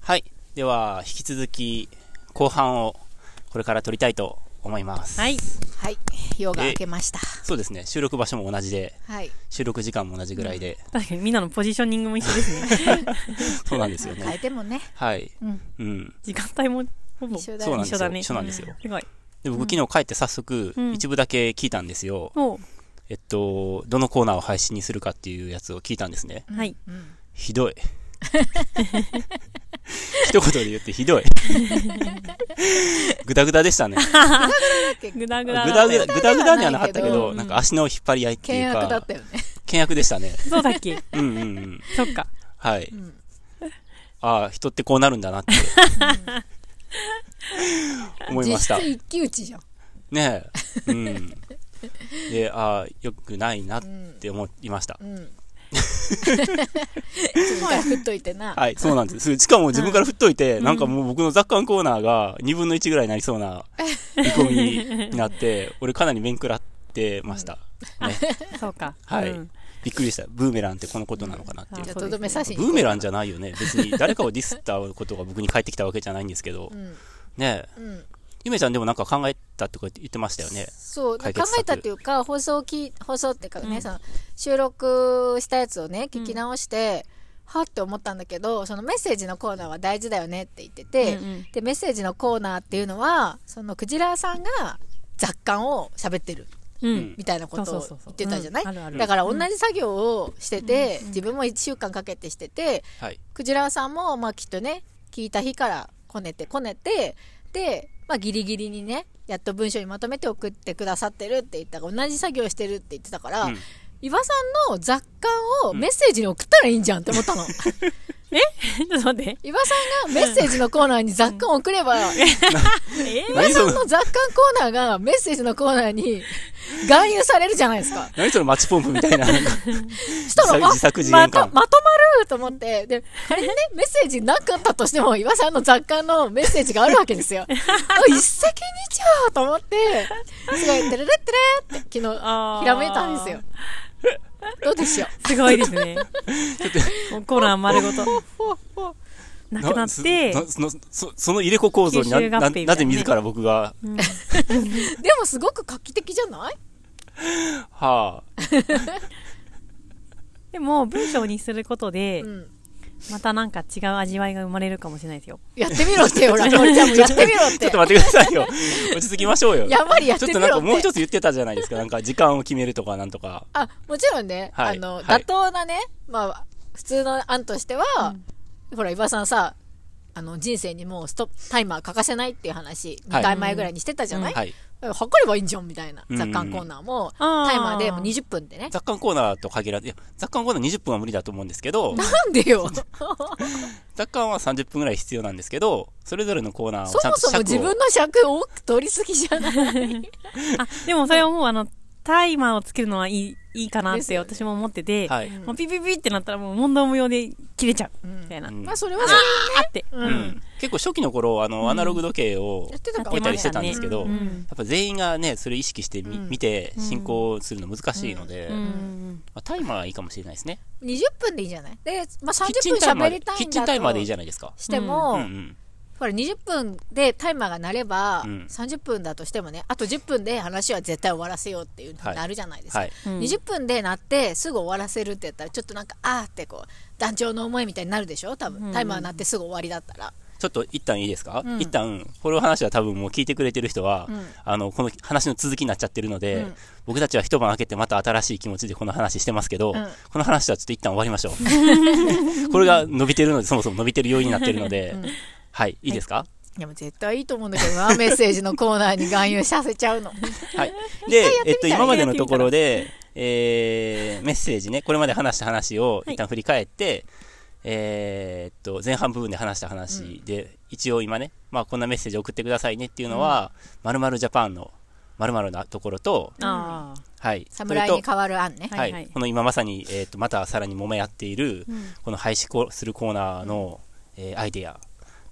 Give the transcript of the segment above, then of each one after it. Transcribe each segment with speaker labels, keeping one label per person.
Speaker 1: はい。では、引き続き、後半を、これから撮りたいと思います。
Speaker 2: はい。
Speaker 3: はい。夜が明けました。
Speaker 1: そうですね。収録場所も同じで、
Speaker 3: はい。
Speaker 1: 収録時間も同じぐらいで、
Speaker 2: 確かにみんなのポジショニングも一緒です ね。
Speaker 1: そうなんですよ
Speaker 3: 変え
Speaker 1: ね。
Speaker 3: てもね。
Speaker 1: はい。
Speaker 3: うん。
Speaker 1: うん。
Speaker 2: 時間帯もほぼ。
Speaker 3: 一
Speaker 2: す
Speaker 3: 緒だ
Speaker 1: そう
Speaker 3: よ
Speaker 1: なん
Speaker 3: ね。
Speaker 1: ですよ。
Speaker 2: 一緒だね
Speaker 1: 一緒なんですよ。
Speaker 2: ごい。
Speaker 1: で、僕昨日帰って早速
Speaker 2: う、ん
Speaker 1: 一部だけ聞いたんですよ。
Speaker 2: おう
Speaker 1: えっと、どのコーナーを配信にするかっていうやつを聞いたんですね。
Speaker 2: はい。
Speaker 3: うん。
Speaker 1: ひどい。一言で言ってひどい。ぐだぐだでしたね。
Speaker 2: ぐだぐ
Speaker 1: ぐ
Speaker 2: だ
Speaker 1: だ
Speaker 2: だ
Speaker 1: ぐ
Speaker 2: っ
Speaker 1: だ、
Speaker 2: たよ
Speaker 1: ぐだぐだにはなかったけ
Speaker 2: う
Speaker 1: ど、
Speaker 2: ん
Speaker 1: なんか足の引っ張り合いってい
Speaker 3: 険
Speaker 1: う
Speaker 3: 悪だ
Speaker 1: か
Speaker 3: っ、たよね。
Speaker 1: 険悪でしたね。
Speaker 2: そうだっけ
Speaker 1: うんうんうん。
Speaker 2: そっか。
Speaker 1: はい。
Speaker 3: ん
Speaker 1: ああ、人ってこうなるんだなって。思いま
Speaker 3: 実
Speaker 1: した
Speaker 3: 質。一騎打ちじゃん。
Speaker 1: ねえ。うん。で、ああ、よくないなって思いました
Speaker 3: う。ん。自分から振っといてな。
Speaker 1: はい、そうなんです。しかも自分から振っといて、なんかもう僕の雑感コーナーが2分の1ぐらいになりそうな見込みになって、俺かなり面食らってました。
Speaker 2: そうか。
Speaker 1: はい
Speaker 2: うん
Speaker 1: びっくりした。ブーメランってこのことなのかなっていうう。
Speaker 3: じゃあ
Speaker 2: そうですね
Speaker 3: とどめ刺しに行こ
Speaker 1: ブ
Speaker 3: う。
Speaker 1: ーメランじゃないよね。別に誰かをディスったことが僕に返ってきたわけじゃないんですけど
Speaker 3: う。ん。
Speaker 1: ねえ。
Speaker 3: うん。
Speaker 1: ゆめちゃんでもなんか考えたってこと言ってましたよね。
Speaker 3: そう考
Speaker 1: 解決策
Speaker 3: えたっていうか放送をき放送っていうかね、
Speaker 2: うん
Speaker 3: その収録したやつをね聞き直して、はって思ったんだけどそのメッセージのコーナーは大事だよねって言ってて、
Speaker 2: うんうん
Speaker 3: でメッセージのコーナーっていうのはそのクジラさんが雑感を喋ってる
Speaker 2: うん
Speaker 3: みたいなこと
Speaker 2: そう
Speaker 3: を
Speaker 2: そうそうそう
Speaker 3: 言ってたじゃない
Speaker 2: うんあるある
Speaker 3: だから同じ作業をしてて、自分も1週間かけてしてて、
Speaker 1: はい。
Speaker 3: クジラさんも、まあ、きっとね聞いた日からこねてこねてで、まあ、ギリギリにねやっと文章にまとめて送ってくださってるって言ったから同じ作業してるって言ってたから、
Speaker 1: うん
Speaker 3: 岩さんの雑感をメッセージに送ったらいいんじゃんって思っ たの、
Speaker 2: ん。 ちょっと待って。
Speaker 3: 岩さんがメッセージのコーナーに雑感を送れば、
Speaker 2: えー
Speaker 3: 岩
Speaker 1: 何
Speaker 3: さ
Speaker 1: そ
Speaker 3: ん
Speaker 1: の、
Speaker 3: の雑感コーナーがメッセージのコーナーに含有されるじゃないですか
Speaker 1: 何そのマッチポンプみた いな。なんか
Speaker 3: したら
Speaker 1: 自作
Speaker 3: あ
Speaker 1: 自作自
Speaker 3: ま
Speaker 1: 演
Speaker 3: と
Speaker 1: 感
Speaker 3: まとまると思ってで仮にねメッセージなかったとしても岩さんの雑感のメッセージがあるわけで すよあ一石二鳥と思ってすごい「てれれってれ」って昨
Speaker 2: あー
Speaker 3: 日ひらめいたんですよどうでしょう
Speaker 2: すごいですね。もうコーナー丸ごと。なくなって、
Speaker 1: なそのそその入れ子構造にな
Speaker 2: 吸収合併
Speaker 1: な
Speaker 2: みたいなね
Speaker 1: なぜ自ら僕が、
Speaker 3: でもすごく画期的じゃない
Speaker 1: はあ、
Speaker 2: でも文章にすることで
Speaker 3: う、ん
Speaker 2: またなんか違う味わいが生まれるかもしれないですよ。
Speaker 3: やってみろってほらこれちゃんもやってみろっ
Speaker 1: ちょ
Speaker 3: て
Speaker 1: っと待ってください よ。落ち着きましょうよ。
Speaker 3: やっぱりやっ
Speaker 1: ち
Speaker 3: て
Speaker 1: ょっと
Speaker 3: みろ
Speaker 1: なんかもう
Speaker 3: っ
Speaker 1: 一
Speaker 3: て
Speaker 1: つ言ってたじゃないですか。なんか時間を決めるとかなんとか。
Speaker 3: あもちろんね、
Speaker 1: はい
Speaker 3: あの
Speaker 1: はい
Speaker 3: 妥当なね、まあ、普通の案としては、ほら岩さんさあの人生にもうストップタイマー欠かせないっていう話
Speaker 1: はい
Speaker 3: 2回前ぐらいにしてたじゃない、
Speaker 1: はい。
Speaker 3: 測ればいいんじゃんみたいな
Speaker 1: うん
Speaker 3: 雑感コーナーも、
Speaker 2: あー
Speaker 3: タイマーでもう20分でね
Speaker 1: 雑感コーナーと限らず、いや、雑感コーナー20分は無理だと思うんですけど、
Speaker 3: なんで よ
Speaker 1: 雑感は30分ぐらい必要なんですけど、それぞれのコーナーを
Speaker 3: そ
Speaker 1: ちゃん
Speaker 3: も
Speaker 1: と
Speaker 3: そも自
Speaker 1: 尺を
Speaker 3: 分。の尺多く取りすぎじゃない
Speaker 2: あ、でもそれはもうあの、タイマーをつけるのはいい、いいかなっ
Speaker 3: です
Speaker 2: て
Speaker 3: よね
Speaker 2: 私も思ってて、
Speaker 1: はい。
Speaker 2: もうピピピってなったらもう問答無用で切れちゃう。みたいな。
Speaker 1: うん
Speaker 3: まあそれはそれ
Speaker 2: あって。
Speaker 1: う
Speaker 3: うん
Speaker 1: ん結構初期の頃、あの、アナログ時計を
Speaker 3: やってた
Speaker 1: 置
Speaker 3: かも
Speaker 1: いたりしてたんですけど、
Speaker 2: う
Speaker 1: や
Speaker 2: ん。
Speaker 1: っぱ全員がね、それ意識してみ、
Speaker 2: うん
Speaker 1: 見て進行するの難しいので、
Speaker 2: う
Speaker 1: ま
Speaker 2: ん。
Speaker 1: あ、タイマーはいいかもしれないですね。
Speaker 3: 20分でいいじゃないで、まあ、
Speaker 1: キッチン
Speaker 3: 30分
Speaker 1: タイマ
Speaker 3: 喋
Speaker 1: ー
Speaker 3: り
Speaker 1: で
Speaker 3: たいんだ、と
Speaker 1: キッチンタイマーでいいじゃないですか。
Speaker 3: しても、
Speaker 1: うんうん。
Speaker 3: ほら20分でタイマーが鳴れば、
Speaker 1: うん
Speaker 3: 30分だとしてもねあと10分で話は絶対終わらせようっていうのになるじゃないですか、
Speaker 1: はい。
Speaker 2: うん
Speaker 3: 20分で鳴ってすぐ終わらせるってやったらちょっとなんかあーってこう団長の思いみたいになるでしょ多分、
Speaker 2: うん
Speaker 3: タイマー鳴ってすぐ終わりだったら、
Speaker 1: ちょっと一旦いいですか、
Speaker 3: うん
Speaker 1: 一旦、この話は多分もう聞いてくれてる人は、
Speaker 3: うん
Speaker 1: あの、この話の続きになっちゃってるので、
Speaker 3: うん
Speaker 1: 僕たちは一晩明けてまた新しい気持ちでこの話してますけど、
Speaker 3: うん
Speaker 1: この話はちょっと一旦終わりましょう。 これが伸びてるので、そもそも伸びてる要因になってるので、
Speaker 3: うん
Speaker 1: はい、いいですか
Speaker 3: でも絶対いいと思うんだけどなメッセージのコーナーに含有させちゃうの
Speaker 1: はい。で、えっと、
Speaker 2: 一回やってみたら
Speaker 1: 今までのところで、えー、メッセージね、これまで話した話を一旦振り返って、えーっと、前半部分で話した話で、一応今ね、まあ、こんなメッセージ送ってくださいねっていうのは、まるまるジャパンのまるまるなところと、
Speaker 2: ああ。
Speaker 1: はい。
Speaker 3: 侍
Speaker 1: それ
Speaker 3: に
Speaker 1: と
Speaker 3: 変わる案ね
Speaker 2: は
Speaker 1: はいい、この今まさに、えーっと、またさらに揉め合っている、この廃止こするコーナーの、えーアイデア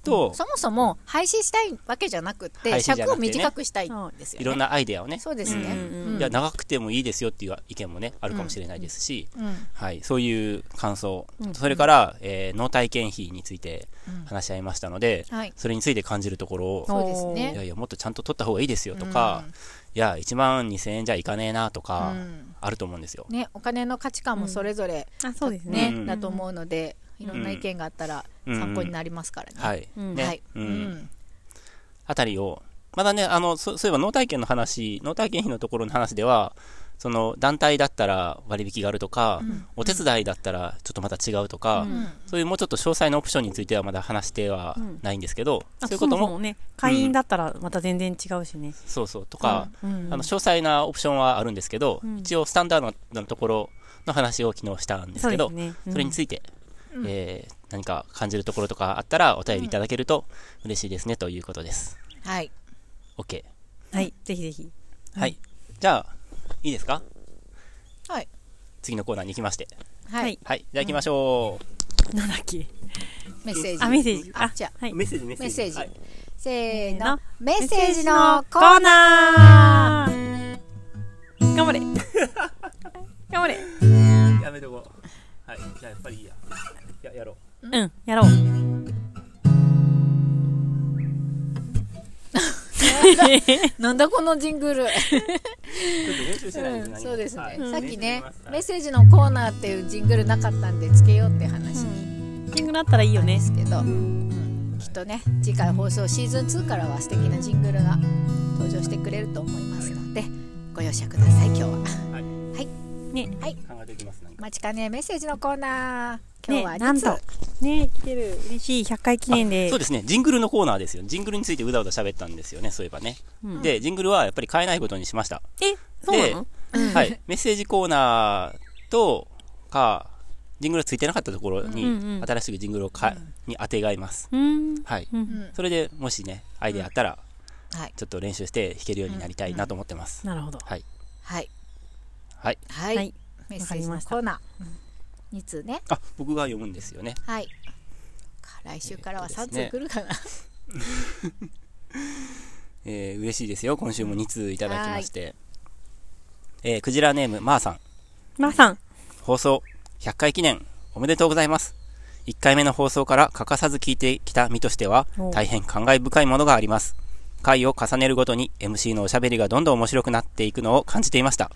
Speaker 1: と、
Speaker 3: そもそも廃止したいわけじゃなくって
Speaker 1: 廃止じゃな
Speaker 3: 尺
Speaker 1: く
Speaker 3: を
Speaker 1: てね
Speaker 3: 短くしたいんですよ、ね、
Speaker 1: いろんなアイデアをね、
Speaker 3: そうですね、
Speaker 2: うん
Speaker 3: うん
Speaker 1: いや長くてもいいですよっていう意見もねあるかもしれないですし、
Speaker 3: うん
Speaker 1: はい、そういう感想、
Speaker 3: うん
Speaker 1: それから、えー、脳体験費について
Speaker 3: うん
Speaker 1: 話し合いましたので、
Speaker 3: はい
Speaker 1: それについて感じるところを、
Speaker 3: そうですね
Speaker 1: いやいやもっとちゃんと取った方がいいですよとか、
Speaker 3: うん
Speaker 1: いや1万2000円じゃいかねえなとか、
Speaker 3: うん
Speaker 1: あると思うんですよ。
Speaker 3: ねお金の価値観もそれぞれ、
Speaker 2: あそうです
Speaker 3: ね、
Speaker 2: ね。
Speaker 1: うん
Speaker 3: だと思うのでいろんな意見があったら
Speaker 1: うん
Speaker 3: 参考になりますからね、
Speaker 1: はい、
Speaker 2: うん
Speaker 1: ね、
Speaker 3: はい
Speaker 1: うん
Speaker 3: うん
Speaker 1: あたりを、まだね、あの、そそういえば、脳体験の話、脳体験費のところの話では、その、団体だったら割引があるとか、
Speaker 3: うん
Speaker 1: お手伝いだったらちょっとまた違うとか、
Speaker 2: うん
Speaker 1: そういうもうちょっと詳細なオプションについてはまだ話しては
Speaker 2: うん
Speaker 1: ないんですけど、
Speaker 2: あ
Speaker 1: そういう
Speaker 2: そ
Speaker 1: こ
Speaker 2: も
Speaker 1: と
Speaker 2: そ
Speaker 1: も、
Speaker 2: もね、会員だったらまた全然違うしね。
Speaker 1: そうそうとか、
Speaker 2: うん
Speaker 1: あの、詳細なオプションはあるんですけど、
Speaker 2: うん
Speaker 1: 一応、スタンダードのところの話を昨日したんですけど、
Speaker 2: そうですねうん
Speaker 1: それについて、えー何か感じるところとかあったらお便りいただけると嬉しいですね、ということです。
Speaker 3: はい、
Speaker 1: OK。
Speaker 2: はい、ぜひぜひ。
Speaker 1: はい。じゃあ、いいですか
Speaker 3: はい
Speaker 1: 次のコーナーに行きまして。
Speaker 3: はい
Speaker 2: はい
Speaker 1: はい。じゃあ行きましょ
Speaker 2: なんだっけ
Speaker 3: メッセージ
Speaker 2: あ、メッセージ。
Speaker 3: あじゃあ
Speaker 1: う。
Speaker 2: はい。
Speaker 1: ッセージ、メ
Speaker 3: メッセージ、
Speaker 1: はい
Speaker 3: せー
Speaker 2: の
Speaker 3: のメッセージのコーナー
Speaker 2: ナー頑張れ頑張れ
Speaker 1: やめとこう。はい。じゃあやっぱりいいや。や、やろう。
Speaker 2: うん、やろう。
Speaker 3: なんだこのジングル、
Speaker 1: ちょっと練習してないです
Speaker 3: うん、 そうですね、さっきねメッ
Speaker 1: メ
Speaker 3: セージのコーナーっていうジングルなかったんでつけようって話に
Speaker 2: キングなったらいいよ
Speaker 3: で
Speaker 2: ね。
Speaker 3: すけど、うんきっとね次回放送シーズン2からは素敵なジングルが登場してくれると思いますのでご容赦ください今日は
Speaker 2: ね、
Speaker 3: はい
Speaker 1: 考えておきます。なんか
Speaker 3: 待ちかねメッセージのコーナー今日
Speaker 2: ね
Speaker 3: は、実
Speaker 2: なんと。ね、来てる。嬉しい。100回記念で。
Speaker 1: そうですね。ジングルのコーナーですよ。ジングルについてうだうだ喋ったんですよね、そういえばね。
Speaker 2: うん
Speaker 1: で、ジングルはやっぱり変えないことにしました。
Speaker 2: え、そうなの
Speaker 1: はい。メッセージコーナーとか、ジングルがついてなかったところに、
Speaker 2: うんうん
Speaker 1: 新しくジングルをか、に当てがいます。
Speaker 2: うん。
Speaker 1: はい。
Speaker 2: うん。
Speaker 1: それでもしね、アイデアあったら、
Speaker 3: はい
Speaker 1: ちょっと練習して弾けるようになりたいなと思ってます。
Speaker 2: なるほど。
Speaker 1: はい。
Speaker 3: はい
Speaker 1: はい。
Speaker 3: はい、
Speaker 2: はい。
Speaker 3: メッセージのコーナー2通ね
Speaker 1: あ、僕が読むんですよね。
Speaker 3: はいか来週からは
Speaker 1: えーと
Speaker 3: 3
Speaker 1: ですね
Speaker 3: 通来るかな、
Speaker 1: えー、嬉しいですよ。今週も2通いただきまして。えー、クジラネーム、まーさん。
Speaker 2: まあさん。
Speaker 1: 放送100回記念おめでとうございます。1回目の放送から欠かさず聞いてきた身としては
Speaker 2: お
Speaker 1: 大変感慨深いものがあります。回を重ねるごとに MC のおしゃべりがどんどん面白くなっていくのを感じていました。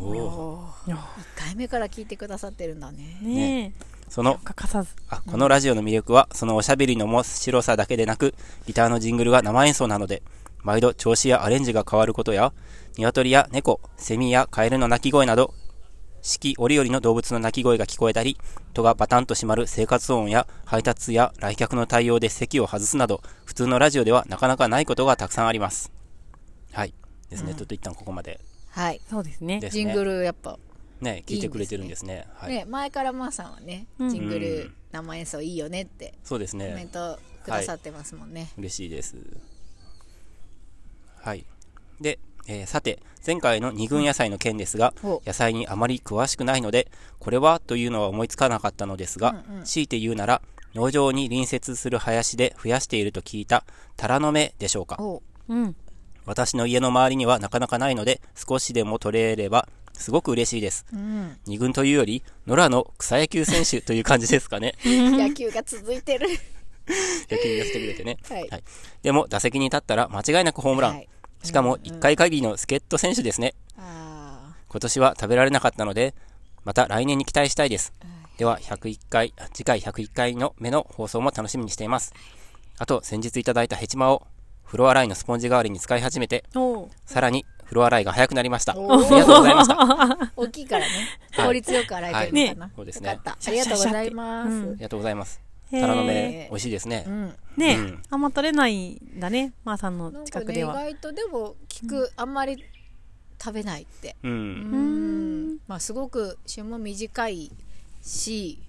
Speaker 1: おお
Speaker 3: 1回目から聞いてくださってるんだね
Speaker 2: ね
Speaker 1: その
Speaker 2: え。欠かさず。
Speaker 1: あこのラジオの魅力は、そのおしゃべりの面白さだけでなく、ギターのジングルが生演奏なので、毎度調子やアレンジが変わることや、鶏や猫、セミやカエルの鳴き声など、四季折々の動物の鳴き声が聞こえたり、戸がバタンと閉まる生活音や配達や来客の対応で席を外すなど、普通のラジオではなかなかないことがたくさんあります。はい。ですね。ちょっと一旦ここまで
Speaker 3: はい
Speaker 2: そうですね。
Speaker 1: です
Speaker 3: ジ
Speaker 1: ね。
Speaker 3: ングルやっぱ、
Speaker 1: ね、聞いてくれてるんですね。はい、
Speaker 3: ね前からまーさんはね
Speaker 2: うん
Speaker 3: ジング
Speaker 1: う
Speaker 3: ル
Speaker 1: ん
Speaker 3: 生演奏いいよねって
Speaker 1: そうです
Speaker 3: コメン
Speaker 1: ね。
Speaker 3: トくださってますもんね、
Speaker 1: 嬉しいです。はい。で、えーさて、前回の二軍野菜の件ですが、
Speaker 3: お
Speaker 1: 野菜にあまり詳しくないので、これはというのは思いつかなかったのですが、
Speaker 3: うんうん
Speaker 1: 強いて言うなら、農場に隣接する林で増やしていると聞いた、タラの芽でしょうか。
Speaker 3: お
Speaker 2: うん。
Speaker 1: 私の家の周りにはなかなかないので、少しでも取れれば、すごく嬉しいです。
Speaker 3: うん、
Speaker 1: 二軍というより、野良の草野球選手という感じです かね。
Speaker 3: 野球が続いてる
Speaker 1: 野球に寄せてくれてね。
Speaker 3: はい
Speaker 1: でも、打席に立ったら間違いなくホームラン。
Speaker 3: はい
Speaker 1: しかも1回限りの助っ人選手ですね。
Speaker 3: あ
Speaker 1: 今年は食べられなかったので、また来年に期待したいです。では、101回、あ次回101回の目の放送も楽しみにしています。あと、先日いただいたヘチマを、風呂洗いのスポンジ代わりに使い始めて、
Speaker 2: おう
Speaker 1: さらに風呂洗いが早くなりました。あり
Speaker 3: おー
Speaker 1: がとうございました。あ
Speaker 3: ー大きいからね 効率よく洗えてるのかな、
Speaker 1: はいねそうです
Speaker 3: よ
Speaker 1: ね
Speaker 3: かったありがとうございます、
Speaker 2: シャシャシャって
Speaker 1: りがとうございます。
Speaker 2: へー
Speaker 1: タラの芽、美味しいですね
Speaker 3: う。ん
Speaker 2: ね
Speaker 1: う
Speaker 2: え
Speaker 1: ん。
Speaker 2: あんま取れないんだね。まあさんの
Speaker 3: なん
Speaker 2: 近
Speaker 3: か
Speaker 2: く
Speaker 3: ね、意
Speaker 2: では。
Speaker 3: 外とでも聞く、あんまり食べないって
Speaker 1: う。
Speaker 3: うんんまあすごく旬も短いし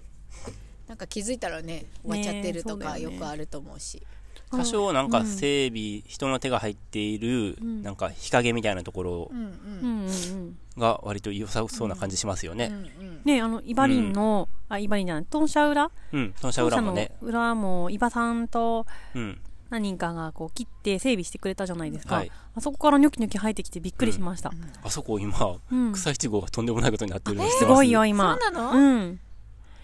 Speaker 3: なんか気づいたらね終わっちゃってるとか
Speaker 2: ねえそうだ
Speaker 3: よ
Speaker 2: よね
Speaker 3: くあると思うし、
Speaker 1: 多少なんか整備、人の手が入っている、
Speaker 2: ん
Speaker 1: なんか日陰みたいなところ
Speaker 3: うんう
Speaker 2: うんんうんうん。
Speaker 1: が割と良さそうな感じしますよ
Speaker 3: う
Speaker 1: ね。
Speaker 3: んうん
Speaker 2: ね、あの、イバリンの、あ、イバリンじゃない、トンシャ裏
Speaker 1: うん、その社
Speaker 2: トンシ
Speaker 1: 裏
Speaker 2: ャ
Speaker 1: も
Speaker 2: の
Speaker 1: ね。
Speaker 2: 裏も、イバさんと
Speaker 1: うん、
Speaker 2: 何人かがこう切って整備してくれたじゃないですか。
Speaker 1: はい
Speaker 2: あそこからニョキニョキ生えてきてびっくりしました。
Speaker 1: あそこ今、
Speaker 2: うん。
Speaker 1: 草一号がとんでもないことになってるの知って
Speaker 2: す
Speaker 1: ます
Speaker 2: ごいよ、
Speaker 3: そ
Speaker 2: 今
Speaker 3: う。なの、
Speaker 2: うん。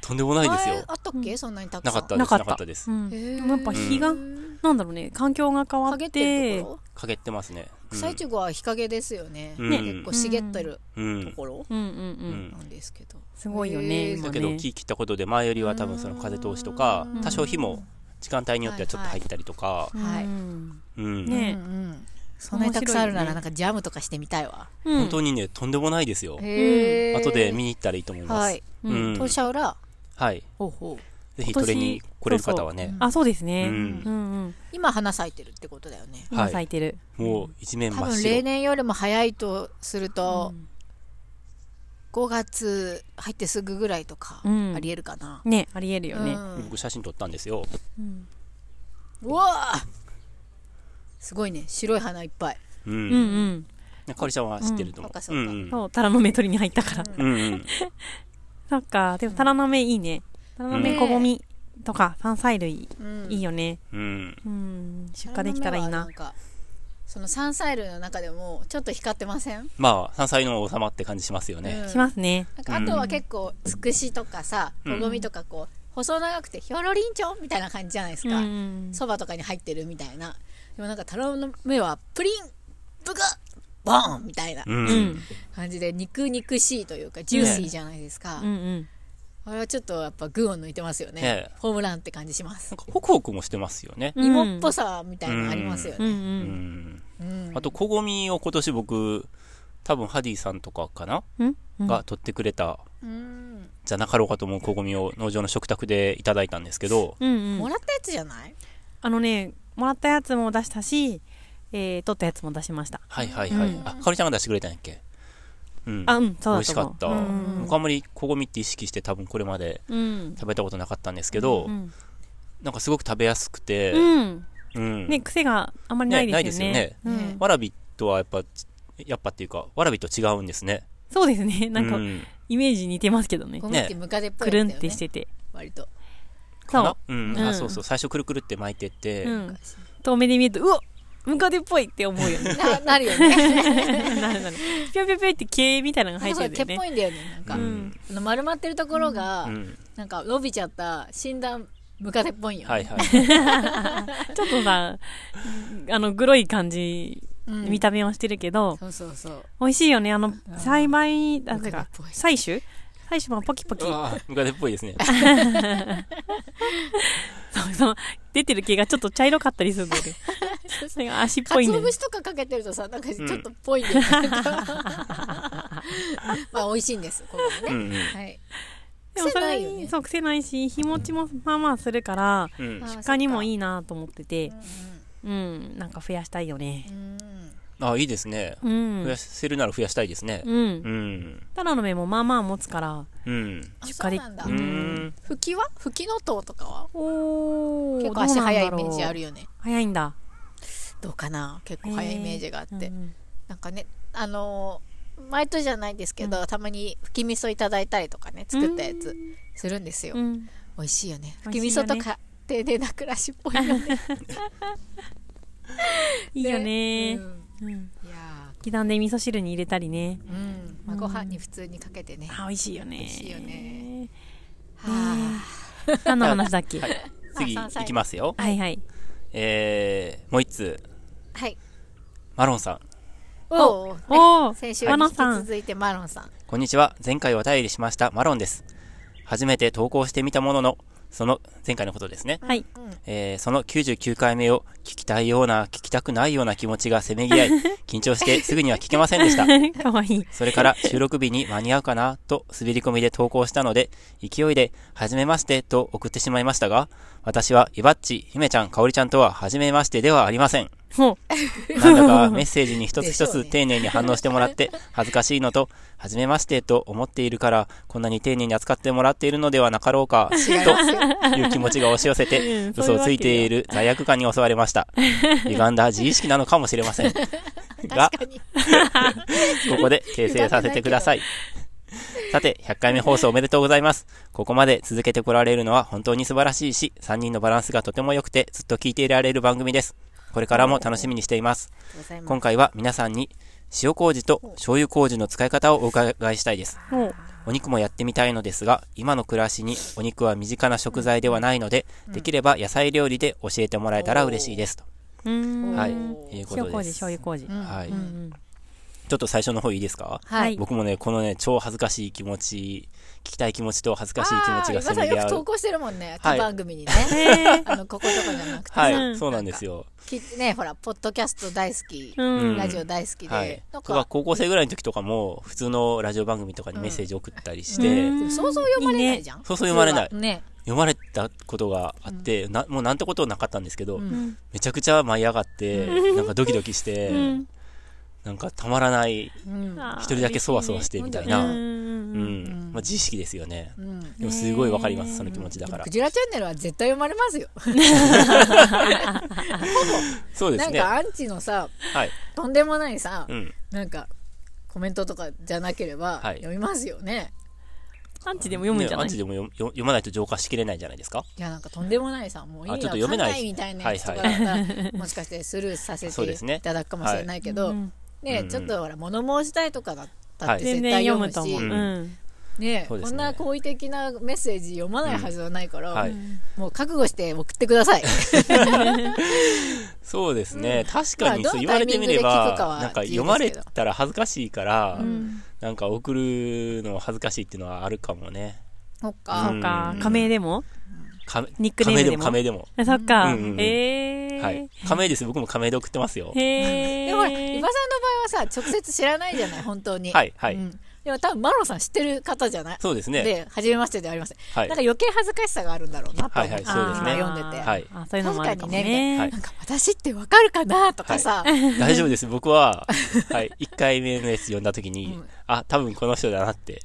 Speaker 1: とんでもないです
Speaker 3: 前
Speaker 1: よ。
Speaker 3: あったっけそんなにたくさ
Speaker 1: なんかったです、な
Speaker 2: なか
Speaker 1: か
Speaker 2: った。
Speaker 1: ったです
Speaker 2: う。ん。
Speaker 3: へ
Speaker 2: で
Speaker 3: ー
Speaker 2: もやっぱ日が、なんだろうね、環境が変わって、
Speaker 3: 陰ってるところ
Speaker 1: かけてますね。うん
Speaker 3: 草いちごは日陰ですよね、
Speaker 1: うん
Speaker 3: 結構茂ってる
Speaker 1: うん
Speaker 3: ところ
Speaker 2: うんうんうん。
Speaker 3: なんですけど、
Speaker 2: すごいよね、
Speaker 3: へー
Speaker 2: 今
Speaker 1: だけど
Speaker 2: ね。
Speaker 1: 木切ったことで前よりは多分その風通しとか
Speaker 3: うん
Speaker 1: 多少火も時間帯によってはちょっと入ったりとか、
Speaker 3: はい
Speaker 2: うん
Speaker 1: うん
Speaker 2: ね
Speaker 3: うんうんそんなにたくさんあるならなんかジャムとかしてみたいわ、
Speaker 2: うん
Speaker 1: 本当にねとんでもないですよ
Speaker 3: へー
Speaker 1: 後で見に行ったらいいと思います、
Speaker 3: は
Speaker 1: はい
Speaker 3: い、
Speaker 2: う
Speaker 1: うん
Speaker 2: ん。
Speaker 3: 当社裏
Speaker 1: はい、
Speaker 3: ほうほう
Speaker 1: ぜひトレに来れる方はね
Speaker 2: あ、そうですね。
Speaker 1: う
Speaker 2: うん
Speaker 1: ん
Speaker 2: うん。
Speaker 3: 今花咲いてるってことだよね
Speaker 2: 今
Speaker 1: はい
Speaker 2: 咲いてる。
Speaker 1: もう一面
Speaker 3: 多
Speaker 1: 真っ
Speaker 3: 分例
Speaker 1: 白
Speaker 3: 年よりも早いとすると、5月入ってすぐぐらいとか
Speaker 2: うん
Speaker 3: ありえるかな、
Speaker 2: ね、ありえるよね。
Speaker 3: うん
Speaker 1: 僕写真撮ったんですよ
Speaker 2: うん
Speaker 3: うわあすごいね白い花いっぱい
Speaker 1: うん、
Speaker 2: うんうん。
Speaker 1: ねかおりちゃんは知ってると思、
Speaker 3: うんそう
Speaker 1: う
Speaker 3: っか
Speaker 1: ん
Speaker 3: そっか
Speaker 1: うん
Speaker 2: そう、タラの芽取りに入ったから。
Speaker 1: うんうん、
Speaker 2: そっか、でもタラの芽いいね。タラの
Speaker 1: う
Speaker 2: 芽
Speaker 1: ん
Speaker 2: こごみとか、山菜類、
Speaker 3: うん
Speaker 2: いいよね。
Speaker 1: うん、
Speaker 2: うん。出荷できたらいいな
Speaker 3: なん。かその山菜類の中でもちょっと光ってません、
Speaker 1: まあ山菜の王様って感じしますよね、
Speaker 3: うん
Speaker 2: しますね。
Speaker 3: なんかあとは結構つくしとかさ
Speaker 1: うん
Speaker 3: こごみとかこう細長くてひょろりんちょんみたいな感じじゃないです
Speaker 2: う
Speaker 3: か
Speaker 2: ん。
Speaker 3: そば、とかに入ってるみたいなでもなんかタラの芽はプリンブクッボーンみたいな
Speaker 1: うん
Speaker 2: うん。
Speaker 3: 感じで肉肉しいというかジューシーじゃないですか、
Speaker 2: うんうん。
Speaker 3: あれはちょっとやっぱ群を抜いてますよね、
Speaker 1: ええ
Speaker 3: ホームランって感じします
Speaker 1: なんかホクホクもしてますよね、
Speaker 2: うん
Speaker 3: 芋っぽさみたいなのありますよ
Speaker 2: うんう
Speaker 3: ね、
Speaker 1: うん
Speaker 2: ん。
Speaker 3: うん
Speaker 1: あと小ごみを今年僕多分ハディさんとかかな、
Speaker 2: うんうん
Speaker 1: が取ってくれた
Speaker 3: うん
Speaker 1: じゃなかろうかと思う小ごみを農場の食卓でいただいたんですけど、
Speaker 2: うんう
Speaker 3: も
Speaker 2: ん。
Speaker 3: らったやつじゃない
Speaker 2: あのね、もらったやつも出したし、えー、取ったやつも出しました。
Speaker 1: はいはいはい。
Speaker 2: うん
Speaker 1: あ、かおりちゃんが出してくれたんやっけうん。
Speaker 2: あ、うん、
Speaker 1: 美
Speaker 2: そうだ
Speaker 1: 味し
Speaker 2: と
Speaker 1: か
Speaker 2: 思う。
Speaker 1: った。
Speaker 2: うん
Speaker 1: 僕あんまり小ごみって意識して多分これまで
Speaker 2: うん。
Speaker 1: 食べたことなかったんですけど、
Speaker 2: うん。
Speaker 1: なんかすごく食べやすくて、
Speaker 2: うん。
Speaker 1: うん。
Speaker 2: ね、癖があんまりないですよ
Speaker 1: ね
Speaker 2: ね。
Speaker 1: ないです
Speaker 3: よね
Speaker 2: うん
Speaker 1: わらびとはやっぱ、やっぱっていうか、わらびと違うんですね。
Speaker 2: そうですね。なんか
Speaker 1: う、ん
Speaker 2: イメージ似てますけどね
Speaker 3: ゴ。ミってムカデっぽ
Speaker 2: く
Speaker 3: いやつだ
Speaker 2: る
Speaker 3: よ
Speaker 2: ん
Speaker 3: ね
Speaker 2: ってしてて。
Speaker 3: 割と
Speaker 1: か
Speaker 2: そ
Speaker 1: なうん、
Speaker 2: うん
Speaker 1: あそうそう。最初くるくるって巻いてて、
Speaker 2: う。うん。遠目で見ると、うわムカデっぽいって思う よね。
Speaker 3: なな るよ ね
Speaker 2: なるなる。ぴょぴょぴょって毛みたいなのが
Speaker 3: な
Speaker 2: 生
Speaker 3: ん
Speaker 2: え
Speaker 3: かそれ
Speaker 2: て
Speaker 3: 毛っ
Speaker 2: るよ
Speaker 3: ぽ
Speaker 2: ね。
Speaker 3: いんだよねなん
Speaker 1: う
Speaker 3: か、
Speaker 1: ん。
Speaker 3: あの丸まってるところが、
Speaker 1: うん
Speaker 3: なんか伸びちゃった死んだムカデっぽいよね、
Speaker 1: はいはい。
Speaker 2: ちょっとさ、あの、グロい感じ、
Speaker 3: うん
Speaker 2: 見た目はしてるけど、
Speaker 3: そうそうそう
Speaker 2: 美味しいよね。あの、栽培、あ、
Speaker 3: ムカ
Speaker 2: て
Speaker 3: デっ
Speaker 2: か、
Speaker 3: ぽい
Speaker 2: 採取採取もポキポキ。
Speaker 1: うわムカデっぽいですね。
Speaker 2: そうそう。出てる毛がちょっと茶色かったりするんだよね。それが足っぽ
Speaker 3: か
Speaker 2: いん
Speaker 3: つ
Speaker 2: だ
Speaker 3: お
Speaker 2: よね
Speaker 3: 節とかかけてるとさなんかちょっとっぽい んだよね、まあ美味しいんですここ
Speaker 1: う
Speaker 3: ね、
Speaker 1: んうん。
Speaker 3: はい
Speaker 2: でもそ
Speaker 3: 癖な
Speaker 2: れ
Speaker 3: いよね
Speaker 2: そう癖ないし日持ちもまあまあするから
Speaker 1: うん
Speaker 3: あ。ー
Speaker 2: 他にも
Speaker 3: そ
Speaker 2: いいなと思っててうんなんか増やしたいよね
Speaker 3: っかうんうん
Speaker 1: あ、いいですね。
Speaker 2: うん
Speaker 1: 増やせるなら増やしたいですね。
Speaker 2: うん
Speaker 1: うん。
Speaker 2: タラの芽もまあまあ持つから
Speaker 1: うん。
Speaker 3: あ
Speaker 2: 出
Speaker 3: そう
Speaker 2: 荷で
Speaker 3: なんだ、
Speaker 1: う
Speaker 2: うん
Speaker 1: ん。
Speaker 3: ふきはふきのとうとかは
Speaker 2: お
Speaker 3: 結構足早いイメージあるよね
Speaker 2: 早いんだ
Speaker 3: どうかな結構早いイメージがあって、
Speaker 2: うん
Speaker 3: なんかねあのー毎年じゃないですけど、たまにふき味噌いただいたりとかね作ったやつするんですよ、
Speaker 2: うん
Speaker 3: 美味しいよねふ
Speaker 2: 美味
Speaker 3: き味
Speaker 2: しいよ
Speaker 3: 噌
Speaker 2: ね
Speaker 3: とか丁寧な暮らしっぽいよね
Speaker 2: いいよね
Speaker 3: うん
Speaker 2: うん
Speaker 3: いや
Speaker 2: 刻んで味噌汁に入れたりね
Speaker 3: ーうん、まあ、ご飯に普通にかけてね、は
Speaker 2: あ美味しいよね
Speaker 3: 美味しいよね
Speaker 2: うん
Speaker 3: あ
Speaker 2: 何の話だっけ
Speaker 1: はい
Speaker 2: は
Speaker 1: 次
Speaker 3: さあさあ
Speaker 1: いきますよ。
Speaker 2: いはい
Speaker 1: えー、もう一つ、
Speaker 3: はい
Speaker 1: マロンさん。
Speaker 3: おお
Speaker 2: おお
Speaker 3: 先週
Speaker 2: マ
Speaker 3: に引
Speaker 2: ノ
Speaker 3: き
Speaker 2: さん
Speaker 3: 続いてマロンさん
Speaker 1: こんにちは。前回お便りしました、マロンです。初めて投稿してみたものの、その、前回のことですね。
Speaker 2: はい
Speaker 1: えー、その99回目を聞きたいような、聞きたくないような気持ちがせめぎ合い、緊張してすぐには聞けませんでした。
Speaker 2: かわいい
Speaker 1: それから収録日に間に合うかなと滑り込みで投稿したので、勢いで、はじめましてと送ってしまいましたが、私はイバッチ、ひめちゃん、かおりちゃんとは、はじめましてではありません。
Speaker 2: ほ
Speaker 1: なんだかメッセージに一つ一
Speaker 3: でしょう
Speaker 1: つ
Speaker 3: ね
Speaker 1: 丁寧に反応してもらって、恥ずかしいのと、はじめましてと思っているから、こんなに丁寧に扱ってもらっているのではなかろうか、
Speaker 3: 違いますよ。
Speaker 1: という気持ちが押し寄せて、
Speaker 2: うんそういうわ
Speaker 1: 嘘
Speaker 2: け
Speaker 1: をついている罪悪感に襲われま した。歪んだ自意識なのかもしれません。が、
Speaker 3: 確かに。
Speaker 1: ここで訂正させてくださ い。さて、100回目放送おめでとうございます。ここまで続けてこられるのは本当に素晴らしいし、3人のバランスがとても良くて、ずっと聞いていられる番組です。これからも楽しみにしています。今回は皆さんに、塩麹と醤油麹の使い方をお伺いしたいです。
Speaker 2: う。ほう。
Speaker 1: お肉もやってみたいのですが、今の暮らしにお肉は身近な食材ではないので、できれば野菜料理で教えてもらえたら嬉しいです。と。
Speaker 2: うーん。
Speaker 1: はい。
Speaker 3: うん
Speaker 1: いうこと
Speaker 2: 塩
Speaker 1: で
Speaker 2: 麹、
Speaker 1: す。
Speaker 2: 醤油麹。
Speaker 1: はい。
Speaker 2: うんうん。
Speaker 1: ちょっと最初の方いいですか
Speaker 3: はい。
Speaker 1: 僕もね、このね、超恥ずかしい気持ち、聞きたい気持ちと恥ずかしい気持
Speaker 3: ああ
Speaker 1: ち
Speaker 3: ー、
Speaker 1: が
Speaker 3: 今
Speaker 1: せ
Speaker 3: さ
Speaker 1: め
Speaker 3: んよ
Speaker 1: ぎ合
Speaker 3: く投
Speaker 1: う。
Speaker 3: 稿してるもんね。
Speaker 1: は
Speaker 3: 他
Speaker 1: い
Speaker 3: 番組にね。
Speaker 2: へ
Speaker 3: あの、こことかじゃなくて。
Speaker 1: は
Speaker 2: う
Speaker 1: い、
Speaker 2: ん
Speaker 1: そうなんですよ。
Speaker 3: きね、ほら、ポッドキャスト大好き、
Speaker 2: うん
Speaker 3: ラジオ大好きで、
Speaker 1: はい。
Speaker 3: なん
Speaker 1: と
Speaker 3: か
Speaker 1: か、、高校生ぐらいの時とかも、普通のラジオ番組とかにメッセージ送ったりして、
Speaker 2: うん
Speaker 3: でも想像読まれないじゃん。
Speaker 1: そうそう読まれない
Speaker 3: 普通はね。
Speaker 1: 読まれたことがあって、なもうなんてことなかったんですけど、
Speaker 3: う
Speaker 2: うんん。
Speaker 1: めちゃくちゃ舞い上がって、なんかドキドキして、
Speaker 2: うん
Speaker 1: なんかたまらない、
Speaker 3: うん。
Speaker 2: あー
Speaker 1: 一人だけそわそわしてみたい
Speaker 2: うん
Speaker 1: な、
Speaker 2: う
Speaker 1: うん
Speaker 2: うん。
Speaker 1: ん、まあ、自意識ですよね。
Speaker 3: うん。
Speaker 1: でもすごいわかります、その気持ちだ
Speaker 3: で
Speaker 1: か
Speaker 3: も
Speaker 1: ら
Speaker 3: ク。ジラチャンネルは絶対読まれますよ。
Speaker 1: そうで
Speaker 3: な
Speaker 1: す
Speaker 3: ん
Speaker 1: ね。
Speaker 3: か
Speaker 1: は
Speaker 3: アンチのさ、
Speaker 1: い。
Speaker 3: とんでもないさ、
Speaker 1: うん。
Speaker 3: なんか、コメントとかじゃなければ、
Speaker 1: はい
Speaker 3: 読みますよね。
Speaker 2: アンチでも読むんじ
Speaker 1: ね
Speaker 2: ゃ
Speaker 1: ア
Speaker 2: な
Speaker 1: ン
Speaker 2: い
Speaker 1: チでも読読読まないと浄化しきれないんじゃないですか。
Speaker 3: いや、なんかとんでもないさ、もう意
Speaker 1: あち
Speaker 3: 味
Speaker 1: ょっと読め
Speaker 3: わかん
Speaker 1: ない
Speaker 3: ないみたいなやつとか
Speaker 1: は
Speaker 3: だ
Speaker 1: い
Speaker 3: ったら、もしかしてスルーさせ
Speaker 1: そうです
Speaker 3: て
Speaker 1: ね
Speaker 3: いただくかもしれないけど、
Speaker 2: うん
Speaker 3: ね、
Speaker 1: うん
Speaker 3: ちょっとほら、物申したいとかだった
Speaker 1: は
Speaker 3: っ
Speaker 1: い
Speaker 3: て
Speaker 2: 全
Speaker 3: 絶
Speaker 2: 然
Speaker 3: 対
Speaker 2: 読
Speaker 3: 読
Speaker 2: む
Speaker 3: む
Speaker 2: と
Speaker 1: う、
Speaker 2: 思う。
Speaker 3: し
Speaker 2: うん。
Speaker 3: ね
Speaker 1: そうです
Speaker 3: こ
Speaker 1: ね
Speaker 3: んな好意的なメッセージ読まないはずはないから、
Speaker 1: うんはい
Speaker 3: もう覚悟して送ってく ださい。
Speaker 1: そうですね。確かに
Speaker 3: まあ
Speaker 1: そう言
Speaker 3: ど
Speaker 1: わ
Speaker 3: の
Speaker 1: れ
Speaker 3: タイミ
Speaker 1: て
Speaker 3: ング
Speaker 1: み
Speaker 3: で
Speaker 1: れ
Speaker 3: 聞くか
Speaker 1: ば
Speaker 3: は、
Speaker 1: なんか
Speaker 3: 自由
Speaker 1: 読ま
Speaker 3: で
Speaker 1: れ
Speaker 3: すけど
Speaker 1: たら恥ずかしいから
Speaker 2: う、ん
Speaker 1: なんか送るの恥ずかしいっていうのはあるかもね。
Speaker 3: そっ
Speaker 1: う
Speaker 3: か。
Speaker 2: そ
Speaker 1: ん
Speaker 2: うか。仮名でも
Speaker 1: か
Speaker 2: ニックネームでも
Speaker 1: 仮名でも。
Speaker 2: あそっか
Speaker 1: うんうんう。ん
Speaker 2: え
Speaker 1: 仮名でも
Speaker 2: ー。
Speaker 1: はい。仮名です。僕も仮名で送ってますよ。
Speaker 2: へー。
Speaker 3: でも、ほら伊庭さんの場合はさ、直接知らないじゃない、本当に。
Speaker 1: はいはい
Speaker 3: うんでも多分、マロンさん知ってる方じゃない
Speaker 1: そうですね。
Speaker 3: で、初めましてではありません。
Speaker 1: は
Speaker 3: なん
Speaker 1: い
Speaker 3: か。余計恥ずかしさがあるんだろうなと思
Speaker 1: は
Speaker 3: っ
Speaker 1: い
Speaker 3: て、
Speaker 1: はいそうですね
Speaker 3: 今読んでて。
Speaker 1: はい
Speaker 2: あそういうのもあるかもね。
Speaker 3: 確かに
Speaker 1: はい
Speaker 3: なんか私ってわかるかなとかさ、
Speaker 1: 大丈夫です。僕は、はい。1回目のやつ読んだ時に
Speaker 3: うん、
Speaker 1: あ、多分この人だなって、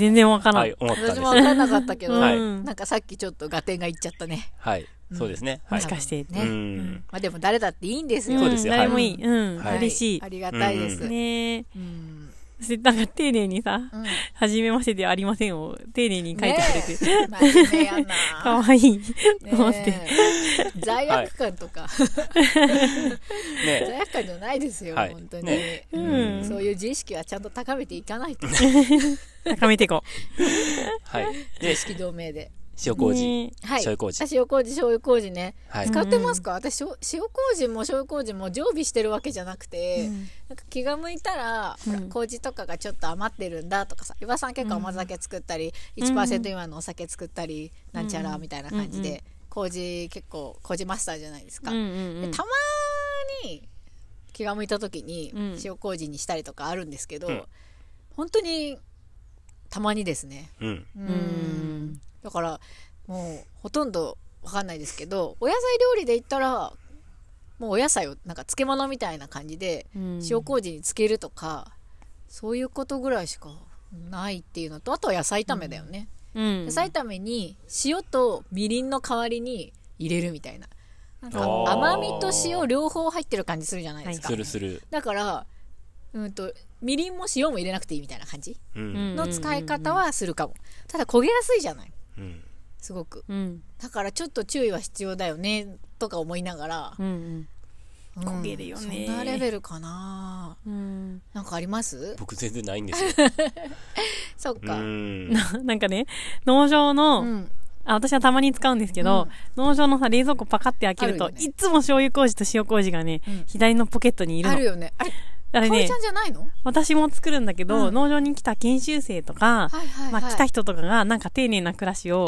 Speaker 2: 全然わから
Speaker 1: は
Speaker 2: ん。
Speaker 1: い、思ったん
Speaker 3: 私
Speaker 1: で
Speaker 3: も
Speaker 1: す
Speaker 3: わ。かんなかったけど、
Speaker 1: はい
Speaker 2: うん
Speaker 3: なんかさっきちょっと合点がいっちゃったね。
Speaker 1: はい。そうですね。は
Speaker 2: も
Speaker 1: い
Speaker 2: し。かして。
Speaker 1: う
Speaker 3: ね。
Speaker 1: ん。
Speaker 3: まあでも誰だっていいんですよ。
Speaker 1: そうですよ
Speaker 2: ん誰もいい。
Speaker 1: は
Speaker 2: うん。
Speaker 1: はい
Speaker 2: 嬉しい
Speaker 3: あ。りがたいです。
Speaker 1: うん
Speaker 2: ねえ。
Speaker 3: うん
Speaker 2: そしてなんか丁寧にさ、
Speaker 3: うん
Speaker 2: はじめましてではありませんを丁寧に書いてくれて、
Speaker 3: ねえ真面目 やな。
Speaker 2: かわいい。と思っ
Speaker 3: ね
Speaker 2: て。
Speaker 3: え罪悪感とか、
Speaker 1: ね
Speaker 3: 罪悪感じゃないですよ、
Speaker 1: はい
Speaker 3: 本当に、
Speaker 1: ね
Speaker 2: う
Speaker 1: うん
Speaker 2: ん。
Speaker 3: そういう自意識はちゃんと高めていかないと、
Speaker 2: 高めていこ
Speaker 1: はい。で
Speaker 3: 意、識同盟で。
Speaker 1: 塩
Speaker 2: う。
Speaker 1: 麹。
Speaker 2: ね
Speaker 3: はい。
Speaker 1: 醤油麹
Speaker 3: あ塩麹、醤油麹ね。
Speaker 1: はい。
Speaker 3: 使ってますか、私塩塩麹も醤油麹も常備してるわけじゃなくて、なんか気が向いたら、ほら
Speaker 2: うん
Speaker 3: 麹とかがちょっと余ってるんだとかさ岩さん結構甘酒作ったり、1%未満のお酒作ったり、なんちゃらみたいな感じで、
Speaker 2: うんう
Speaker 3: 麹結構麹マスターじゃないです
Speaker 2: う
Speaker 3: か、
Speaker 2: んうんうん
Speaker 3: でたまに気が向いた時に
Speaker 2: うん
Speaker 3: 塩麹にしたりとかあるんですけど、
Speaker 1: うん
Speaker 3: 本当にたまにですね
Speaker 1: うん。
Speaker 2: うん。
Speaker 3: だからもうほとんどわかんないですけどお野菜料理で言ったらもうお野菜をなんか漬物みたいな感じで
Speaker 2: うん
Speaker 3: 塩麹に漬けるとか、そういうことぐらいしかないっていうのとあとは野菜炒めだよね、
Speaker 2: うん
Speaker 3: 野菜炒めに塩とみりんの代わりに入れるみたいななんか
Speaker 1: あー
Speaker 3: 甘みと塩両方入ってる感じするじゃないですか、
Speaker 1: するする。
Speaker 3: だからうんとみりんも塩も入れなくていいみたいな感じ
Speaker 1: う。
Speaker 2: うんん
Speaker 3: の使い方はするかも、ただ焦げやすいじゃない
Speaker 1: うん。
Speaker 3: すごく
Speaker 2: うん
Speaker 3: だからちょっと注意は必要だよねとか思いながら、
Speaker 2: うん
Speaker 3: うん
Speaker 2: 焦げるよね
Speaker 3: そんなレベルかな
Speaker 2: うんうん
Speaker 3: なんかあります
Speaker 1: 僕全然ないんですよ。
Speaker 3: そっ
Speaker 1: う
Speaker 3: かうん、
Speaker 1: ん。
Speaker 2: なんかね農場の、あ私はたまに使うんですけど、農場のさ冷蔵庫パカって開ける
Speaker 3: あ
Speaker 2: と
Speaker 3: るよね
Speaker 2: いつも醤油麹と塩麹がね、
Speaker 3: うん
Speaker 2: 左のポケットにいる
Speaker 3: あ
Speaker 2: の
Speaker 3: るよねあれ
Speaker 2: あれ
Speaker 3: かおり
Speaker 2: ね
Speaker 3: ちゃんじゃないの
Speaker 2: 私も作るんだけど、
Speaker 3: うん
Speaker 2: 農場に来た研修生とか、
Speaker 3: はいはいはい、
Speaker 2: まあ、来た人とかがなんか丁寧な暮らしを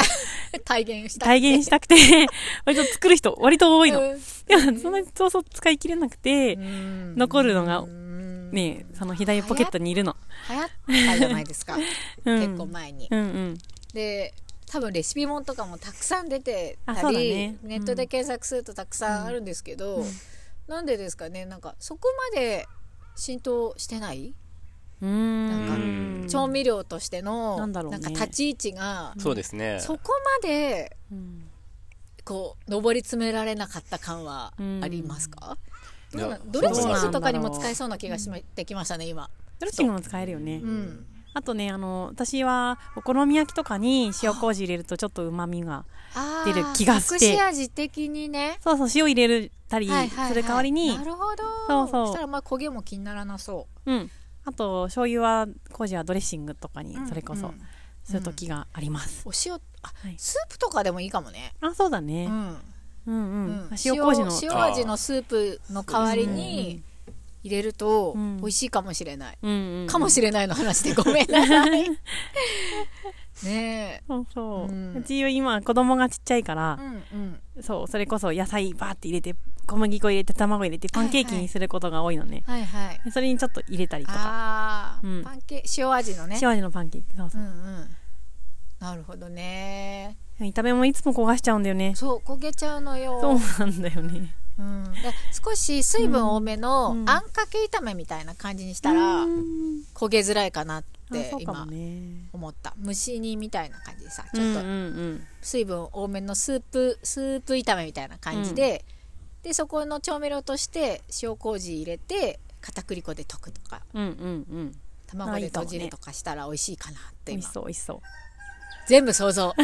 Speaker 3: 体現した
Speaker 2: 体現したくて 割と作る人割と多いの、
Speaker 3: うん
Speaker 2: でもそんなにそうそう使い切れなくて、
Speaker 3: うん
Speaker 2: 残るのが
Speaker 3: うん
Speaker 2: ねその左ポケットにいるの、
Speaker 3: 流行ったじゃないですか
Speaker 2: うん、
Speaker 3: 結構前に、
Speaker 2: うんうん
Speaker 3: で多分レシピ本とかもたくさん出てた
Speaker 2: あそう
Speaker 3: り、
Speaker 2: だね
Speaker 3: ネットで検索するとたくさんあるんですけど、なんでですかねなんかそこまで浸透してない
Speaker 2: う
Speaker 1: な
Speaker 2: ん
Speaker 1: んか
Speaker 3: 調味料としての
Speaker 2: なんだろうね
Speaker 3: なんか立ち位置が
Speaker 1: そうですね。
Speaker 3: そこまで
Speaker 2: うん
Speaker 3: こう上り詰められなかった感はありますか、
Speaker 1: うん
Speaker 3: どうない
Speaker 1: や
Speaker 3: ドレッシン
Speaker 2: そうなんだろ
Speaker 3: グ
Speaker 2: う
Speaker 3: とかにも使えそうな気がしまてきましたね今、
Speaker 2: ドレッシングも使えるよね、
Speaker 3: うん、
Speaker 2: あとねあの私はお好み焼きとかに塩麹入れるとちょっとうまみが
Speaker 3: あ
Speaker 2: 出る気がして
Speaker 3: 隠し味的にね
Speaker 2: そうそう塩入れたり
Speaker 3: はいはいはい
Speaker 2: する代わりに、
Speaker 3: なるほど
Speaker 2: そうそう
Speaker 3: したらまあ焦げも気にならなそう
Speaker 2: うんあと醤油は麹はドレッシングとかにそれこ
Speaker 3: う
Speaker 2: そ
Speaker 3: ん
Speaker 2: する時があります、
Speaker 3: お塩あ
Speaker 2: はい
Speaker 3: スープとかでもいいかもね、
Speaker 2: あそうだね
Speaker 3: う、ん
Speaker 2: うん、うん
Speaker 3: う
Speaker 2: うんん塩麹の
Speaker 3: 塩味のスープの代わりに入れると
Speaker 2: うん
Speaker 3: 美味しいかもしれない、
Speaker 2: うんうんうん
Speaker 3: かもしれないの話でごめんなさ いねえ
Speaker 2: そうそう、
Speaker 3: う
Speaker 2: うんち今子供がちっちゃいから
Speaker 3: う、んうん
Speaker 2: そうそれこそ野菜バーって入れて小麦粉入れて卵入れてパンケーキにすることが多いのね、
Speaker 3: はいはい
Speaker 2: それにちょっと入れたりとか
Speaker 3: あ
Speaker 2: う
Speaker 3: あ、
Speaker 2: ん
Speaker 3: パンケーキ塩味のね
Speaker 2: 塩味のパンケーキそう
Speaker 3: う
Speaker 2: そ
Speaker 3: んうんなるほどね
Speaker 2: う炒めもいつも焦がしちゃうんだよね
Speaker 3: そう焦げちゃうのよ
Speaker 2: そうなんだよね
Speaker 3: うん、で少し水分多めのあ
Speaker 2: うんん
Speaker 3: かけ炒めみたいな感じにしたら
Speaker 2: うん
Speaker 3: 焦げづらいかなっ
Speaker 2: あ
Speaker 3: て
Speaker 2: そうかも
Speaker 3: 今
Speaker 2: ね
Speaker 3: 思った蒸し煮みたいな感じでさちょっ
Speaker 2: う
Speaker 3: と
Speaker 2: んうん
Speaker 3: 水分多めのスープスープ炒めみたいな感じで、でそこの調味料として塩麹入れて片栗粉で溶くとか
Speaker 2: うんうんうんうん
Speaker 3: 卵
Speaker 2: あい
Speaker 3: で
Speaker 2: いか
Speaker 3: と
Speaker 2: もね
Speaker 3: じるとかしたら美味しいかなって
Speaker 2: 美味
Speaker 3: 今
Speaker 2: しそう美味しそう
Speaker 3: 全部想像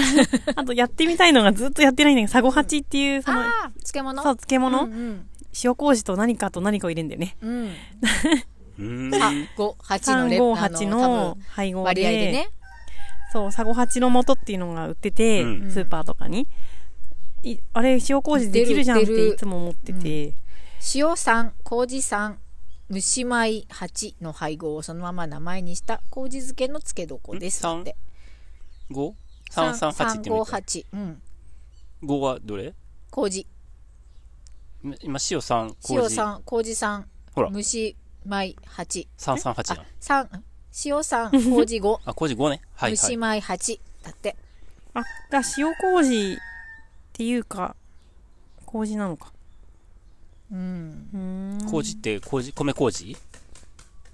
Speaker 2: あとやってみたいのがずっとやってないんだけどサゴハチっていうその
Speaker 3: ああ漬物
Speaker 2: そう漬物、
Speaker 3: うん
Speaker 2: 塩麹と何かと何かを入れるんだよね
Speaker 3: うん、うん、
Speaker 1: うーん。
Speaker 3: あ五八のレあ
Speaker 2: 358の
Speaker 3: 多
Speaker 2: 配
Speaker 3: 分
Speaker 2: 合
Speaker 3: 割合で
Speaker 2: で
Speaker 3: ね
Speaker 2: そうサゴハチの素っていうのが売ってて、
Speaker 1: うん
Speaker 2: スーパーとかにいあれ塩麹できるじゃんっ
Speaker 3: 売ってる
Speaker 2: ていつも思ってて、
Speaker 3: 塩酸麹酸蒸し米八の配合をそのまま名前にした麹漬けの漬け床です
Speaker 1: ん
Speaker 3: って
Speaker 1: 五三三八ってみ
Speaker 3: 五
Speaker 1: た。
Speaker 3: 八うん
Speaker 1: 五はどれ？
Speaker 3: 麹
Speaker 1: 今塩三
Speaker 3: 塩
Speaker 1: 麹。
Speaker 3: 酸麹酸
Speaker 1: ほら
Speaker 3: 蒸し米八
Speaker 1: 三三八
Speaker 3: あ
Speaker 1: やん。
Speaker 3: 三塩酸麹五
Speaker 1: あ麹五ね。 はい
Speaker 3: 蒸
Speaker 1: は
Speaker 3: し
Speaker 1: い。
Speaker 3: 米八だって
Speaker 2: あだから塩麹っていうか麹なのか
Speaker 3: うん
Speaker 2: うーん
Speaker 1: 麹って麹米麹？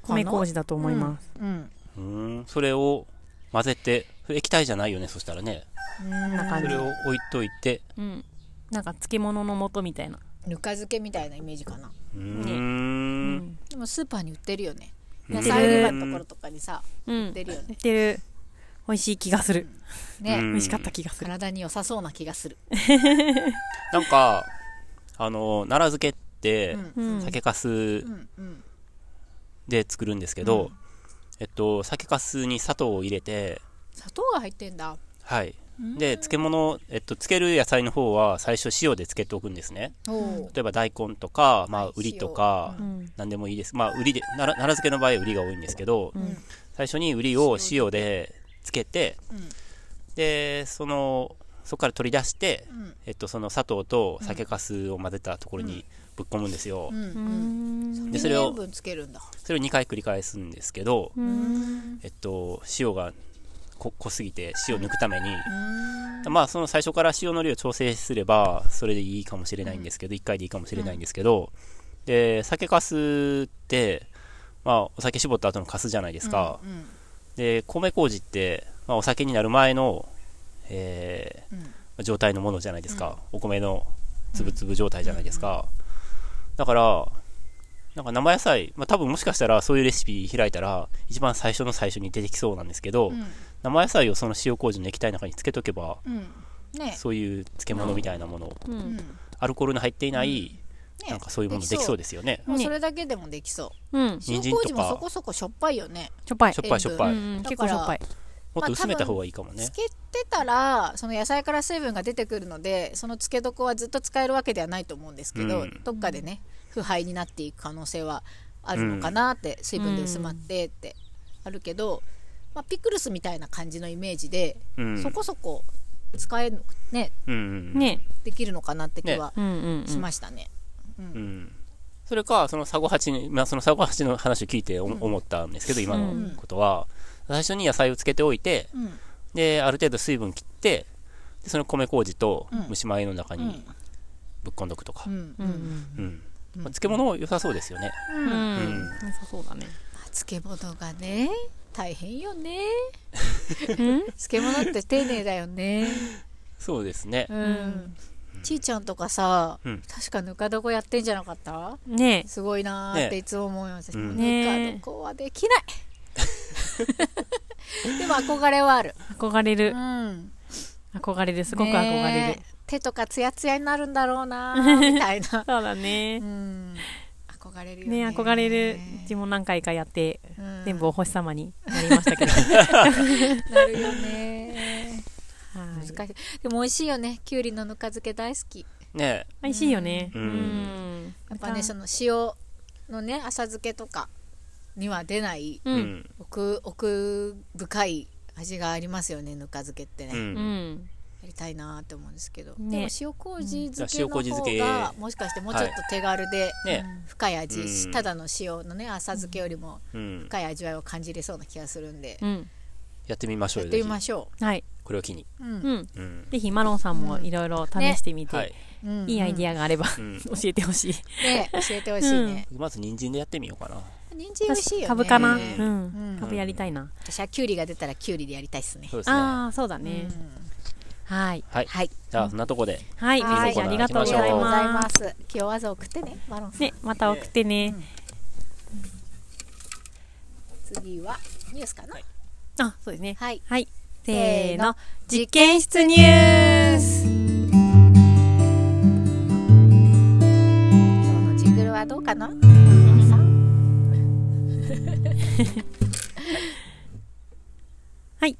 Speaker 2: 米麹だと思います、
Speaker 3: うん
Speaker 1: うーん。それを混ぜてそれ液体じゃないよね。そしたらね。
Speaker 3: うん
Speaker 2: な感
Speaker 1: そ
Speaker 2: じ
Speaker 1: れを置いといて。
Speaker 2: うんなんか漬物の素みたいな
Speaker 3: ぬか漬けみたいなイメージかな
Speaker 1: うーん。
Speaker 3: でもスーパーに売ってるよね
Speaker 1: うん
Speaker 3: 野菜売り場のところとかにさ
Speaker 2: うん、
Speaker 3: 売ってるよね
Speaker 2: 売ってる美味しい気がする、
Speaker 1: う
Speaker 3: ね
Speaker 1: ん
Speaker 2: 美味しかった気がする
Speaker 3: 体に良さそうな気がする
Speaker 1: なんかあの奈良漬けっ
Speaker 3: う
Speaker 1: て
Speaker 3: ん
Speaker 2: うん
Speaker 1: 酒粕
Speaker 3: うんうん
Speaker 1: で作るんですけど、
Speaker 3: うん
Speaker 1: えっと酒粕に砂糖を入れて
Speaker 3: 砂糖が入ってんだ
Speaker 1: はい。
Speaker 3: うん
Speaker 1: で、漬物、えっと、漬ける野菜の方は最初塩で漬けておくんですね。
Speaker 3: おお
Speaker 1: 例えば大根とか、ま
Speaker 3: は
Speaker 1: あ
Speaker 3: い、
Speaker 1: ウリとか
Speaker 2: う、ん
Speaker 1: 何でもいいです。まあ、ウリで、奈良奈良漬けの場合はウリが多いんですけど
Speaker 2: う、ん
Speaker 1: 最初にウリを塩で漬けて、で、その、そこから取り出して、えっと、その砂糖と酒粕を混ぜたところにぶっ込むんですよ
Speaker 3: う。
Speaker 2: うんん
Speaker 1: でそれを
Speaker 3: 分つけるんだ
Speaker 1: それを2回繰り返すんですけど、
Speaker 3: うん
Speaker 1: えっと、塩がこ濃すぎて、塩を抜くために、
Speaker 3: うん
Speaker 1: まあその最初から塩の量を調整すればそれでいいかもしれないんですけど、1回でいいかもしれないんですけど、で酒粕って、まあ、お酒絞った後の粕じゃないですか、
Speaker 3: うん
Speaker 1: で米麹って、まあ、お酒になる前の、えー
Speaker 3: うん
Speaker 1: 状態のものじゃないですか、お米のつぶつぶ状態じゃないですか、だからなんか生野菜、まあ、多分もしかしたらそういうレシピ開いたら一番最初の最初に出てきそうなんですけど、
Speaker 3: うん
Speaker 1: 生野菜をその塩麹の液体の中につけとけば
Speaker 3: うんね
Speaker 1: そういう漬物みたいなもの、
Speaker 2: う
Speaker 3: うん
Speaker 2: ん
Speaker 1: アルコールの入っていない、
Speaker 3: ね
Speaker 1: なんかそういうものできそうですよね。
Speaker 3: もうそれだけでもできそう
Speaker 2: うん
Speaker 1: 人
Speaker 3: 塩
Speaker 1: 参とか
Speaker 3: 麹もそこそこしょっぱいよね
Speaker 2: しょっぱい
Speaker 1: しょっぱいしょっぱい。
Speaker 2: う
Speaker 1: も
Speaker 2: んうん
Speaker 3: だ
Speaker 2: 結
Speaker 3: か
Speaker 2: 構
Speaker 3: ら
Speaker 2: しょっぱい
Speaker 1: っと薄めた方がいいかもね
Speaker 3: つ。けてたらその野菜から水分が出てくるのでその漬け床はずっと使えるわけではないと思うんですけど、
Speaker 1: うん
Speaker 3: どっかでね腐敗になっていく可能性はあるのかなって、水分で薄まってってあるけど、まあ、ピクルスみたいな感じのイメージで、
Speaker 1: うん
Speaker 3: そこそこ使えるね
Speaker 1: うんうん
Speaker 2: ね
Speaker 3: できるのかなって気は
Speaker 2: うんうん
Speaker 3: しましたね。
Speaker 1: うんそれか、そのサゴハチに、まあ、そのサゴハチの話を聞いてお思ったんですけど、今
Speaker 2: う
Speaker 1: のことは、最初に野菜をつけておいて、
Speaker 3: うん
Speaker 1: で、ある程度水分切って、でその米麹と
Speaker 3: うん
Speaker 1: 蒸し米の中
Speaker 3: うん
Speaker 1: にぶっこんどくとか
Speaker 3: う、ん
Speaker 2: うんうん
Speaker 1: うんまあ漬物良さそうですよね。
Speaker 2: うん
Speaker 3: うん
Speaker 1: うん
Speaker 2: 良さそうだ ね
Speaker 3: 漬物がね大変よね
Speaker 2: うん
Speaker 3: 漬物って丁寧だよね
Speaker 1: そうですね。
Speaker 3: うん、
Speaker 2: ん
Speaker 3: ちいちゃんとかさ、
Speaker 1: うん
Speaker 3: 確かぬか床やってんじゃなかった
Speaker 2: ね
Speaker 3: すごいなーって
Speaker 1: ね
Speaker 3: いつも思うよ、私
Speaker 1: うん
Speaker 3: ぬか床はできないでも憧れはある
Speaker 2: え、憧れる
Speaker 3: うん
Speaker 2: 憧れるすごく憧れる
Speaker 3: ねえ手とかツヤツヤになるんだろうなーみたい な
Speaker 2: そうだね
Speaker 3: うん憧れるよね
Speaker 2: ね憧れるうちも何回かやって
Speaker 3: うん
Speaker 2: 全部お星様になりましたけど
Speaker 3: なるよね
Speaker 2: はい
Speaker 3: 難しいでも美味しいよねきゅうりのぬか漬け大好き
Speaker 1: ね
Speaker 2: 美味しいよね
Speaker 1: うん
Speaker 2: ん
Speaker 3: やっぱねその塩のね浅漬けとかには出ない
Speaker 1: え。
Speaker 2: う
Speaker 1: うんん。
Speaker 3: 奥奥深い味がありますよねぬか漬けってね、
Speaker 1: う。
Speaker 3: や
Speaker 2: うんん
Speaker 3: りたいなーって思うんですけど、
Speaker 2: ね
Speaker 3: でも塩麹漬け
Speaker 1: うん塩麹
Speaker 3: の
Speaker 1: 漬
Speaker 3: 方
Speaker 1: け
Speaker 3: がもしかしてもうちょっと手軽で、
Speaker 1: ね
Speaker 3: 深い味、
Speaker 1: うん
Speaker 3: ただの塩のね浅漬けよりも
Speaker 1: うん。
Speaker 3: 深い味わいを感じれそうな気がするんで、
Speaker 2: うん
Speaker 1: やってみましょう
Speaker 3: やっ
Speaker 1: よ。
Speaker 3: て
Speaker 1: ぜ
Speaker 3: み
Speaker 1: ひ
Speaker 3: ましょ
Speaker 2: はい、
Speaker 1: これを機に。
Speaker 3: う、うん
Speaker 2: うん、
Speaker 1: うん。
Speaker 2: ぜひマロンさんもいろいろ試してみて、
Speaker 1: はい。
Speaker 3: うん
Speaker 2: いいアイディアがあれば、
Speaker 1: うん
Speaker 2: 教えてほしい
Speaker 3: ね教えてほしいね、
Speaker 1: まず人参でやってみようかな。
Speaker 3: 人参美味しいよね
Speaker 2: 株かな、う
Speaker 1: ね
Speaker 2: ん
Speaker 3: うん
Speaker 2: 株やりたいな、
Speaker 3: 私はキュウリが出たらキュウリでやりたいっすね
Speaker 1: そうですね。
Speaker 2: ああそうだね、はい
Speaker 1: はい。
Speaker 3: はい
Speaker 1: じゃあ、そんなとこで。
Speaker 2: はい、
Speaker 3: はい
Speaker 2: じゃあありがとうござ
Speaker 3: ありが
Speaker 2: い
Speaker 3: とうござい
Speaker 2: ま
Speaker 3: ますす今日わざ送ってねマロンさん、
Speaker 2: ねまた送ってね、
Speaker 3: 次はニュースかなはい、
Speaker 2: あそうですねはいせーの
Speaker 3: 実
Speaker 2: 験室ニュース
Speaker 3: 今日のジングルはどうかなマロンさん
Speaker 2: はい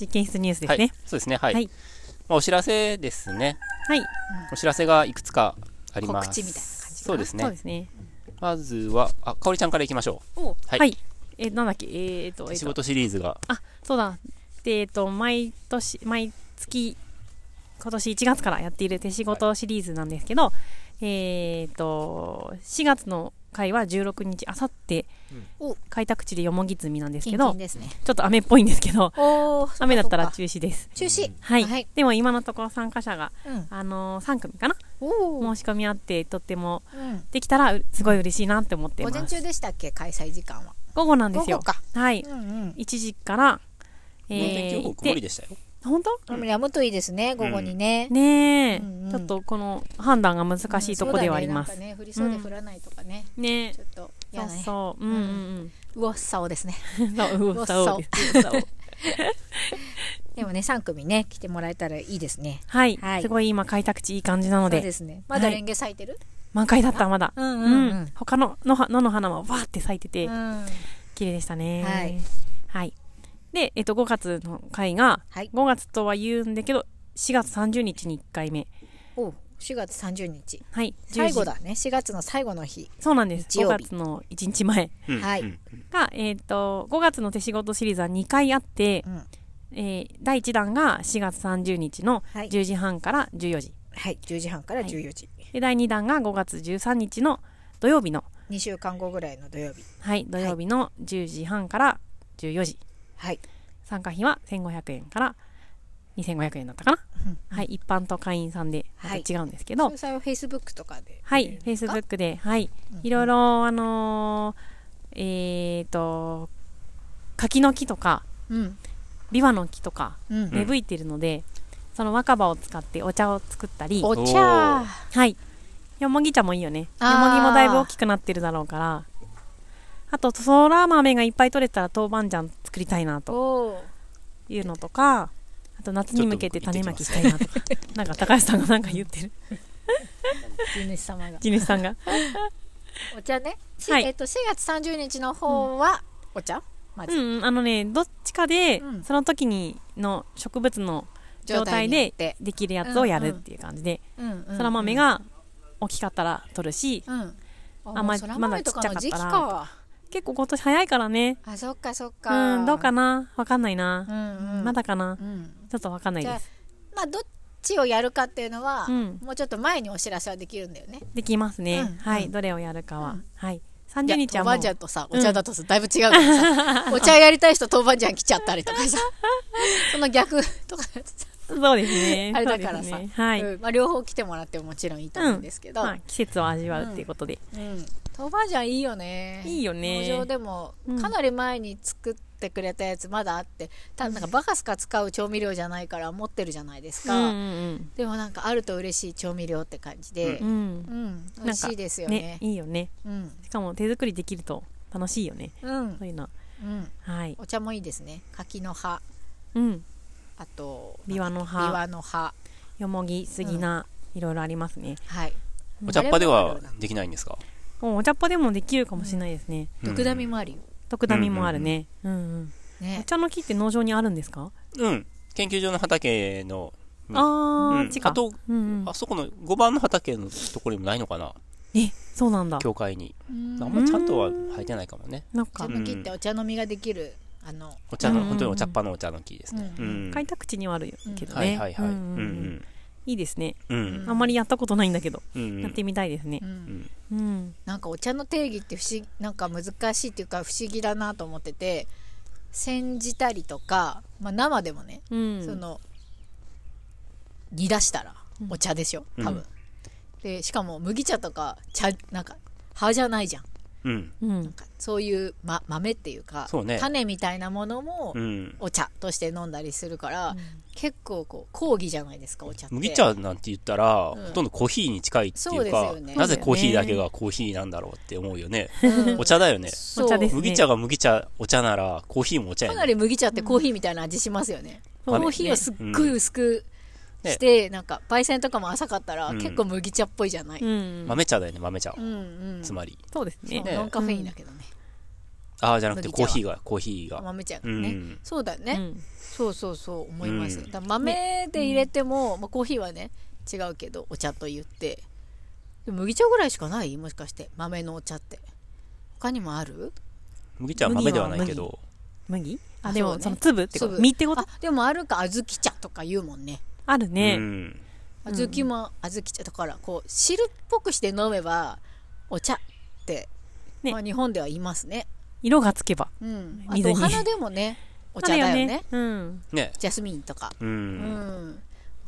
Speaker 2: 実験室ニュースで
Speaker 1: は
Speaker 2: す
Speaker 1: い
Speaker 2: ね。
Speaker 1: そうですね。は
Speaker 2: はいい。
Speaker 1: まあ、お知らせですね。
Speaker 2: はい、
Speaker 1: お知らせがいくつかあります。
Speaker 3: 告知みたいな感じかな
Speaker 1: そうです
Speaker 2: そう
Speaker 1: ね
Speaker 2: で。すね
Speaker 1: まずは、あ、かおりちゃんからいきましょ
Speaker 2: お
Speaker 1: はい
Speaker 2: えなんだっけえー、っと,、
Speaker 1: う。
Speaker 2: えー、
Speaker 1: 仕
Speaker 2: と
Speaker 1: 事シリーズが。
Speaker 2: あそうだでえっ、と毎年毎月今年1月からやっている手仕事シリーズなんですけど、えっ、と4月の回は16日あさって
Speaker 3: お
Speaker 2: 開拓地でよもぎ摘みなんです
Speaker 3: キ
Speaker 2: け
Speaker 3: ン
Speaker 2: ど
Speaker 3: キンですね
Speaker 2: ちょっと雨っぽいんですけど
Speaker 3: おー
Speaker 2: 雨だったら
Speaker 3: そ
Speaker 2: 中止です
Speaker 3: かそっか中止
Speaker 2: はい、
Speaker 3: はい
Speaker 2: でも今のところ参加者が、
Speaker 3: うん
Speaker 2: あのー3組かな
Speaker 3: おー
Speaker 2: 申し込みあってとっても
Speaker 3: うん
Speaker 2: できたらうすごい嬉しいなって思って
Speaker 3: 午
Speaker 2: ます
Speaker 3: 前中でしたっけ開催時間は
Speaker 2: 午後なんですよ
Speaker 3: 午後か
Speaker 2: はい
Speaker 3: うんうん
Speaker 2: 1時からえ
Speaker 1: お天気予
Speaker 2: ー、
Speaker 1: 報
Speaker 2: 行っ
Speaker 1: 曇り
Speaker 2: て
Speaker 1: でしたよ。
Speaker 2: 本当
Speaker 3: やむといいですね午後にね、
Speaker 2: ねえ、
Speaker 3: うんうん
Speaker 2: ちょっとこの判断が難しいとこではあります
Speaker 3: うん。そうだねなんかね降りそうで降らないとかね、
Speaker 2: ねえ
Speaker 3: ちょっと
Speaker 2: そ
Speaker 3: 嫌
Speaker 2: う
Speaker 3: だね
Speaker 2: そう、うんうん
Speaker 3: うおっさおですね
Speaker 2: うん。そう、うおさおです。うおさお
Speaker 3: でもね3組ね来てもらえたらいいですね
Speaker 2: はい、
Speaker 3: はい
Speaker 2: すごい今開拓地いい感じなの
Speaker 3: そう
Speaker 2: で、
Speaker 3: ですねまだレンゲ咲いてる、
Speaker 2: 満開だったまだ。
Speaker 3: うん
Speaker 2: 他の野は野の花もわーって咲いてて、
Speaker 3: うん
Speaker 2: 綺麗でしたね。
Speaker 3: はい。
Speaker 2: はい。で、えっと、5月の回が、
Speaker 3: はい
Speaker 2: 5月とは言うんだけど、4月30日に1回目。
Speaker 3: おう4月30日
Speaker 2: はい。10時
Speaker 3: 最後。だね4月の最後の日
Speaker 2: そうなんです。
Speaker 3: 日
Speaker 2: 5
Speaker 3: 曜日
Speaker 2: 月の1日前
Speaker 1: うん
Speaker 3: はい
Speaker 1: うん
Speaker 2: が、えっと、5月の手仕事シリーズは2回あって、
Speaker 3: うん
Speaker 2: えー第1弾が4月30日の
Speaker 3: はい
Speaker 2: 10時半から14時、
Speaker 3: はい10時半から
Speaker 2: はい
Speaker 3: 14時、
Speaker 2: で第2弾が5月13日の土曜日の、
Speaker 3: 2週間後ぐらいの土曜日
Speaker 2: はい、土曜日の10時半から14時
Speaker 3: はい
Speaker 2: 参加費は1500円から2500円だったかな、
Speaker 3: うん
Speaker 2: はい、一般と会員さんで
Speaker 3: はい
Speaker 2: また違うんですけど
Speaker 3: 詳、細はフェイスブックとかで
Speaker 2: はい、フェイスブックで、はい、いろいろ、あのーえっ、と、柿の木とか、
Speaker 3: うん
Speaker 2: ビワの木とか、
Speaker 3: うん、
Speaker 2: 芽吹いてるので、その若葉を使ってお茶を作ったり、
Speaker 3: お茶
Speaker 1: おー
Speaker 2: はい。よもぎ茶もいいよね。よ
Speaker 3: あー
Speaker 2: もぎもだいぶ大きくなってるだろうから。あと、そら豆がいっぱい取れたら豆板醤作りたいなと
Speaker 3: おー
Speaker 2: いうのとか、あと夏に向けて種まきしたいなとか、 なんか高橋さんがなんか言って る。
Speaker 3: 地主様が
Speaker 2: 地主さんが。
Speaker 3: お茶ね、し
Speaker 2: はい
Speaker 3: えっと4月30日の方はお茶ま
Speaker 2: う
Speaker 3: ず
Speaker 2: んうん、あのね、どっちかで、
Speaker 3: うん
Speaker 2: その時にの植物の状
Speaker 3: 状態
Speaker 2: 態
Speaker 3: によっ
Speaker 2: で
Speaker 3: て
Speaker 2: できるやつをやるっていう感じで、そ
Speaker 3: そ
Speaker 2: ら豆が大きかったら取るし、
Speaker 3: うん
Speaker 2: あ
Speaker 3: あ
Speaker 2: ま
Speaker 3: ま
Speaker 2: あ
Speaker 3: あ、まだちっちゃかったら時期か
Speaker 2: 結構今年早いからね。
Speaker 3: あそっかそっか
Speaker 2: うん、どうかなわかんないな
Speaker 3: う。んうん
Speaker 2: まだかな
Speaker 3: うん
Speaker 2: ちょっとわかんない
Speaker 3: じゃ
Speaker 2: で
Speaker 3: あ
Speaker 2: す。
Speaker 3: まあどっちをやるかっていうのは、
Speaker 2: うん
Speaker 3: もうちょっと前にお知らせはできるんだよね
Speaker 2: できますね。
Speaker 3: うん
Speaker 2: は
Speaker 3: う
Speaker 2: い、
Speaker 3: ん
Speaker 2: どれをやるかは。
Speaker 3: うん
Speaker 2: はい。30日は
Speaker 3: 豆
Speaker 2: もう
Speaker 3: 板、醤とさお茶だとさ、だいぶ違う からさお茶やりたい人豆板醤来ちゃったりとかさその逆とかやってさ
Speaker 2: そうですね。
Speaker 3: あれだからさ
Speaker 2: そうですねはい。
Speaker 3: うんまあ、両方来てもらってももちろんいいと思うんですけど、う
Speaker 2: まあ
Speaker 3: ん、
Speaker 2: 季節を味わうっていうことで。
Speaker 3: 豆板醤いいよね
Speaker 2: いいよね
Speaker 3: 農場でも
Speaker 2: うん
Speaker 3: かなり前に作ってくれたやつまだあって多分なんかバカスカ使う調味料じゃないから持ってるじゃないです
Speaker 2: う
Speaker 3: か、
Speaker 2: んうん
Speaker 3: でもなんかあると嬉しい調味料って感じで
Speaker 2: うん。う、ん
Speaker 3: うん美味しいですよね
Speaker 2: いいよね。
Speaker 3: うん
Speaker 2: しかも手作りできると楽しいよね。
Speaker 3: うん
Speaker 2: そういうのは。
Speaker 3: うん
Speaker 2: はい。
Speaker 3: お茶もいいですね柿の葉
Speaker 2: うん。
Speaker 3: あと
Speaker 2: ビワの
Speaker 3: ビ
Speaker 2: 葉、
Speaker 3: ワの葉
Speaker 2: よもぎ、杉菜、いろいろありますね。
Speaker 3: はい
Speaker 1: お茶っ葉ではできないんですか
Speaker 2: おお茶っ葉でもできるかもしれないですね。
Speaker 3: 毒ダミもあるよ、
Speaker 2: 特ダミもあるね。うんうん。お
Speaker 3: ね
Speaker 2: 茶の木って農場にあるんですか
Speaker 1: うん。研究所の畑の、うん
Speaker 2: あ
Speaker 1: う
Speaker 2: ー、
Speaker 1: ん
Speaker 2: 地下
Speaker 1: あ。と、
Speaker 2: うんうん
Speaker 1: あ。そこの5番の畑のところにもないのかな
Speaker 2: え、そうなんだ。
Speaker 1: 教会に。
Speaker 3: うん
Speaker 1: あんまちゃんとは生えてないかもね。
Speaker 2: なん
Speaker 3: 茶
Speaker 2: か、
Speaker 3: の木ってお茶飲みができるあの
Speaker 1: お茶の、
Speaker 2: うん
Speaker 1: 本当にお茶っ葉のお茶の木ですね。
Speaker 3: うん
Speaker 1: うん
Speaker 2: 開拓地にはあるけどね。
Speaker 1: はいはいはい。う
Speaker 2: うんんうんうんいいですね。
Speaker 1: うん。うん
Speaker 3: ん
Speaker 2: あんまりやったことないんだけど、
Speaker 1: うん
Speaker 2: やってみたいですね
Speaker 3: う。ん
Speaker 1: うん
Speaker 2: うん。
Speaker 3: なんかお茶の定義って不思議なんか難しいっていうか不思議だなと思ってて煎じたりとか、まあ、生でもね、
Speaker 2: うん。
Speaker 3: その煮出したら
Speaker 2: うん
Speaker 3: お茶でしょ多分、
Speaker 1: うん
Speaker 3: でしかも麦茶とか茶なんか葉じゃないじゃん
Speaker 1: うん。
Speaker 2: うん。
Speaker 3: そういう、ま、豆っていうか
Speaker 1: そうね
Speaker 3: 種みたいなものも
Speaker 1: うん。
Speaker 3: お茶として飲んだりするから、結構こう講義じゃないですかお茶って
Speaker 1: 麦茶なんて言ったら、
Speaker 3: うん
Speaker 1: ほとんどコーヒーに近いって
Speaker 3: そう
Speaker 1: い
Speaker 3: で
Speaker 1: う
Speaker 3: す
Speaker 1: か
Speaker 3: よ、ね
Speaker 1: なぜコーヒーだけがコーヒーなんだろうって思うよね。
Speaker 3: うん
Speaker 1: お茶だよね。
Speaker 3: そう
Speaker 2: お茶ですね
Speaker 1: 麦茶が麦茶、お茶なら、コーヒーもお茶
Speaker 3: か
Speaker 1: や
Speaker 3: な
Speaker 1: ね。
Speaker 3: り麦茶ってコーヒーみたいな味しますよ
Speaker 2: そう
Speaker 3: ね、
Speaker 2: ですね
Speaker 3: コーヒーをすっごい薄くして、なんか焙煎とかも浅かったら、
Speaker 1: うん
Speaker 3: 結構麦茶っぽいじゃない、う、
Speaker 2: うんん。
Speaker 1: 豆茶だよね、豆茶
Speaker 3: う。ん
Speaker 1: つまり。
Speaker 2: そうです
Speaker 3: そう
Speaker 2: ね。
Speaker 1: ね
Speaker 3: ノンカフェインだけどね、
Speaker 1: ああ、じゃなくて、コ
Speaker 3: 麦
Speaker 1: ー
Speaker 3: 茶は
Speaker 1: ヒーが、コーヒーが。
Speaker 3: 豆茶だ
Speaker 1: う
Speaker 3: ね、
Speaker 1: ん。
Speaker 3: そうだよね、
Speaker 2: うん。
Speaker 3: そうそうそう思います、
Speaker 1: うん
Speaker 3: だから豆で入れても、まあ、コーヒーはね違うけどお茶と言ってでも麦茶ぐらいしかないもしかして豆のお茶って他にもある
Speaker 1: 麦茶は豆ではないけど、
Speaker 2: 麦あ、
Speaker 3: あ
Speaker 2: で
Speaker 3: そう
Speaker 2: も、
Speaker 3: ね
Speaker 2: その粒ってこと。
Speaker 3: 粒
Speaker 2: 実ってこと
Speaker 3: あでもあるか小豆茶とか言うもんね
Speaker 2: ある
Speaker 1: う
Speaker 2: ね。
Speaker 1: ん。
Speaker 2: うん
Speaker 3: 小豆も小豆茶だからこう汁っぽくして飲めばお茶って、
Speaker 2: ね
Speaker 3: まあ、日本では言いますね、
Speaker 2: 色がつけば。
Speaker 3: うん、あ
Speaker 2: 水
Speaker 3: と
Speaker 2: に
Speaker 3: お花でもねお茶だよ
Speaker 2: ある
Speaker 3: ね。
Speaker 2: うん。
Speaker 1: ね。
Speaker 3: ジャスミンとか
Speaker 1: う
Speaker 3: うん、
Speaker 1: ん。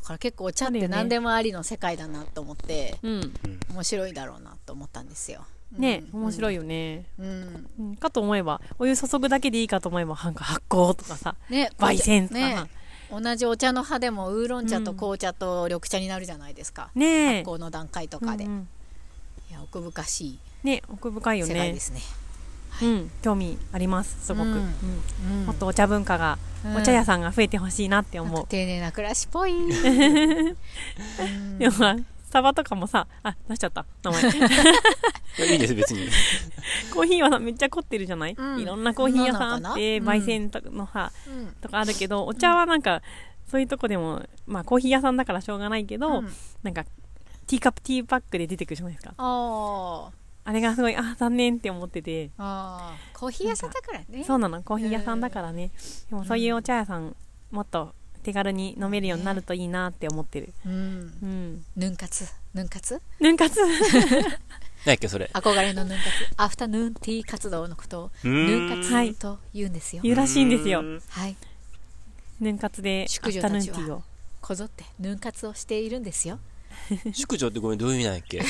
Speaker 3: だから結構お茶っ
Speaker 2: ある
Speaker 3: て
Speaker 2: よね
Speaker 3: 何でもありの世界だなと思って
Speaker 2: うん。
Speaker 3: 面白いだろうなと思ったんですよ、うん
Speaker 2: ね面白いよね。
Speaker 3: うん、
Speaker 2: うんかと思えば、お湯注ぐだけでいいかと思えば、なんか発酵とかさ、
Speaker 3: ね
Speaker 2: 焙煎とか
Speaker 3: ね
Speaker 2: さ。
Speaker 3: 同じお茶の葉でもウーロン茶と
Speaker 2: うん
Speaker 3: 紅茶と緑茶になるじゃないですか、
Speaker 2: ねえ。
Speaker 3: この段階とかで、
Speaker 2: うん
Speaker 3: い
Speaker 2: うん
Speaker 3: や奥深し
Speaker 2: ね奥深い
Speaker 3: い
Speaker 2: よ
Speaker 3: 世界
Speaker 2: ね
Speaker 3: で。すね
Speaker 2: うん。興味あります、すごく。
Speaker 3: う
Speaker 2: うんん
Speaker 3: うん
Speaker 2: もっとお茶文化が、お茶
Speaker 3: うん
Speaker 2: 屋さんが増えてほしいなって
Speaker 3: なん
Speaker 2: 思
Speaker 3: か
Speaker 2: う。
Speaker 3: 丁寧な暮らし っぽい。うん
Speaker 2: でもまあ、スタバとかもさ、あ、出しちゃった、名前。
Speaker 1: いやいいです、別に。
Speaker 2: コーヒーはさめっちゃ凝ってるじゃない、
Speaker 3: うん
Speaker 2: いろんなコーヒー屋さんあって、
Speaker 3: そうなのかな
Speaker 2: 焙煎とかのさ、
Speaker 3: うん
Speaker 2: とかあるけど、お茶はなんか、そういうとこでも、まあコーヒー屋さんだからしょうがないけど、
Speaker 3: うん
Speaker 2: なんか、ティーカップ、ティーパックで出てくるじゃないですか。
Speaker 3: あー
Speaker 2: あれがすごい、あ、残念って思ってて。
Speaker 3: あーコーヒー屋さんだからね。
Speaker 2: そうなの、コーヒー屋さんだからね。でもそういうお茶屋さん、もっと手軽に飲めるようになるといいなって思ってる。
Speaker 3: うん。
Speaker 2: うん。
Speaker 3: ヌン活、ヌン活、
Speaker 2: ヌン活
Speaker 1: 何やっけ、それ。
Speaker 3: 憧れのヌン活、アフタヌーンティー活動のことを
Speaker 1: う
Speaker 3: ヌ
Speaker 1: ー
Speaker 3: ン
Speaker 1: ん。
Speaker 2: はい
Speaker 3: 活と言うんですよ。
Speaker 2: 言うらしいんですよ。
Speaker 3: はい。
Speaker 2: ヌン活で、ア
Speaker 3: 淑
Speaker 2: フ
Speaker 3: 女
Speaker 2: タヌーン
Speaker 3: たち
Speaker 2: テ
Speaker 3: は
Speaker 2: ィーを。
Speaker 3: こぞってヌン活をしているんですよ。
Speaker 1: 宿女ってごめん、どういう意味なんやっけ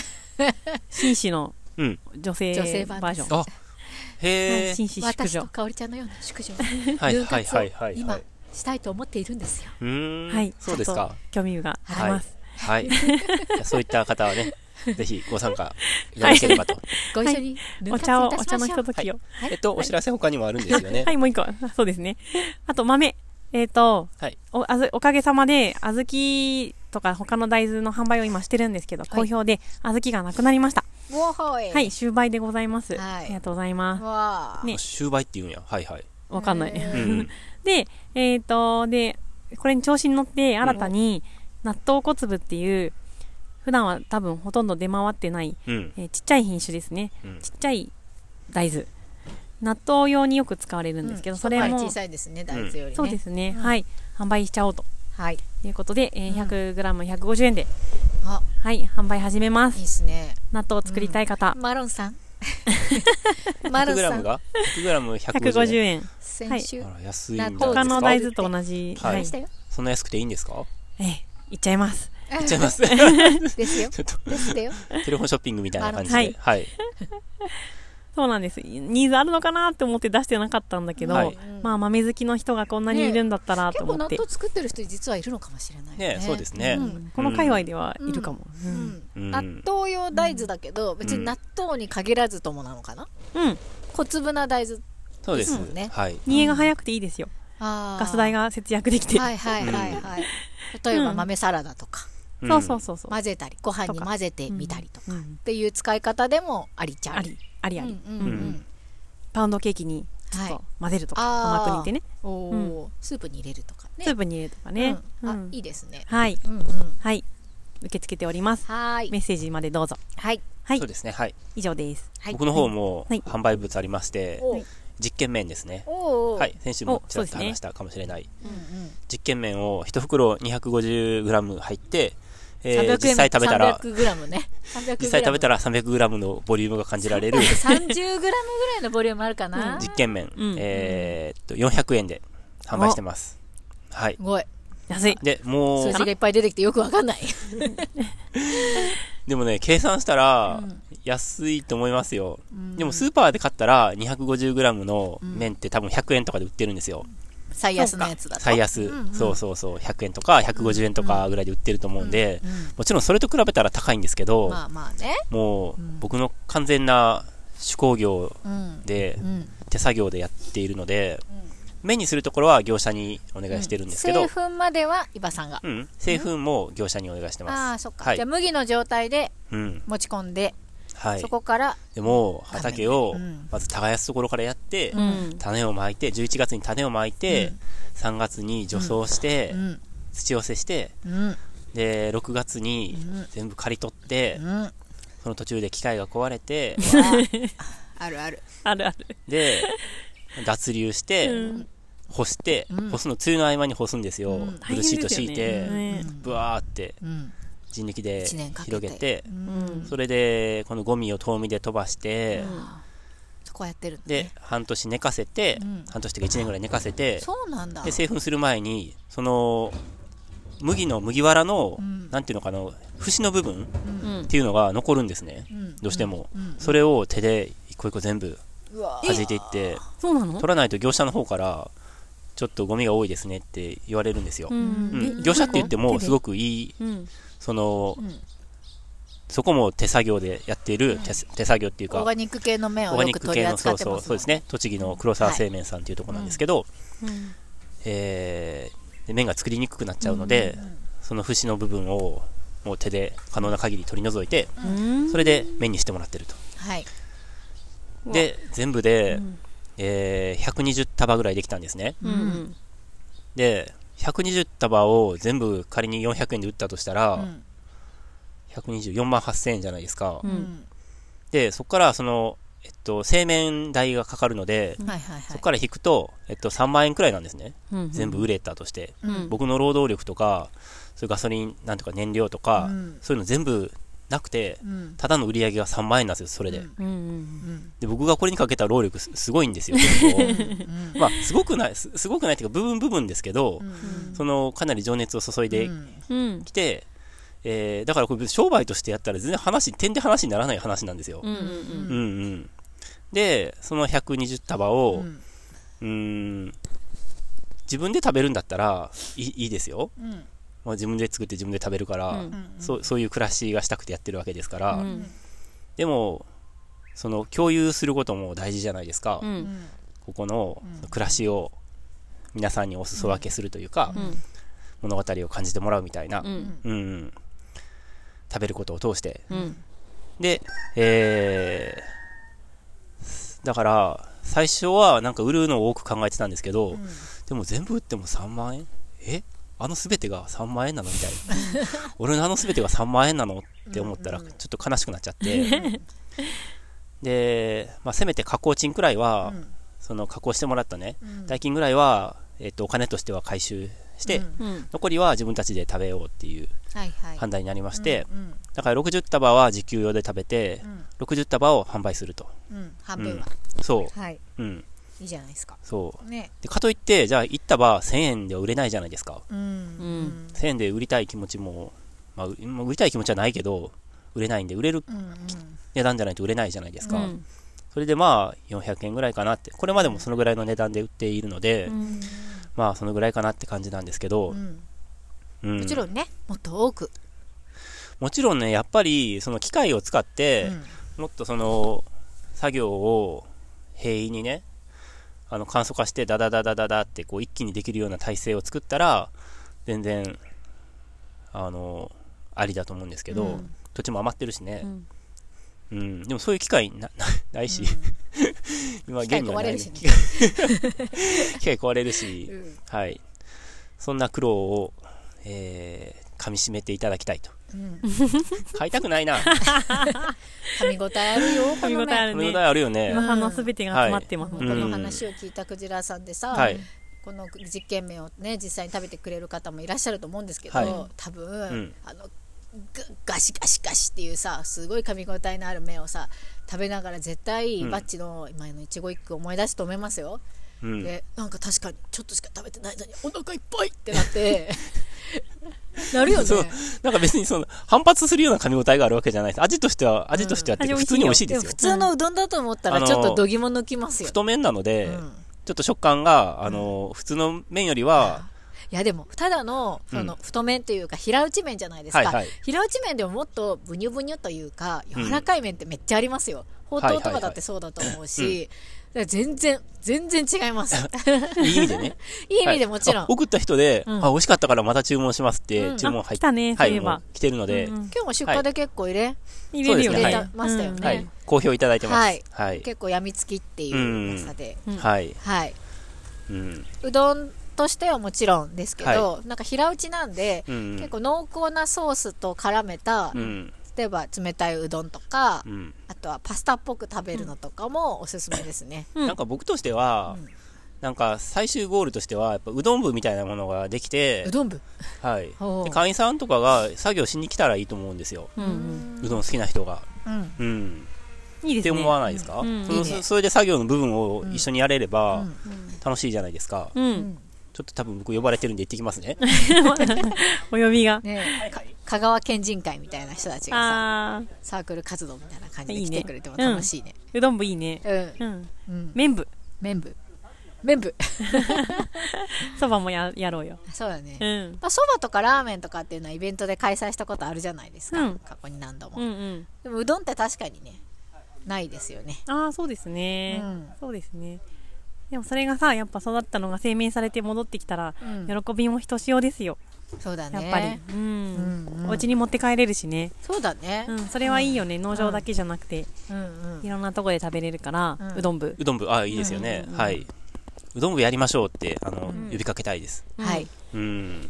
Speaker 2: 紳士の
Speaker 1: うん。
Speaker 2: 女性
Speaker 3: 女性
Speaker 2: バ
Speaker 3: 版
Speaker 2: ー
Speaker 3: で
Speaker 2: ジ
Speaker 3: す
Speaker 2: ョン。
Speaker 1: あ、へえ。
Speaker 2: 紳士淑
Speaker 3: 私と
Speaker 2: 女。
Speaker 3: 香織ちゃんのような 宿女は
Speaker 1: はい
Speaker 3: ヌン
Speaker 1: はい
Speaker 3: 活を
Speaker 1: はいはい。
Speaker 3: 今したいと思っているんですよ。
Speaker 1: うーん。
Speaker 2: はい
Speaker 1: そうですか。
Speaker 2: 興味があります。
Speaker 1: はい。そういった方は ね、ぜひご参加いただければと。
Speaker 3: ご一緒にヌン
Speaker 2: お
Speaker 3: 活
Speaker 2: 茶を、
Speaker 3: を
Speaker 2: お
Speaker 3: いたし
Speaker 2: 茶の
Speaker 3: まし
Speaker 2: ひ
Speaker 3: ょ
Speaker 2: と
Speaker 3: う。
Speaker 2: ときを。
Speaker 1: えっと、お知らせ他にもあるんですよね
Speaker 2: は。い、もう一個。そうですね。あと、豆。えっ、と、
Speaker 1: はい
Speaker 2: おあずおかげさまで、小豆とか他の大豆の販売を今してるんですけど、
Speaker 3: い
Speaker 2: 好評で、小豆がなくなりました。
Speaker 3: ウォーホイ。
Speaker 2: はい、終売でございます。
Speaker 3: はい
Speaker 2: ありがとうございます。
Speaker 3: わー。
Speaker 2: ね
Speaker 1: 終売っていうんや。はい はい。
Speaker 2: わかんない。
Speaker 3: へ
Speaker 1: う
Speaker 3: ー
Speaker 1: ん。
Speaker 2: で、えっ、と、で、これに調子に乗って、新たに、納豆小粒っていう、普段は多分ほとんど出回ってない、
Speaker 1: うん。
Speaker 2: えーちっちゃい品種ですね。
Speaker 1: うん
Speaker 2: ちっちゃい大豆。納豆用によく使われるんですけど、
Speaker 3: うん
Speaker 2: それ
Speaker 3: 一回
Speaker 2: も、
Speaker 3: 小さいですね大豆よりね、
Speaker 2: そうですね、
Speaker 3: うん
Speaker 2: はい。販売しちゃおうと
Speaker 3: はい
Speaker 2: いうことで、えー
Speaker 3: うん
Speaker 2: 100g150 円で、
Speaker 3: あ
Speaker 2: はい、販売始めま
Speaker 3: いい
Speaker 2: す。
Speaker 3: ですね
Speaker 2: 納豆を作りたい方、
Speaker 3: マロ ンさんマロンさ
Speaker 1: 100g
Speaker 3: ん
Speaker 1: が ?100g150
Speaker 2: 150
Speaker 1: 円。
Speaker 2: 円。
Speaker 3: 先週、
Speaker 1: あら、安いんじゃないですか。
Speaker 2: 他の大豆と同じ、
Speaker 1: は
Speaker 2: はいい
Speaker 3: でしたよ
Speaker 1: そんな安くていいんですか
Speaker 2: ええ、行っちゃいます。
Speaker 1: 行っちゃいます。 ち
Speaker 3: ですよ。
Speaker 1: ょっと
Speaker 3: ですよ。
Speaker 1: テレフォンショッピングみたいな感じ
Speaker 2: は
Speaker 1: で
Speaker 2: い。
Speaker 1: はい。
Speaker 2: そうなんです。ニーズあるのかなって思って出してなかったんだけど、
Speaker 1: はい
Speaker 2: まあ豆好きの人がこんなにいるんだったらと
Speaker 3: 結構
Speaker 2: 思
Speaker 3: 納
Speaker 2: って、
Speaker 3: 豆作ってる人実はいるのかもしれない
Speaker 1: ねそうですね
Speaker 3: うん
Speaker 2: この界隈ではいるかも。う。
Speaker 3: うんん
Speaker 1: うん
Speaker 3: 納豆用大豆だけど、別に納豆に限らずともなのかな
Speaker 2: うん。
Speaker 3: 小粒な大豆。
Speaker 1: そうです
Speaker 3: ですもんね。
Speaker 1: はい。
Speaker 2: 煮えが早くていいですよ。ガ
Speaker 3: ガ
Speaker 2: ス代が節約できて。
Speaker 3: はいはいはいはい。例えば豆サラダとか、
Speaker 1: ん
Speaker 2: そうそうそうそう。
Speaker 3: 混ぜたり、ご飯に混ぜてみたりとか。
Speaker 2: うん
Speaker 3: っていう使い方でもありっちゃ
Speaker 2: あり、ありあり。
Speaker 3: うんうんうん
Speaker 2: パウンドケーキにちょっ
Speaker 3: はい
Speaker 2: と混ぜるとか、
Speaker 3: あー
Speaker 2: トマト煮てね、
Speaker 3: おおー、スープに入れるとかね
Speaker 2: スープに入れるとかね。
Speaker 3: うん
Speaker 2: うん
Speaker 3: あいいですね
Speaker 2: はい、
Speaker 3: うんうん
Speaker 2: はい。受け付けております。
Speaker 3: はー
Speaker 2: メ
Speaker 3: い
Speaker 2: ッセージまでどうぞ。
Speaker 3: はい
Speaker 2: はい
Speaker 1: そう、ですね。はい。
Speaker 2: 以上です。
Speaker 3: はい
Speaker 1: 僕の方も
Speaker 2: はい
Speaker 1: 販売物ありまして、
Speaker 3: おー
Speaker 1: 実験麺ですね。
Speaker 3: おー
Speaker 1: はい。先週もちらっ
Speaker 2: おそ
Speaker 1: と
Speaker 2: うですね
Speaker 1: 話したかもしれない。
Speaker 3: うんうん
Speaker 1: 実験麺を1袋 250g 入って、え
Speaker 3: 300
Speaker 1: ー
Speaker 3: 円
Speaker 1: 実際食べたら、
Speaker 3: 300グラムね。300
Speaker 1: 実際食べた
Speaker 3: ら。
Speaker 1: ら 300g のボリュームが感じられる
Speaker 3: 30グラムぐらいのボリューム あるかな。す
Speaker 1: 実験麺、
Speaker 2: うん
Speaker 1: えーっと、400円で販売してます。はい。
Speaker 3: ごい。
Speaker 2: 安い。
Speaker 1: で、も
Speaker 3: 数
Speaker 1: う
Speaker 3: 字、がいっぱい出てきてよくわか んない。
Speaker 1: でもね、計算したら
Speaker 3: うん、
Speaker 1: 安いと思いますよ。
Speaker 3: ん
Speaker 1: でも、スーパーで買ったら、250g の麺って多分100円とかで売ってるんですよ。
Speaker 3: 最安のやつだと。
Speaker 1: 最安、
Speaker 3: うんうん
Speaker 1: そうそうそう。100円とか、150円とかぐらいで売ってると思うんで、
Speaker 3: うん
Speaker 1: もちろんそれと比べたら高いんですけど、
Speaker 3: まあまあね。
Speaker 1: もう、僕の完全な手工業
Speaker 3: うん。
Speaker 1: で、
Speaker 3: うん。
Speaker 1: 手作業でやっているので、麺にするところは業者にお願いしてるんですけど、
Speaker 3: 製粉までは伊庭さんが
Speaker 1: う。ん、製粉も業者にお願いしてます。
Speaker 3: ああ、そっ
Speaker 1: は
Speaker 3: か。
Speaker 1: い
Speaker 3: じゃあ麦の状態で
Speaker 1: うん。
Speaker 3: 持ち込んで、
Speaker 1: はい
Speaker 3: そ。こから、
Speaker 1: でも、畑を
Speaker 3: うん、
Speaker 1: まず耕すところからやって、
Speaker 3: う
Speaker 2: うんん。
Speaker 1: 種をまいて、11月に種をまいて、3月に除草して、
Speaker 3: うん。
Speaker 1: 土寄せして、
Speaker 3: うん。
Speaker 1: で、6月に
Speaker 3: うん
Speaker 1: 全部刈り取って、
Speaker 3: うん。
Speaker 1: その途中で機械が壊れて、
Speaker 3: あるある。
Speaker 2: あるある。
Speaker 1: で、脱流して、
Speaker 2: うん
Speaker 1: 干して、
Speaker 3: うん
Speaker 1: 干すの、梅雨の合間に干すんですよ。
Speaker 3: うん
Speaker 1: ブルーシート敷いて、
Speaker 2: 大変ですよね
Speaker 3: うん
Speaker 1: ブワーって
Speaker 3: うん。
Speaker 1: 人力で
Speaker 3: 一年かけて。
Speaker 1: 広げて
Speaker 3: う、
Speaker 2: ん
Speaker 3: ん。
Speaker 1: それで、このゴミを遠見で飛ばして、
Speaker 3: そこはやってるんだね
Speaker 1: で、半年寝かせて、
Speaker 3: うん
Speaker 1: 半年というか1年ぐらい寝かせて、
Speaker 3: そうなんだ
Speaker 1: で、。製粉する前に、その、麦の麦わらの、
Speaker 3: うん
Speaker 1: なんていうのかな、節の部分
Speaker 2: うん
Speaker 1: っていうのが残るんですね。
Speaker 3: ん
Speaker 1: どうしても。
Speaker 3: うん
Speaker 1: それを手で一個一個全部
Speaker 3: うわ
Speaker 1: 弾いていって、
Speaker 2: そうなの
Speaker 1: 取らないと業者の方から、ちょっとゴミが多いですねって言われるんですよ。
Speaker 2: ん
Speaker 1: うん業者って言っても、すご
Speaker 2: く、
Speaker 1: くいい、
Speaker 2: うん。
Speaker 1: その、
Speaker 3: うん
Speaker 1: そこも手作業でやっている、手手作業っていう
Speaker 3: オ
Speaker 1: か、
Speaker 3: ーガニック系の麺
Speaker 1: オー
Speaker 3: を
Speaker 1: ガ
Speaker 3: よ
Speaker 1: ニ
Speaker 3: く
Speaker 1: ック
Speaker 3: 取り
Speaker 1: 系の、そ
Speaker 3: 扱
Speaker 1: う
Speaker 3: って
Speaker 1: そう、
Speaker 3: ます
Speaker 1: そうですね。栃木の黒沢製麺さんっていうところなんですけど、えーで麺が作りにくくなっちゃうので、その節の部分をもう手で可能な限り取り除いて、
Speaker 2: うん。
Speaker 1: それで麺にしてもらってると。
Speaker 3: はい
Speaker 2: うん
Speaker 1: で、全部で、
Speaker 2: うん
Speaker 1: えー120束ぐらいできたんですね。
Speaker 2: うんうん。
Speaker 1: で、120束を全部仮に400円で売ったとしたら、
Speaker 3: うん
Speaker 1: 124万8000円じゃないですか。
Speaker 2: う。
Speaker 3: うんん
Speaker 1: で、そこからその、えっと、製麺代がかかるので、
Speaker 3: はいはいは
Speaker 1: そ
Speaker 3: い
Speaker 1: こから引くと、えっと、3万円くらいなんですね。
Speaker 2: うん
Speaker 1: 全部売れたとして。
Speaker 2: うん
Speaker 1: 僕の労働力とか、そういうガソリン、なんとか燃料とか、
Speaker 3: うん
Speaker 1: そういうの全部なくて、
Speaker 3: うん
Speaker 1: ただの売り上げが3万円なんですよ、それで。
Speaker 3: うん
Speaker 2: うんうん。
Speaker 3: うん
Speaker 1: で、僕がこれにかけた労力す、すごいんです よ、結構
Speaker 3: うん
Speaker 1: まあ、すごくない、すすごくないっていうか、部分部分ですけど、その、かなり情熱を注いで
Speaker 3: うん
Speaker 2: うん
Speaker 1: きて、えーだからこれ、商売としてやったら全然話、点で話にならない話なんですよ。
Speaker 2: うんうん
Speaker 1: うんうん。で、その120束を、
Speaker 3: うん
Speaker 1: うーん、自分で食べるんだったらいいいいですよ。
Speaker 3: うん
Speaker 1: まあ、自分で作って自分で食べるから、
Speaker 2: うん
Speaker 3: うん
Speaker 1: そうそういう暮らしがしたくてやってるわけですから、
Speaker 2: うん
Speaker 1: でも、その共有することも大事じゃないですか。
Speaker 2: うん
Speaker 3: うん
Speaker 1: ここの
Speaker 3: うん
Speaker 1: その暮らしを皆さんにお裾分けするというか、
Speaker 2: うん
Speaker 1: 物語を感じてもらうみたいな。
Speaker 2: うんうん
Speaker 1: うん、食べることを通して。
Speaker 2: うん
Speaker 1: で、えー、だから、最初はなんか売るのを多く考えてたんですけど、でも全部売っても3万円えあの全てが3万円なのみたいな。 俺のあの全てが3万円なのって思ったら、
Speaker 3: う
Speaker 1: ち
Speaker 3: ん
Speaker 1: ょっと悲しくなっちゃ って。で、まあ、せめて加工賃くらいは、
Speaker 3: うん
Speaker 1: その加工してもらったね、
Speaker 3: うん
Speaker 1: 代金ぐらいは、えっと、お金としては回収して、
Speaker 3: うん
Speaker 2: うん
Speaker 1: 残りは自分たちで食べようっていう
Speaker 3: はいはい
Speaker 1: 判断になりまして、
Speaker 3: うん
Speaker 1: だから60束は自給用で食べて
Speaker 3: う、ん
Speaker 1: 60束を販売すると。
Speaker 3: うん半
Speaker 1: う
Speaker 3: 分
Speaker 1: ん
Speaker 3: は、
Speaker 1: そ。
Speaker 3: はいう
Speaker 1: うん。
Speaker 3: いいじゃないですか。
Speaker 1: そう
Speaker 3: ね。
Speaker 1: でかといってじゃあ行ったば1000円では売れないじゃないですか
Speaker 3: うん。うん。
Speaker 1: 1000円で売りたい気持ちも、まあ、うまあ売りたい気持ちはないけど売れないんで売れる
Speaker 3: うん。うん。
Speaker 1: 値段じゃないと売れないじゃないですか、
Speaker 2: うん
Speaker 1: それでまあ400円ぐらいかなってこれまでもそのぐらいの値段で売っているので、
Speaker 2: うん
Speaker 1: まあそのぐらいかなって感じなんですけど、
Speaker 3: うん
Speaker 1: うん
Speaker 3: もちろんね、もっと多く。
Speaker 1: もちろんねやっぱりその機械を使って、
Speaker 3: うん
Speaker 1: もっとその作業を平易にねあの簡素化してダダダダダダってこう一気にできるような体制を作ったら全然あのありだと思うんですけど、
Speaker 3: うん
Speaker 1: 土地も余ってるしね
Speaker 2: う、ん
Speaker 1: うんでもそういう機会ななないし、今
Speaker 3: 機械
Speaker 1: には
Speaker 3: 壊
Speaker 1: な
Speaker 3: れ
Speaker 1: い
Speaker 3: る
Speaker 1: ね
Speaker 3: しね
Speaker 1: 機械機械壊れるし、
Speaker 3: うん
Speaker 1: はいそんな苦労を、えー、噛み締めていただきたい と
Speaker 3: うん。
Speaker 1: 買いたくない な
Speaker 3: 噛み応えあるよ、こ
Speaker 2: 見
Speaker 3: の
Speaker 2: 応えあ
Speaker 3: ね。
Speaker 2: る
Speaker 1: 問
Speaker 2: ね
Speaker 1: 題あるよね
Speaker 2: 岩さんのすべてが詰まってます
Speaker 3: こ
Speaker 2: もん、
Speaker 1: うん
Speaker 3: の話を聞いたクジラさんでさ、
Speaker 1: はい
Speaker 3: この実験名をね実際に食べてくれる方もいらっしゃると思うんですけど、
Speaker 1: はい
Speaker 3: 多分、
Speaker 1: ん
Speaker 3: あのガガシガシガシっていうさすごい噛み応えのある麺をさ食べながら絶対、
Speaker 1: うん
Speaker 3: バッチの今の一期一句思い出すと思いますよ、
Speaker 1: うん
Speaker 3: でなんか確かにちょっとしか食べてないのにお腹いっぱいってなって なるよね
Speaker 1: そうなんか別にその反発するような噛み応えがあるわけじゃないです。味としては、味としてはっていうか
Speaker 2: 味
Speaker 1: 普通に美味しいで
Speaker 3: です
Speaker 1: よ
Speaker 3: も普。通のうどんだと思ったら
Speaker 1: あの
Speaker 3: ちょっとどぎも抜きますよ、
Speaker 1: 太麺なので、
Speaker 3: うん
Speaker 1: ちょっと食感が、あの、普通の麺よりは、
Speaker 3: いやでもただのその
Speaker 1: うん
Speaker 3: 太麺というか平打ち麺じゃないですか、
Speaker 1: はいはい
Speaker 3: 平打ち麺でももっとブニュブニュというか柔らかい麺ってめっちゃありますよ、ほうとうとかだってそうだと思うし、
Speaker 1: はいは
Speaker 3: だから全然全然違います
Speaker 1: いい意味でね。
Speaker 3: いい意味でもちろん、
Speaker 1: はいあ送った人で、
Speaker 3: うん
Speaker 1: あ、美味しかったからまた注文しますって、
Speaker 3: うん
Speaker 1: 注文入
Speaker 2: あ来たね
Speaker 1: は
Speaker 2: そうい
Speaker 1: い、
Speaker 2: えば
Speaker 1: もう来てるので、
Speaker 2: うんうん
Speaker 3: 今日も出荷で結構入れ、
Speaker 2: 入れるよね
Speaker 1: そうですね
Speaker 2: は
Speaker 1: 入
Speaker 2: い
Speaker 3: れましたよね
Speaker 2: うん
Speaker 1: は
Speaker 3: ね
Speaker 1: い、好評いただいてます。
Speaker 3: は
Speaker 1: はいい。
Speaker 3: 結構やみつきっていう噂で、
Speaker 2: うん
Speaker 1: はい。
Speaker 3: はい
Speaker 1: うん。
Speaker 3: うどんとしてはもちろんですけど、なんか平打ちなんで、
Speaker 1: うん。
Speaker 3: 結構濃厚なソースと絡めた、
Speaker 1: うん。
Speaker 3: 例えば冷たいうどんとか、
Speaker 1: うん。
Speaker 3: あとはパスタっぽく食べるのとかもおすすめですね。
Speaker 2: うん
Speaker 1: なんか僕としては、
Speaker 3: うん
Speaker 1: なんか最終ゴールとしては、やっぱうどん部みたいなものができて
Speaker 3: う、どん部。
Speaker 1: はい
Speaker 3: ほう。
Speaker 1: で会員さんとかが作業しに来たらいいと思うんですよ。
Speaker 2: う
Speaker 3: うん
Speaker 1: うどん好きな人が。
Speaker 3: うん。
Speaker 1: うん。
Speaker 2: うんいいで
Speaker 1: って
Speaker 2: すね
Speaker 1: 思わないですか、
Speaker 2: うん
Speaker 1: その
Speaker 3: いいね
Speaker 1: そそれで作業の部分を一緒にやれれば
Speaker 3: うん
Speaker 1: 楽しいじゃないですか、
Speaker 2: う
Speaker 3: うんん。
Speaker 1: ちょっと多分僕呼ばれてるんで行ってきますね
Speaker 2: お呼びが
Speaker 3: ねか香川県人会みたいな人たちがさ、
Speaker 2: あー
Speaker 3: サークル活動みたいな感じで
Speaker 2: いい
Speaker 3: 来
Speaker 2: ね
Speaker 3: てくれても楽しいね。
Speaker 2: うどん部いいね
Speaker 3: うん。
Speaker 2: うん
Speaker 3: うん。
Speaker 2: 麺部
Speaker 3: 麺部。麺部。
Speaker 2: そばもややろうよ
Speaker 3: そうだね
Speaker 2: う。ん
Speaker 3: まあ、そばとかラーメンとかっていうのはイベントで開催したことあるじゃないですか。
Speaker 2: うん
Speaker 3: 過去に何度
Speaker 2: う
Speaker 3: も。
Speaker 2: んうん
Speaker 3: でもうどんって確かにね、ないですよね。
Speaker 2: ああそうですね
Speaker 3: うん
Speaker 2: そうですねでもそれがさやっぱ育ったのが生命されて戻ってきたら
Speaker 3: うん
Speaker 2: 喜びもひとしおですよ
Speaker 3: そうだ
Speaker 2: や
Speaker 3: ね。
Speaker 2: っぱりう
Speaker 3: うんうんん
Speaker 2: お家に持って帰れるしね
Speaker 3: そうだね。
Speaker 2: うんそれはいいよね農場だけじゃなくて
Speaker 3: うんうん
Speaker 2: い。ろんなとこで食べれるから
Speaker 3: うん
Speaker 2: うどん部
Speaker 1: うどん部あいいですよね、
Speaker 3: うんうんうん
Speaker 1: はいうどん部やりましょうってあの、
Speaker 3: うん
Speaker 1: 呼びかけたいです
Speaker 2: うん
Speaker 3: はい。
Speaker 1: うん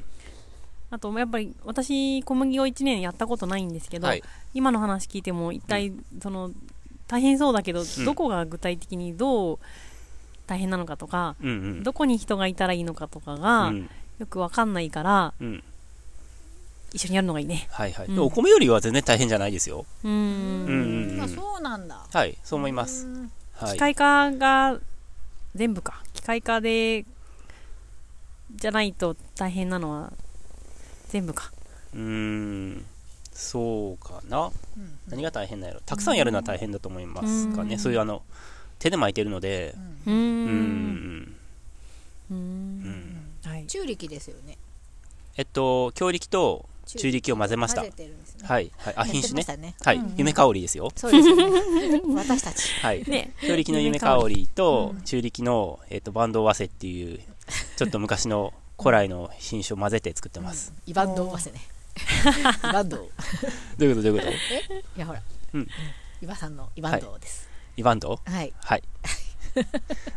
Speaker 2: あとやっぱり私小麦を1年やったことないんですけど
Speaker 1: はい
Speaker 2: 今の話聞いても一体その大変そうだけどどこが具体的にどう大変なのかとか
Speaker 1: うんうん
Speaker 2: どこに人がいたらいいのかとか
Speaker 1: う
Speaker 2: が
Speaker 1: ん
Speaker 2: よくわかんないから
Speaker 1: うん
Speaker 2: 一緒にやるのがいいね
Speaker 1: はいはい、
Speaker 2: うん
Speaker 1: でもお米よりは全然大変じゃないですよ
Speaker 2: うーん
Speaker 1: うんうんうん
Speaker 3: あそうなんだ。
Speaker 1: はいそう思います、
Speaker 3: うん
Speaker 1: はい
Speaker 2: 機械化が全部か機械化でじゃないと大変なのは全部か
Speaker 1: うーんそうかな
Speaker 3: うん
Speaker 1: 何が大変なんやろたくさんやるのは大変だと思いますかね、
Speaker 2: うん
Speaker 1: そういうあの手で巻いてるので
Speaker 2: うー
Speaker 1: うんんう
Speaker 2: うー
Speaker 1: ん
Speaker 2: んはい
Speaker 3: 中力ですよね。
Speaker 1: えっと強力と中力を混ぜました
Speaker 3: 混ぜてるんですね。
Speaker 1: はい、はい、あ
Speaker 3: やって
Speaker 1: 品種
Speaker 3: ま
Speaker 1: ね
Speaker 3: したね。
Speaker 1: はい、
Speaker 3: うんうん
Speaker 1: 夢香りですよ。
Speaker 3: そうですよ ね。私たち。
Speaker 1: はい。
Speaker 2: ね
Speaker 1: 強力の夢香りと
Speaker 3: うん
Speaker 1: 中力の、えっとバンドワセっていう、ちょっと昔の古来の品種を混ぜて作ってます。
Speaker 3: イバンドを合わせね。イバンドを。
Speaker 1: どういうことどういうこと
Speaker 3: いやほら。
Speaker 1: うん
Speaker 3: イバさんのイバンドをです。
Speaker 1: イバンド
Speaker 3: はい。
Speaker 1: はい。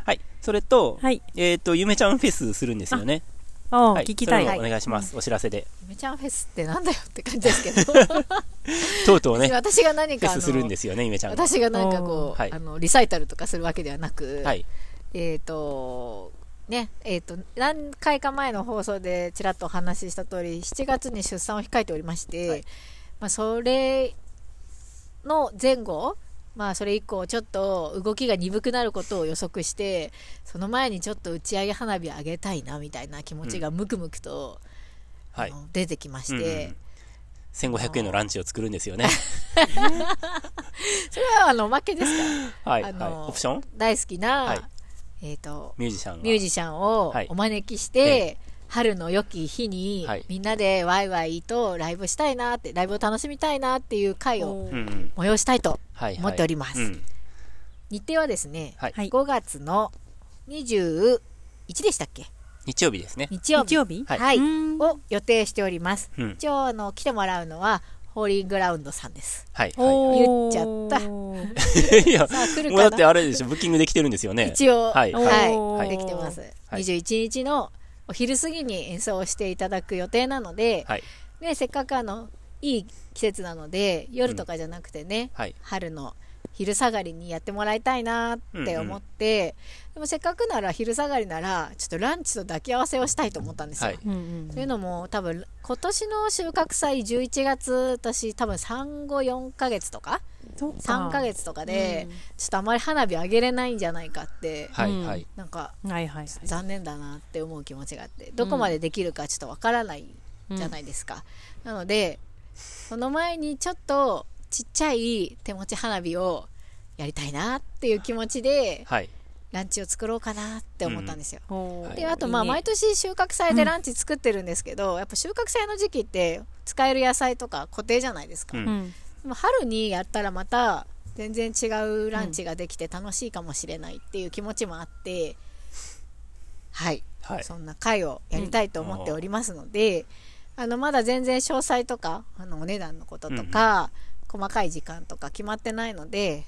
Speaker 1: はい。それと、
Speaker 2: はい
Speaker 1: えっ、と、夢ちゃんフェスするんですよね。
Speaker 2: おう
Speaker 1: はい。
Speaker 2: 聞きたい
Speaker 1: それもお願いします。お知らせで。
Speaker 3: ゆめちゃんフェスってなんだよって感じです けど。
Speaker 1: とうとうね、フ
Speaker 3: 私が何
Speaker 1: ェ
Speaker 3: かあ
Speaker 1: スするん
Speaker 3: の
Speaker 1: で。すよね、夢ちゃんが。
Speaker 3: 私がなんかこ
Speaker 1: おーは
Speaker 3: う
Speaker 1: い
Speaker 3: あのリサイタルとかするわけではなく、
Speaker 1: はい。
Speaker 3: えっと。ねえー、と何回か前の放送でちらっとお話しした通り7月に出産を控えておりまして、
Speaker 1: はい
Speaker 3: まあ、それの前後まあそれ以降ちょっと動きが鈍くなることを予測してその前にちょっと打ち上げ花火上げたいなみたいな気持ちがムクムクと、
Speaker 1: はい
Speaker 3: あ。の出てきまして、
Speaker 1: うんうん1500円のランチを作るんですよね。
Speaker 3: それはあのおまけですか
Speaker 1: はい。は
Speaker 3: あ
Speaker 1: い
Speaker 3: のー
Speaker 1: オプション
Speaker 3: 大好きな、
Speaker 1: はい
Speaker 3: えー、と
Speaker 1: ミュージシャンが。
Speaker 3: ミュージシャンを
Speaker 1: はい
Speaker 3: お招きし
Speaker 1: え
Speaker 3: て、春の良き日に、
Speaker 1: はい
Speaker 3: みんなでワイワイとライブしたいなってライブを楽しみたいなっていう会を
Speaker 1: うんうん。
Speaker 3: 催したいと
Speaker 1: はい、はい。
Speaker 3: 思っております
Speaker 1: うん
Speaker 3: 日程はですね、
Speaker 1: はい
Speaker 2: はい
Speaker 3: 5月の21でしたっけ
Speaker 1: 日曜日ですね。
Speaker 3: 日曜日
Speaker 2: 日曜日
Speaker 1: はい
Speaker 3: はい、
Speaker 2: うん
Speaker 3: を予定しております
Speaker 1: うん。
Speaker 3: 一応あの来てもらうのはホーリーグラウンドさん です
Speaker 1: はい。は
Speaker 2: おー
Speaker 3: 言
Speaker 1: いはい。
Speaker 3: っちゃった
Speaker 1: いや、
Speaker 3: さあ来る
Speaker 1: もうだ
Speaker 3: か
Speaker 1: って
Speaker 3: な
Speaker 1: あれでしょ、ブッキングできてるんですよね。
Speaker 3: 一応
Speaker 1: はい
Speaker 2: お
Speaker 3: は
Speaker 2: ー
Speaker 3: い、できてます、
Speaker 1: はい
Speaker 3: 21日のお昼過ぎに演奏をしていただく予定なので、
Speaker 1: はい。
Speaker 3: ね、せっかくあのいい季節なので夜とかじゃなくてね、
Speaker 1: はい。
Speaker 3: 春の昼下がりにやってもらいたいなって思って、でもせっかくなら昼下がりならちょっとランチと抱き合わせをしたいと思ったんですよ。
Speaker 1: はい。
Speaker 2: うんうん
Speaker 3: というのも多分今年の収穫祭11月私多分産後4ヶ月とか
Speaker 2: そうか
Speaker 3: 3ヶ月とかで、ちょっとあまり花火上げれないんじゃないかって、
Speaker 1: は
Speaker 2: う
Speaker 1: い。
Speaker 2: ん
Speaker 1: はい。
Speaker 3: なんか
Speaker 2: うんはいはい
Speaker 3: 残念だなって思う気持ちがあってどこまでできるかちょっとわからないじゃないいですか、なのでその前にちょっとちっちゃい手持ち花火をやりたいなっていう気持ちで
Speaker 1: はい。
Speaker 3: ランチを作ろうかなって思ったんですよ、
Speaker 1: はい
Speaker 3: であとまあ毎年収穫祭でランチ作ってるんですけど、やっぱ収穫祭の時期って使える野菜とか固定じゃないですか、
Speaker 1: うん
Speaker 2: 年
Speaker 3: でも春にやったらまた全然違うランチができて楽しいかもしれないっていう気持ちもあって、はい
Speaker 1: はい。
Speaker 3: そんな会をやりたいと思っておりますので、あのまだ全然詳細とかあのお値段のこととか、細かい時間とか決まってないので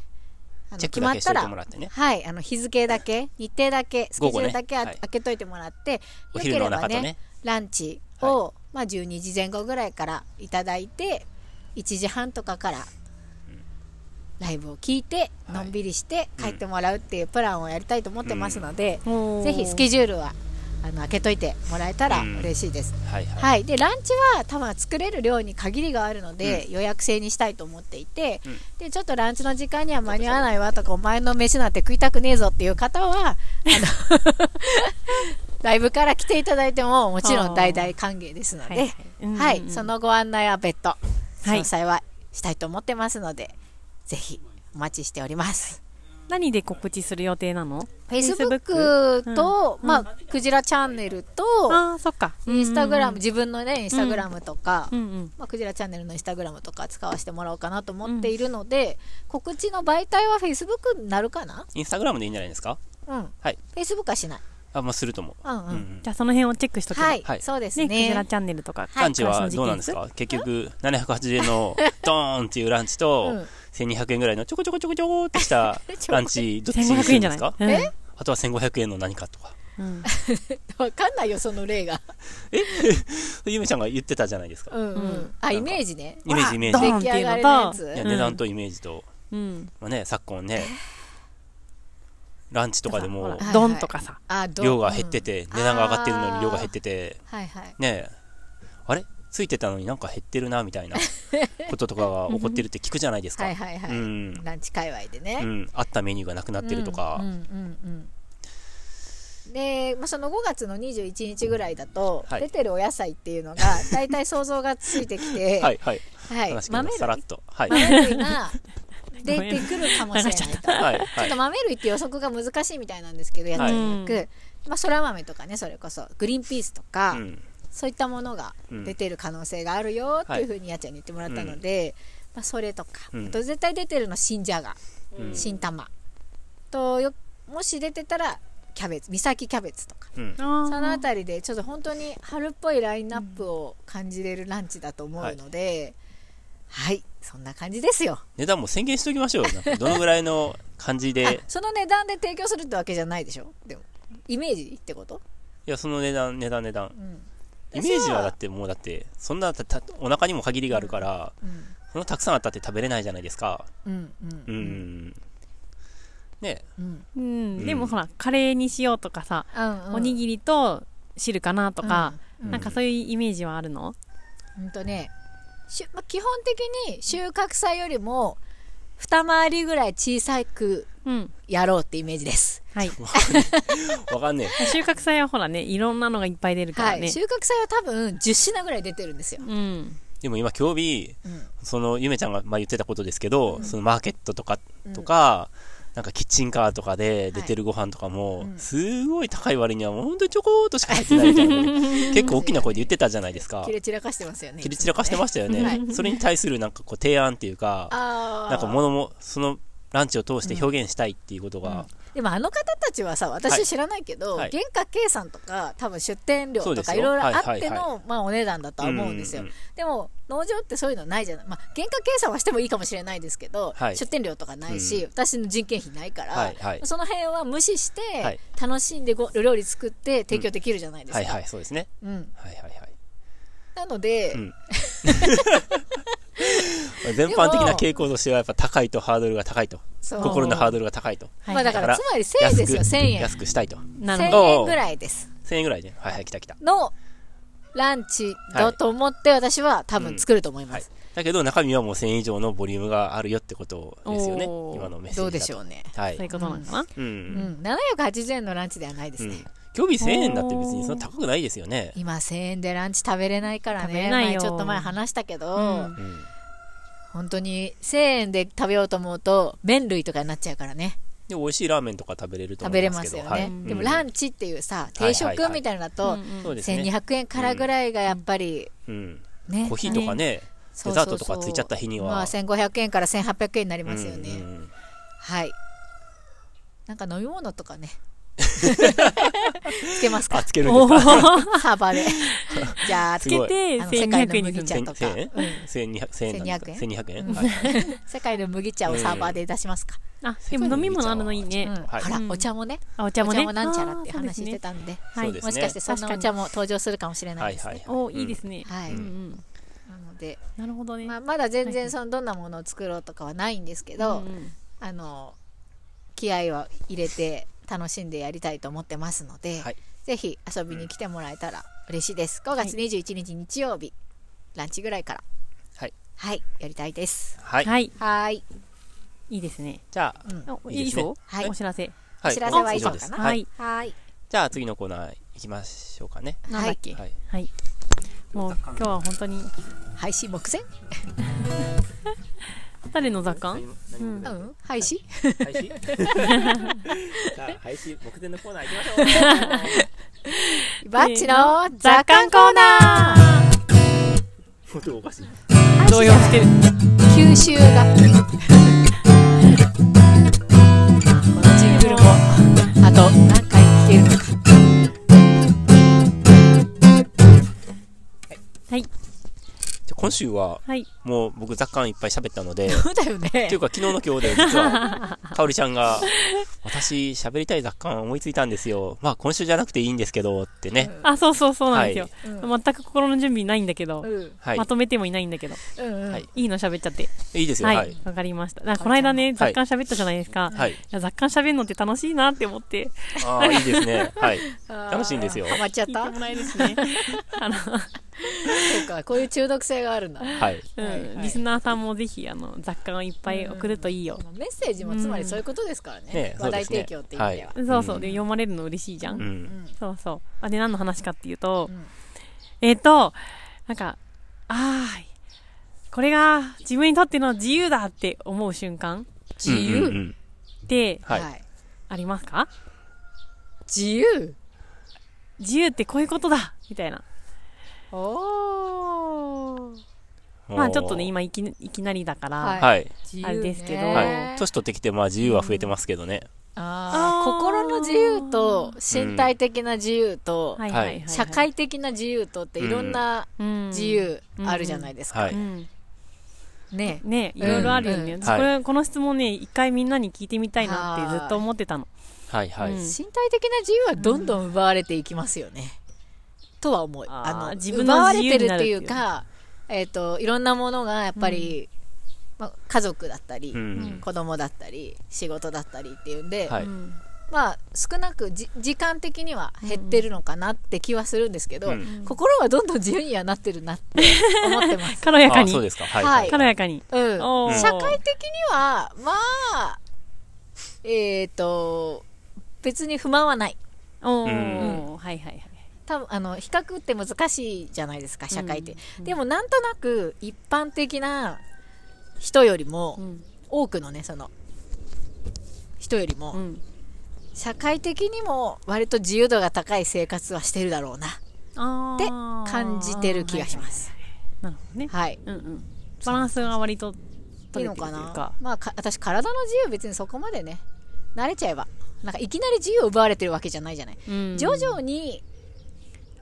Speaker 3: あの
Speaker 1: チェック
Speaker 3: 決
Speaker 1: だ
Speaker 3: まっ
Speaker 1: けしと
Speaker 3: た
Speaker 1: いて
Speaker 3: ら
Speaker 1: もらってね。
Speaker 3: はい、あの日付だけ日程だけスケジュールだけ
Speaker 1: 午
Speaker 3: あ、
Speaker 1: 後ねはい
Speaker 3: 開けといてもらって
Speaker 1: お昼の中と
Speaker 3: よ
Speaker 1: ね。
Speaker 3: ランチを、まあ、12時前後ぐらいからいただいて1時半とかからライブを聞いて
Speaker 1: はい
Speaker 3: のんびりして帰ってもらうっていうプランをやりたいと思ってますので、ぜ
Speaker 2: ぜ
Speaker 3: ひスケジュールはあの開けといてもらえたら
Speaker 1: うん
Speaker 3: 嬉しいです、
Speaker 1: はい。はい。
Speaker 3: はい、でランチは多分作れる量に限りがあるので、予約制にしたいと思っていて、
Speaker 1: うん
Speaker 3: でちょっとランチの時間には間に合わないわとかお前の飯なんて食いたくねえぞっていう方はあのライブから来ていただいてももちろん大々歓迎ですので、はい
Speaker 2: うんうん
Speaker 3: そのご案内は別途詳
Speaker 2: はい
Speaker 3: 細はしたいと思ってますので、ぜひお待ちしております。
Speaker 2: 何で告知する予定なの
Speaker 3: フェイスブックと、まあ、クジラチャンネルと、
Speaker 2: ああそっか
Speaker 3: インスタグラム、自分のね、インスタグラムとか、
Speaker 2: うんうん
Speaker 3: まあ、クジラチャンネルのインスタグラムとか使わせてもらおうかなと思っているので、告知の媒体はフェイスブックになるかな
Speaker 1: インスタグラムでいいんじゃないですか
Speaker 3: うん。
Speaker 1: はい。
Speaker 3: フェイスブックはしない。
Speaker 1: あ、まあ、すると思う。
Speaker 3: うんう。
Speaker 1: うんん
Speaker 2: じゃあその辺をチェックしとけば
Speaker 3: はい、
Speaker 1: はい
Speaker 3: そうです
Speaker 2: ね
Speaker 3: ね。
Speaker 2: クジラチャンネルとか
Speaker 1: ランチはどうなんですか結局、780円 のドーンっていうランチと、
Speaker 3: うん
Speaker 1: 1200円ぐらいのちょこちょこちょこちょこってした
Speaker 3: ちょこ
Speaker 1: ランチ、どっちにす
Speaker 2: 1500
Speaker 1: る
Speaker 2: 円
Speaker 1: ん
Speaker 2: じゃ
Speaker 1: です
Speaker 2: ない
Speaker 1: か
Speaker 2: うん
Speaker 3: え
Speaker 1: あとは1500円の何かとか。
Speaker 2: うん
Speaker 3: わかんないよ、その例が。
Speaker 1: ゆめちゃんが言ってたじゃないですか。
Speaker 3: うん、う
Speaker 2: うんん。
Speaker 3: あ、イメージね。
Speaker 1: イメージイメー
Speaker 3: 出
Speaker 1: ジ
Speaker 2: ドン
Speaker 3: 来
Speaker 2: って
Speaker 3: 上
Speaker 2: い
Speaker 3: が
Speaker 2: う
Speaker 3: りの
Speaker 2: の
Speaker 3: や
Speaker 2: と
Speaker 3: つ
Speaker 1: いや
Speaker 2: うん
Speaker 1: 値段とイメージと、
Speaker 2: うん
Speaker 1: まあね、昨今ね、ランチとかでも
Speaker 2: ほら
Speaker 3: はい
Speaker 2: ドンとかさ
Speaker 3: あ、どう
Speaker 1: 量が減ってて、
Speaker 3: うん
Speaker 1: 値段が上がってるのに量が減っ
Speaker 3: あ
Speaker 1: てて、
Speaker 3: ーはいはい。
Speaker 1: ねえ、あれついてたのになんか減ってるな、みたい なこととかが起こってるって聞くじゃないですか。
Speaker 3: はいはいはい。
Speaker 1: うん
Speaker 3: ランチ界隈でね。
Speaker 1: うん、あったメニューがなくなってるとか、
Speaker 3: うんうんうんうんで、まあ、その5月の21日ぐらいだと、
Speaker 1: はい
Speaker 3: 出てるお野菜ってい うのが大体想像がついてきて、
Speaker 1: はいはい、
Speaker 3: はい
Speaker 1: 話が
Speaker 3: 豆類
Speaker 1: さらっと、はい、はい、
Speaker 3: 豆類が出てくるかもし
Speaker 2: ごめ
Speaker 3: れないと
Speaker 2: ん流しちゃっ
Speaker 3: ち
Speaker 1: はい、
Speaker 3: ょっと豆類って予測が難しいみたいなんですけどやって
Speaker 2: うん
Speaker 3: いく、まあ、そら豆とかねそれこそグリーンピースとか、
Speaker 1: うん、
Speaker 3: そういったものが出てる可能性があるよっていうふうにやっちゃんに言ってもらったので、まあ、それとか、
Speaker 1: うん
Speaker 3: あと絶対出てるのは新じゃが、
Speaker 1: うん
Speaker 3: 新玉とよもし出てたらキャベツ岬キャベツとか
Speaker 1: うん、
Speaker 2: そ
Speaker 3: そのあたりでちょっと本当に春っぽいラインナップを感じれるランチだと思うので、はいそんな感じですよ
Speaker 1: 値段も宣言しておきましょうよなんかどのぐらいの感じ
Speaker 3: あ、
Speaker 1: で
Speaker 3: その値段で提供するってわけじゃないでしょでもイメージってこと、
Speaker 1: いや、その値段、値段、値段
Speaker 3: う。ん
Speaker 1: イメージは
Speaker 3: 私
Speaker 1: だってもうだって、そんなたたお腹にも限りがあるから、
Speaker 3: うん
Speaker 1: そのたくさんあったって食べれないじゃないですか。
Speaker 3: うんう
Speaker 1: うんん。ね
Speaker 3: うん
Speaker 2: うん
Speaker 1: ん
Speaker 2: でもほらカレーにしようとかさ
Speaker 3: うん
Speaker 2: おにぎりと汁かなとか
Speaker 1: うん
Speaker 2: なんかそういうイメージはあるの
Speaker 3: うんとねしゅまあ基本的に収穫祭よりも二回りぐらい小さく
Speaker 2: うん。
Speaker 3: やろうってイメージです。
Speaker 2: はい。
Speaker 1: わかんねえ。
Speaker 2: 収穫祭はほらね、いろんなのがいっぱい出るから
Speaker 3: は
Speaker 2: ね。
Speaker 3: い。収穫祭は多分10品ぐらい出てるんですよ。
Speaker 2: うん。
Speaker 1: でも今、今日日、
Speaker 3: うん
Speaker 1: その、ゆめちゃんがまあ言ってたことですけど、そのマーケットとか
Speaker 3: うん、
Speaker 1: とか、なんかキッチンカーとかで出てるご飯とかも、
Speaker 3: うん
Speaker 1: すごい高い割にはもう本当にちょこーっとしか入ってないみたい なことで結構大きな声で言ってたじゃないですか
Speaker 3: 切。れ散らかしてますよね。
Speaker 1: 切り散らかしてましたよね。
Speaker 3: はい
Speaker 1: それに対するなんかこう提案っていうか、
Speaker 3: ああ。
Speaker 1: なんか物も、そのランチを通して表現したいっていうことが、
Speaker 3: でもあの方たちはさ
Speaker 1: は
Speaker 3: 私
Speaker 1: い
Speaker 3: 知らないけど、
Speaker 1: はい
Speaker 3: 原価計算とか多分出店料
Speaker 1: そう
Speaker 3: と
Speaker 1: です
Speaker 3: か
Speaker 1: よ
Speaker 3: いろいろあ
Speaker 1: は
Speaker 3: っ
Speaker 1: い
Speaker 3: て
Speaker 1: はいは
Speaker 3: のまあお値段だとは思うんですよ、
Speaker 1: うんうん
Speaker 3: でも農場ってそういうのないじゃない、まあ、原価計算はしてもいいかもしれないですけど、
Speaker 1: はい
Speaker 3: 出店料とかないし、
Speaker 1: うん
Speaker 3: 私の人件費ないから、
Speaker 1: はいはい
Speaker 3: その辺は無視して
Speaker 1: はい
Speaker 3: 楽しんでご料理作って提供できるじゃないですか、
Speaker 1: はいはい、そうですね。
Speaker 3: うん
Speaker 1: はいはいはい。
Speaker 3: なので、
Speaker 1: うん全般的な傾向としてはやっぱ高いとハードルが高いと
Speaker 3: そう
Speaker 1: 心のハードルが高いと
Speaker 2: はい
Speaker 3: まあ、だから
Speaker 1: だ
Speaker 3: つ
Speaker 1: から
Speaker 3: まり1000円
Speaker 1: 安
Speaker 3: で
Speaker 1: く
Speaker 3: すよ1000円
Speaker 1: 安くしたいと
Speaker 2: なるほど。
Speaker 3: 1000円ぐらいです
Speaker 1: 1000円ぐらいねはいはい来た来た、
Speaker 3: のランチだと思って私は多分作ると思います、
Speaker 1: はい、だけど中身はもう1000円以上のボリュームがあるよってことですよね
Speaker 2: おー
Speaker 1: 今のメッセージだと
Speaker 3: どうでしょうね。
Speaker 1: はい
Speaker 2: そういうことなのかな。
Speaker 1: うんう
Speaker 3: うんん、780円のランチではないで
Speaker 1: う
Speaker 3: す
Speaker 1: ん
Speaker 3: ね。
Speaker 1: 興味1000円だって別にそんな高くないですよね、
Speaker 3: 今1000円でランチ食べれないから
Speaker 2: 食べれ
Speaker 3: ね。
Speaker 2: ないよ
Speaker 3: 前ちょっと前話したけど、
Speaker 2: うん
Speaker 1: うん、
Speaker 3: 本当に1000円で食べようと思うと麺類とかになっちゃうからね。
Speaker 1: で美味しいラーメンとか食べれると
Speaker 3: 食
Speaker 1: 思
Speaker 3: べ
Speaker 1: い
Speaker 3: れ
Speaker 1: ま
Speaker 3: ますす
Speaker 1: け
Speaker 3: よ
Speaker 1: ど
Speaker 3: ね。
Speaker 1: はい、
Speaker 3: でも
Speaker 1: ン
Speaker 3: ランチっていうさ、定
Speaker 1: はいはい
Speaker 3: 食
Speaker 1: はい
Speaker 3: みたいなのだと、
Speaker 2: うん
Speaker 1: そうですね、
Speaker 3: 1200円からぐらいがやっぱり
Speaker 1: うん、
Speaker 3: ね。
Speaker 1: コーヒーとかね
Speaker 3: そ
Speaker 1: デ
Speaker 3: う
Speaker 1: ザ
Speaker 3: そう
Speaker 1: ー
Speaker 3: そう
Speaker 1: トとかついちゃった日には、
Speaker 3: まあ1500円から1800円になり
Speaker 1: り
Speaker 3: ますよね。はい。なんか飲み物とか ね。つけます
Speaker 1: あ
Speaker 3: か
Speaker 1: つけるんで
Speaker 2: お
Speaker 1: すか
Speaker 2: ー
Speaker 3: サーバ ーで。じゃあ、つ
Speaker 2: つ
Speaker 1: す
Speaker 3: け
Speaker 2: け
Speaker 1: ごい
Speaker 2: て、
Speaker 3: あの世界の
Speaker 2: 1200円にす
Speaker 3: 麦
Speaker 2: る。
Speaker 3: 茶とか
Speaker 1: 1000。円
Speaker 3: うん
Speaker 1: 1200 1200円1200円、
Speaker 3: うん
Speaker 1: はい
Speaker 3: 世界の麦茶をサーバーで出しますか。
Speaker 2: あ、でも飲み物あるのいい
Speaker 3: うん
Speaker 2: ね。
Speaker 1: はい
Speaker 3: ほら
Speaker 2: う、ん
Speaker 3: お茶もね、
Speaker 2: あ、お茶
Speaker 3: お
Speaker 2: もね。
Speaker 3: 茶もなんちゃらって
Speaker 2: あーそうです
Speaker 3: 話し
Speaker 2: ね
Speaker 3: てたんで、
Speaker 2: はい
Speaker 1: そうですね
Speaker 3: もしかしてそんなお
Speaker 2: 確か
Speaker 3: 茶
Speaker 2: に
Speaker 3: も登場するかもしれないです
Speaker 1: はい
Speaker 3: ね
Speaker 1: は。
Speaker 2: おーいいですね。
Speaker 3: はい
Speaker 2: うんう
Speaker 1: うん
Speaker 2: ん。
Speaker 3: なので、
Speaker 2: なるほどね。
Speaker 3: まあ、まだ全
Speaker 2: はい
Speaker 3: 然そのどんなものを作ろうとかはないんですけ
Speaker 2: う
Speaker 3: ど
Speaker 2: ん、うん
Speaker 3: あの気合を入れて楽しんでやりたいと思ってますので
Speaker 1: はい、
Speaker 3: ぜひ遊びに来てもらえたら嬉しいです。5月21日日曜日ランチぐらいから、
Speaker 1: はい
Speaker 3: はい、やりたいです。
Speaker 1: はい、
Speaker 2: はい。
Speaker 3: はーい、
Speaker 2: いいですね。
Speaker 1: じゃあ、
Speaker 3: うん
Speaker 2: お
Speaker 1: いい
Speaker 2: い
Speaker 1: で
Speaker 2: い
Speaker 1: すね
Speaker 2: ぞ。
Speaker 3: はい
Speaker 2: お知らせ。
Speaker 1: は
Speaker 3: お知らせは以上
Speaker 1: 以上
Speaker 3: かな。
Speaker 1: は
Speaker 2: はいい。
Speaker 3: はい。
Speaker 1: じゃあ次のコーナー行きましょうかね。
Speaker 2: なんだっけ。
Speaker 1: はい。
Speaker 2: はい。もう今日は本当に
Speaker 3: 配信目前
Speaker 2: 誰の雑感？
Speaker 1: うん
Speaker 3: うん、配信
Speaker 1: 配信じゃあ配信目前のコーナー行きましょ
Speaker 3: バッチの雑感コーナー
Speaker 1: う。音がおかしい。
Speaker 2: 動揺してる。
Speaker 3: 九州楽器 このジングルもあと何回聴けるのか
Speaker 1: じゃあ今週は
Speaker 2: はい。
Speaker 1: もう僕雑感いっぱい喋ったので、っ
Speaker 3: そうだよね
Speaker 1: ていうか昨日の今日で実はかおりちゃんが私喋りたい雑感思いついたんですよ。まあ今週じゃなくていいんですけどってね。
Speaker 2: あ、そうそうそうなんですよ。
Speaker 3: うん
Speaker 2: 全く心の準備ないんだけど、
Speaker 3: うん
Speaker 1: はい
Speaker 2: ま。とめてもいないんだけど、
Speaker 3: うんうん
Speaker 1: はい
Speaker 2: いいの喋っちゃって。
Speaker 1: いいですよ。
Speaker 2: はい。
Speaker 1: は
Speaker 2: わ、
Speaker 1: い。
Speaker 2: かりました。だからこの間ね、
Speaker 1: はい
Speaker 2: 雑感喋ったじゃないですか。
Speaker 1: はい。
Speaker 2: いや雑感喋るのって楽しいなって思って、
Speaker 1: ああ、いいですね。はい。楽しいんですよ
Speaker 3: ハマっちゃっ
Speaker 2: 聞いて
Speaker 3: た
Speaker 2: もらえるし ね。あの、
Speaker 3: そうかこういう中毒性があるんだ
Speaker 1: はい。
Speaker 2: うん
Speaker 3: はいはい
Speaker 2: リスナーさんもぜひ、あの、雑感をいっぱい送るといいよ。
Speaker 3: メッセージもつまりそういうことですからね,、
Speaker 1: ね
Speaker 3: 話題提供っていう意味では、
Speaker 1: うん
Speaker 2: そうそう。で、読まれるの嬉しいじゃん。
Speaker 1: うん。
Speaker 2: そうそう。あ、で、何の話かっていうと、
Speaker 3: うん
Speaker 2: えっ、と、なんか、あーい、これが自分にとっての自由だって思う瞬間
Speaker 3: 自由、
Speaker 1: うんうんうん
Speaker 2: って
Speaker 1: はい。
Speaker 2: ありますか
Speaker 3: 自由
Speaker 2: 自由ってこういうことだみたいな。
Speaker 3: おー
Speaker 2: まあちょっとね、
Speaker 1: おー
Speaker 2: 今いきいきなりだから、
Speaker 3: はい
Speaker 1: はい。
Speaker 3: 自由ね
Speaker 2: あれですけど
Speaker 1: はい。年取ってきて、まあ自由は増えてますけどね。
Speaker 2: あ
Speaker 3: あー
Speaker 2: ー
Speaker 3: 心の自由と身体的な自由と、
Speaker 2: はい
Speaker 1: はい
Speaker 3: 社会的な自由とっていろんな自、由あるじゃないですか、
Speaker 1: は
Speaker 2: う
Speaker 1: い。
Speaker 2: ん
Speaker 3: ね
Speaker 2: ねいろいろあるよね、
Speaker 3: うん
Speaker 2: 私これ
Speaker 1: は
Speaker 2: この質問ね一回みんなに聞いてみたいなってずっと思ってたの
Speaker 1: はいはい。
Speaker 2: うん
Speaker 3: 身体的な自由はどんどん奪われていきますよね、とは思う
Speaker 2: あー
Speaker 3: あの
Speaker 2: 自分の
Speaker 3: 奪われてる
Speaker 2: 自由にな
Speaker 3: っ
Speaker 2: るっててい
Speaker 3: いううかえっ、といろんなものがやっぱり、まあ、家族だったり、
Speaker 1: うん
Speaker 3: 子供だったり仕事だったりっていうんで、
Speaker 1: はい
Speaker 2: うん
Speaker 3: まあ少なくじ時間的には減ってるのかなって気はするんですけど、
Speaker 1: うん
Speaker 2: うん
Speaker 3: 心はどんどん自由にはなってるなって思ってま す。
Speaker 2: 軽やか
Speaker 1: あ、そう
Speaker 2: に。
Speaker 1: ですか。はい。
Speaker 3: はい
Speaker 2: 軽やかに。
Speaker 3: うん、
Speaker 2: おー
Speaker 3: 社会的にはまあえっ、と別に不満はない
Speaker 2: お
Speaker 1: う
Speaker 2: ー、はいはいはい。
Speaker 3: 多分あの比較って難しいじゃないですか社会って、
Speaker 2: うん
Speaker 3: でもなんとなく一般的な人よりも、
Speaker 2: うん。
Speaker 3: 多くのねその人よりも、
Speaker 2: うん。
Speaker 3: 社会的にも割と自由度が高い生活はしてるだろうな
Speaker 2: あ
Speaker 3: って
Speaker 2: ー
Speaker 3: 感じてる気がしま。す
Speaker 2: はいはいはいなるほどね。
Speaker 3: はい
Speaker 2: うんうん。バランスが割と
Speaker 3: いい
Speaker 2: 取れ
Speaker 3: の
Speaker 2: てる
Speaker 3: か
Speaker 2: という
Speaker 3: な
Speaker 2: か。
Speaker 3: まあか私体の自由別にそこまでね慣れちゃえばなんかいきなり自由を奪われてるわけじゃないじゃない、
Speaker 2: うん
Speaker 3: 徐々に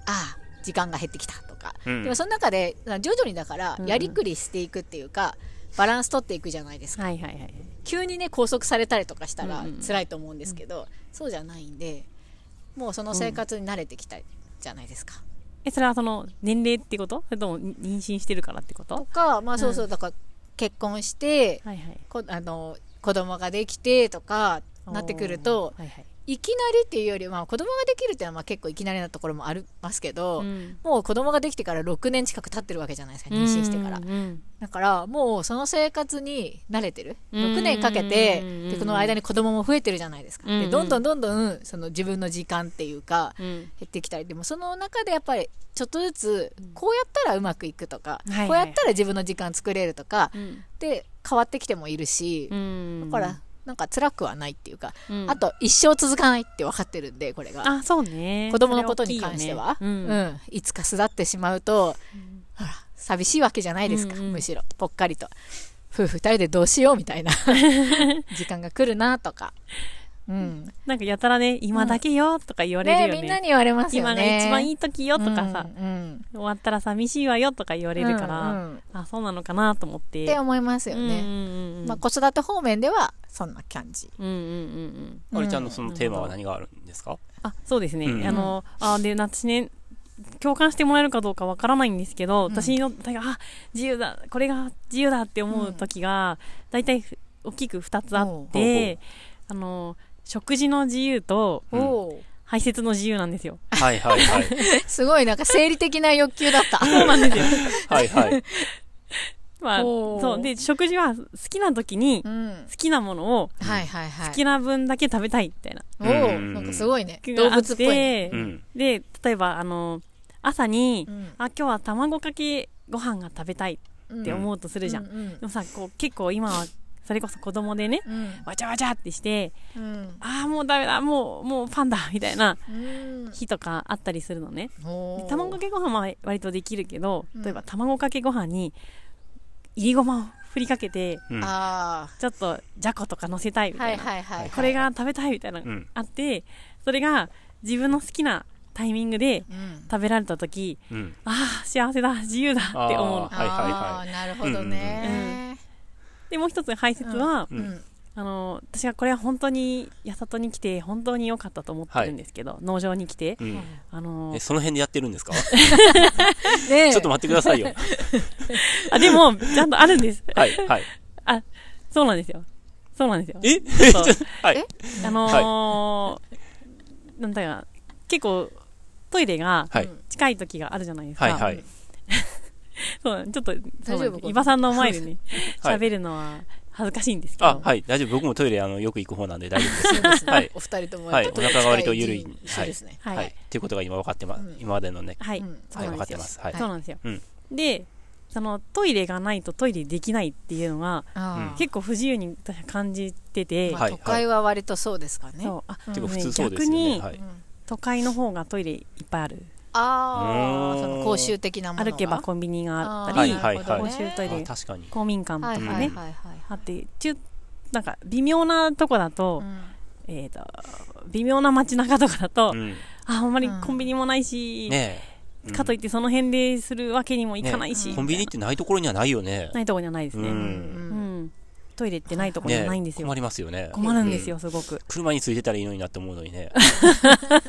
Speaker 3: ああ時間が減ってきたとか、
Speaker 1: うん
Speaker 3: でもその中で徐々にだから
Speaker 2: うんうん
Speaker 3: やりくりしていくっていうか、バランス取っていくじゃないですか
Speaker 2: はいはいはい。
Speaker 3: 急にね拘束されたりとかしたら
Speaker 2: うんうん
Speaker 3: 辛いと思うんですけど、そうじゃないんでもうその生活に慣れてきたじゃないですか。
Speaker 2: え、それはその、年齢ってことそれともに妊娠してるからってこと
Speaker 3: とかまあそうそう、
Speaker 2: うん
Speaker 3: だから結婚して
Speaker 2: はいはい。
Speaker 3: こあの子供ができてとかなってくると
Speaker 2: おーはいはい。
Speaker 3: いきなりっていうよりは子供ができるっていうのはまあ結構いきなりなところもありますけど、
Speaker 2: 妊
Speaker 3: もう子供ができてから6年近く経ってるわけじゃないですか妊娠してから。だからもうその生活に慣れてる
Speaker 2: うん
Speaker 3: 6年かけて
Speaker 2: うん
Speaker 3: でこの間に子供も増えてるじゃないですか
Speaker 2: うん
Speaker 3: でどんどんどんどんその自分の時間っていうか
Speaker 2: うん。
Speaker 3: 減ってきたりでもその中でやっぱりちょっとずつこうやったらうまくいくとか
Speaker 2: はいはい
Speaker 3: こうやったら自分の時間作れるとか
Speaker 2: うん。
Speaker 3: で変わってきてもいるし
Speaker 2: うん。
Speaker 3: だからなんか辛くはないっていうか
Speaker 2: うん、
Speaker 3: あと一生続かないって分かってるんでこれが
Speaker 2: あ、そうね。
Speaker 3: 子供のことに関しては
Speaker 2: それ大きいよね
Speaker 3: うんいつか巣立ってしまうと
Speaker 2: うん
Speaker 3: ほら寂しいわけじゃないですか、
Speaker 2: うんうん
Speaker 3: むしろぽっかりと夫婦二人でどうしようみた いな時間が来るなとか、うん
Speaker 2: なんかやたらね、今だけよとか言われる
Speaker 3: ね
Speaker 2: よね。
Speaker 3: みんなに言われますよ
Speaker 2: 今
Speaker 3: ね
Speaker 2: が一番
Speaker 3: い
Speaker 2: いい時よとかさ、
Speaker 3: うんうん
Speaker 2: 終わったら寂しいわよとか言われるから、
Speaker 3: うんうんっ
Speaker 2: あ、そうなのかなと思って。
Speaker 3: て思いますよ
Speaker 2: うん
Speaker 3: ね、
Speaker 2: うんうん。
Speaker 3: まあ、子育て方面ではそんな感じ
Speaker 2: うんうんうん
Speaker 1: あれちゃんのそのテーマは
Speaker 2: な
Speaker 1: 何があるんですか
Speaker 2: うん。あ、そうですね。
Speaker 1: うん
Speaker 2: あの、あ、で、私ね、共感してもらえるかどうかわからないんですけど、
Speaker 3: うん
Speaker 2: 私の、だいあ、自由だ、これが自由だって思う時が、だいたいふ大きく二つあ
Speaker 3: お
Speaker 2: っ
Speaker 3: う
Speaker 1: ほうほう
Speaker 2: て、あの、食事の自由と
Speaker 1: うん
Speaker 3: おー
Speaker 2: 排泄の自由なんですよ。
Speaker 1: はいはいはい。
Speaker 3: すごいなんか生理的な欲求だった
Speaker 2: そうなんですよ。
Speaker 1: はいはい。
Speaker 2: まあ、
Speaker 3: おー
Speaker 2: そう。で、食事は好きな時に
Speaker 3: う、ん
Speaker 2: 好きなものを
Speaker 3: はいはいはい
Speaker 2: 好きな分だけ食べたいみたいな。
Speaker 3: おー
Speaker 1: うん
Speaker 3: なんかすごいね動
Speaker 2: があ
Speaker 3: 物っぽいね、
Speaker 2: て
Speaker 1: うん。
Speaker 2: で、例えば、あの、朝に、
Speaker 3: うん
Speaker 2: あ、今日は卵かけご飯が食べたいって思うとするじゃん。
Speaker 3: うんうん
Speaker 2: でもさ、こう、結構今は、それこそ子供でね、
Speaker 3: うん
Speaker 2: わちゃわちゃってして、
Speaker 3: うん
Speaker 2: ああ、もうダメだ、もう、もうパンだ、みたいな
Speaker 3: うん
Speaker 2: 日とかあったりするのね。
Speaker 3: お
Speaker 2: で
Speaker 3: ー
Speaker 2: 卵かけご飯は割とできるけど、
Speaker 3: うん
Speaker 2: 例えば卵かけご飯に、いりごまを振りかけて、
Speaker 1: うん。
Speaker 3: あ
Speaker 2: ちょっとじゃことか乗せたいみ
Speaker 3: あ
Speaker 2: た
Speaker 3: はい
Speaker 2: いな、
Speaker 3: はいはいはい
Speaker 2: これが食べたいみたいなの
Speaker 1: う
Speaker 2: が
Speaker 1: ん。
Speaker 2: あって、それが自分の好きなタイミングで
Speaker 3: うん
Speaker 2: 食べられた時
Speaker 1: うん。
Speaker 2: ああ幸せだ自由だって思う
Speaker 1: あはいはいはい
Speaker 3: あーなるほどね
Speaker 2: でもう一つ排泄は、
Speaker 1: うんうん
Speaker 2: あの私がこれは本当に八里に来て本当に良かったと思ってるんですけど、農場に来て、
Speaker 1: うん。
Speaker 2: あの
Speaker 1: え、その辺でやってるんですかち
Speaker 3: ねえ
Speaker 1: ょっと待ってくださ いよ。
Speaker 2: あでもちゃんとあるんです
Speaker 1: はいはい。
Speaker 2: そうなんですよそうなんですよ
Speaker 1: え
Speaker 2: ちょっと
Speaker 1: はい。
Speaker 2: あのーなんだか結構トイレが
Speaker 1: はい。
Speaker 2: 近い時があるじゃないですか、
Speaker 1: はいはい。
Speaker 2: そうちょっとそうなん
Speaker 3: 大丈
Speaker 2: です
Speaker 3: 夫
Speaker 2: 伊庭さんの前でね
Speaker 1: はい
Speaker 2: 喋るのは恥ずかしいんですけど、
Speaker 1: あ、はい。大丈夫。僕もトイレ、あの、よく行く方なんで大丈夫です。
Speaker 3: そうですね
Speaker 1: はい
Speaker 3: お二人とも
Speaker 1: はい
Speaker 3: ちょっ
Speaker 1: お腹が割と緩い
Speaker 3: 近一緒ですね
Speaker 2: はい
Speaker 1: はい。ということが今分かってま
Speaker 3: うん、
Speaker 1: 今までのね。
Speaker 2: はい、
Speaker 3: うん
Speaker 2: そう
Speaker 1: はい、
Speaker 2: なん
Speaker 1: 分かっ
Speaker 2: です
Speaker 1: て
Speaker 2: よ
Speaker 1: ます。はい
Speaker 3: は。
Speaker 2: そうなんですよ、
Speaker 1: うん
Speaker 2: でそのトイレがないとトイレできないっていうのは
Speaker 3: あー
Speaker 2: 結構不自由に私は感じてて、
Speaker 3: ま
Speaker 1: は
Speaker 3: あ
Speaker 1: い
Speaker 3: 都会は割とそうですかね
Speaker 2: そうあ
Speaker 3: うん
Speaker 1: て
Speaker 2: う
Speaker 1: か、
Speaker 2: ん
Speaker 1: 普通そうですよ
Speaker 2: 逆
Speaker 1: ね。
Speaker 2: に
Speaker 1: はい。
Speaker 3: うん
Speaker 2: 都会の方がトイレいっぱいある
Speaker 3: あ
Speaker 1: うーん
Speaker 3: あその公衆的なものが
Speaker 2: 歩けばコンビニがあった
Speaker 1: は
Speaker 2: り、
Speaker 1: いはいはい
Speaker 2: 公衆トイ
Speaker 1: あ
Speaker 2: レ
Speaker 1: 確かに。
Speaker 2: 公民館
Speaker 3: はい
Speaker 2: とか
Speaker 3: はいはい
Speaker 2: ね
Speaker 3: はい
Speaker 2: あってちゅなんか微妙なとこだと,、えー、と微妙な街中とかだと、
Speaker 1: うん。
Speaker 2: ああんまりコンビニもないし、
Speaker 1: ねえ。
Speaker 2: かとい
Speaker 1: っ
Speaker 2: ってその辺でするわけにもいかないし、
Speaker 3: ね
Speaker 1: コンビニってないところにはないよね。
Speaker 2: ないとこにはないですね、
Speaker 1: う
Speaker 3: うん
Speaker 1: ん
Speaker 2: うん
Speaker 3: うん
Speaker 2: トイレってないとこには
Speaker 1: ね
Speaker 2: ないんですよ、
Speaker 1: 困りますよね。
Speaker 2: 困るんですよ、すごく。
Speaker 1: 車についてたらいいのになって思うのにね。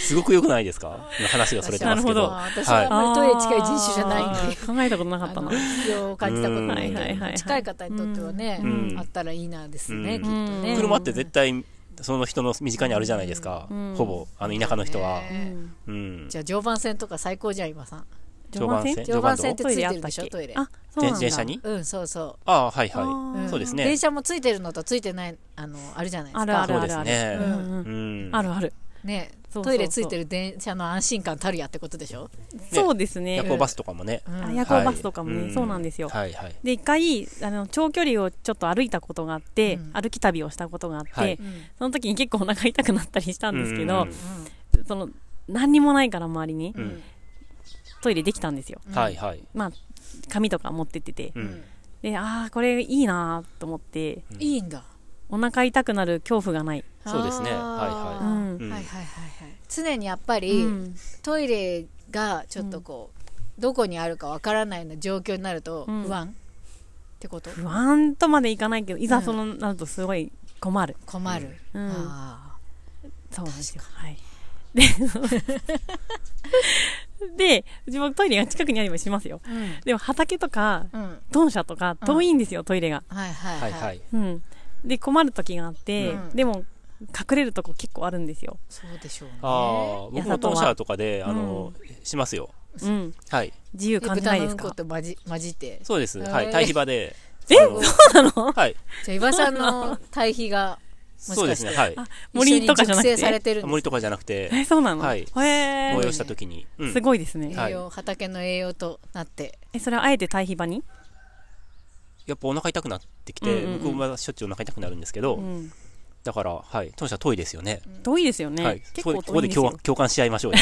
Speaker 1: すごく良くないですか今話がそれてますけ
Speaker 2: なる
Speaker 1: ど。
Speaker 2: ほ
Speaker 3: まあ私
Speaker 1: はい
Speaker 3: はあんまりトイレ近い人種じゃないんで
Speaker 2: あー考えたことなか
Speaker 3: あ
Speaker 2: ったな
Speaker 3: の。必要を感じたことない
Speaker 1: うんはい
Speaker 2: はいはい
Speaker 3: 近い方にとってはね
Speaker 1: うん
Speaker 3: あったらいいなですね
Speaker 1: うん
Speaker 3: きっとね
Speaker 2: うん
Speaker 1: 車って絶対その人の身近にあるじゃないですか、
Speaker 2: うん
Speaker 1: ほぼあの田舎の人は、
Speaker 3: ねうん
Speaker 1: うん、
Speaker 3: じゃあ常磐線とか最高じゃん今さん
Speaker 1: 常磐線
Speaker 3: 常磐線って
Speaker 2: トイレあ
Speaker 3: ついてるでしょトイレ
Speaker 2: あ、そうな
Speaker 1: 電
Speaker 2: んだ。
Speaker 1: 電車に
Speaker 3: うんそうそ
Speaker 1: ああはい
Speaker 2: あ
Speaker 1: は
Speaker 3: う、
Speaker 2: ー
Speaker 3: ん
Speaker 1: そうですね
Speaker 3: 電車もついてるのとついてないあのあるじゃないですか
Speaker 2: あるあるある
Speaker 1: そ
Speaker 2: あ
Speaker 1: う
Speaker 2: る。
Speaker 1: ですね
Speaker 2: う
Speaker 1: い、
Speaker 2: んう
Speaker 1: うんん、
Speaker 2: あるある。
Speaker 3: ね
Speaker 2: そうそうそう
Speaker 3: トイレついてる電車の安心感たるやってことでしょ、
Speaker 2: そうですね。
Speaker 1: 夜行バスとかもね、
Speaker 3: うん
Speaker 2: あ夜行バスとかもね、
Speaker 1: はい
Speaker 2: そうなんですよ。
Speaker 1: はいはい
Speaker 2: で一回あの長距離をちょっと歩いたことがあって、
Speaker 3: うん
Speaker 2: 歩き旅をしたことがあって、
Speaker 1: はい
Speaker 3: うんうん
Speaker 2: その時に結構お腹痛くなったりしたんですけ
Speaker 1: う
Speaker 2: ど
Speaker 1: ん、
Speaker 2: その何にもないから周りに
Speaker 1: うん
Speaker 2: トイレできたんですよ。
Speaker 3: うん
Speaker 1: はいはい、
Speaker 2: まあ紙とか持ってってて、
Speaker 1: う
Speaker 3: うん
Speaker 1: ん
Speaker 2: でああこれいいなーと思って
Speaker 3: いいんだ
Speaker 2: お腹痛くなる恐怖がない。
Speaker 1: そうですね
Speaker 3: あ
Speaker 2: はいはい
Speaker 3: ー
Speaker 1: うん
Speaker 3: はいはいはいはい常にやっぱり、
Speaker 2: うん
Speaker 3: トイレがちょっとこう、どこにあるかわからないような状況になると
Speaker 2: うん
Speaker 3: 不安、ってこと
Speaker 2: 不安とまでいかないけどいざそのなるとすごい困る。
Speaker 3: 困る、
Speaker 2: うん
Speaker 3: あ
Speaker 2: そうなんですよ。はい。 で、で、自分トイレが近くにありもしますよ。
Speaker 3: ーうん
Speaker 2: でも畑とか、
Speaker 3: うん
Speaker 2: 豚舎とか遠いんですよ、トイレが。
Speaker 3: はいは
Speaker 1: は
Speaker 3: いは、
Speaker 1: いいはい
Speaker 2: うん。で、困る時があって、
Speaker 3: うん
Speaker 2: でも、隠れるとこ結構あるんですよ。
Speaker 3: そうでしょうね
Speaker 1: ああ僕も
Speaker 2: 八里は
Speaker 1: 当社とかであの、しますよ
Speaker 2: うん。
Speaker 1: はい
Speaker 2: 自由
Speaker 3: え
Speaker 2: 感じな
Speaker 3: 豚
Speaker 2: いで
Speaker 3: の
Speaker 2: す
Speaker 3: うんこ
Speaker 2: か
Speaker 3: と混じ混じって
Speaker 1: そうです、
Speaker 3: えー
Speaker 1: はい対比場で
Speaker 3: え
Speaker 1: あのはい
Speaker 3: じゃあ岩さんの対比がも
Speaker 1: そ
Speaker 3: しかして
Speaker 1: うですねはい
Speaker 2: 森とかじゃなく
Speaker 3: 一緒に熟成され
Speaker 2: て。
Speaker 3: てるんで
Speaker 1: 森とかじゃなくて
Speaker 2: え、そうなの、
Speaker 1: はい
Speaker 2: へえ
Speaker 1: 応用した時に、うん
Speaker 2: すごいですね。
Speaker 3: す、
Speaker 1: はい
Speaker 3: 栄養畑の栄養と なって
Speaker 2: え、それはあえて対比場に
Speaker 1: やっぱお腹痛くなってきて、
Speaker 2: うんうんうん
Speaker 1: 僕もしょっちゅうお腹痛くなるんですけど、
Speaker 2: うん。
Speaker 1: だから、はい、当社遠いですよね。
Speaker 2: 遠いですよね。
Speaker 1: はい、
Speaker 2: 結
Speaker 1: こ
Speaker 2: 構
Speaker 1: こここ
Speaker 2: 遠い
Speaker 1: で
Speaker 2: んですよ
Speaker 1: 共。共感し合いま しょうよ。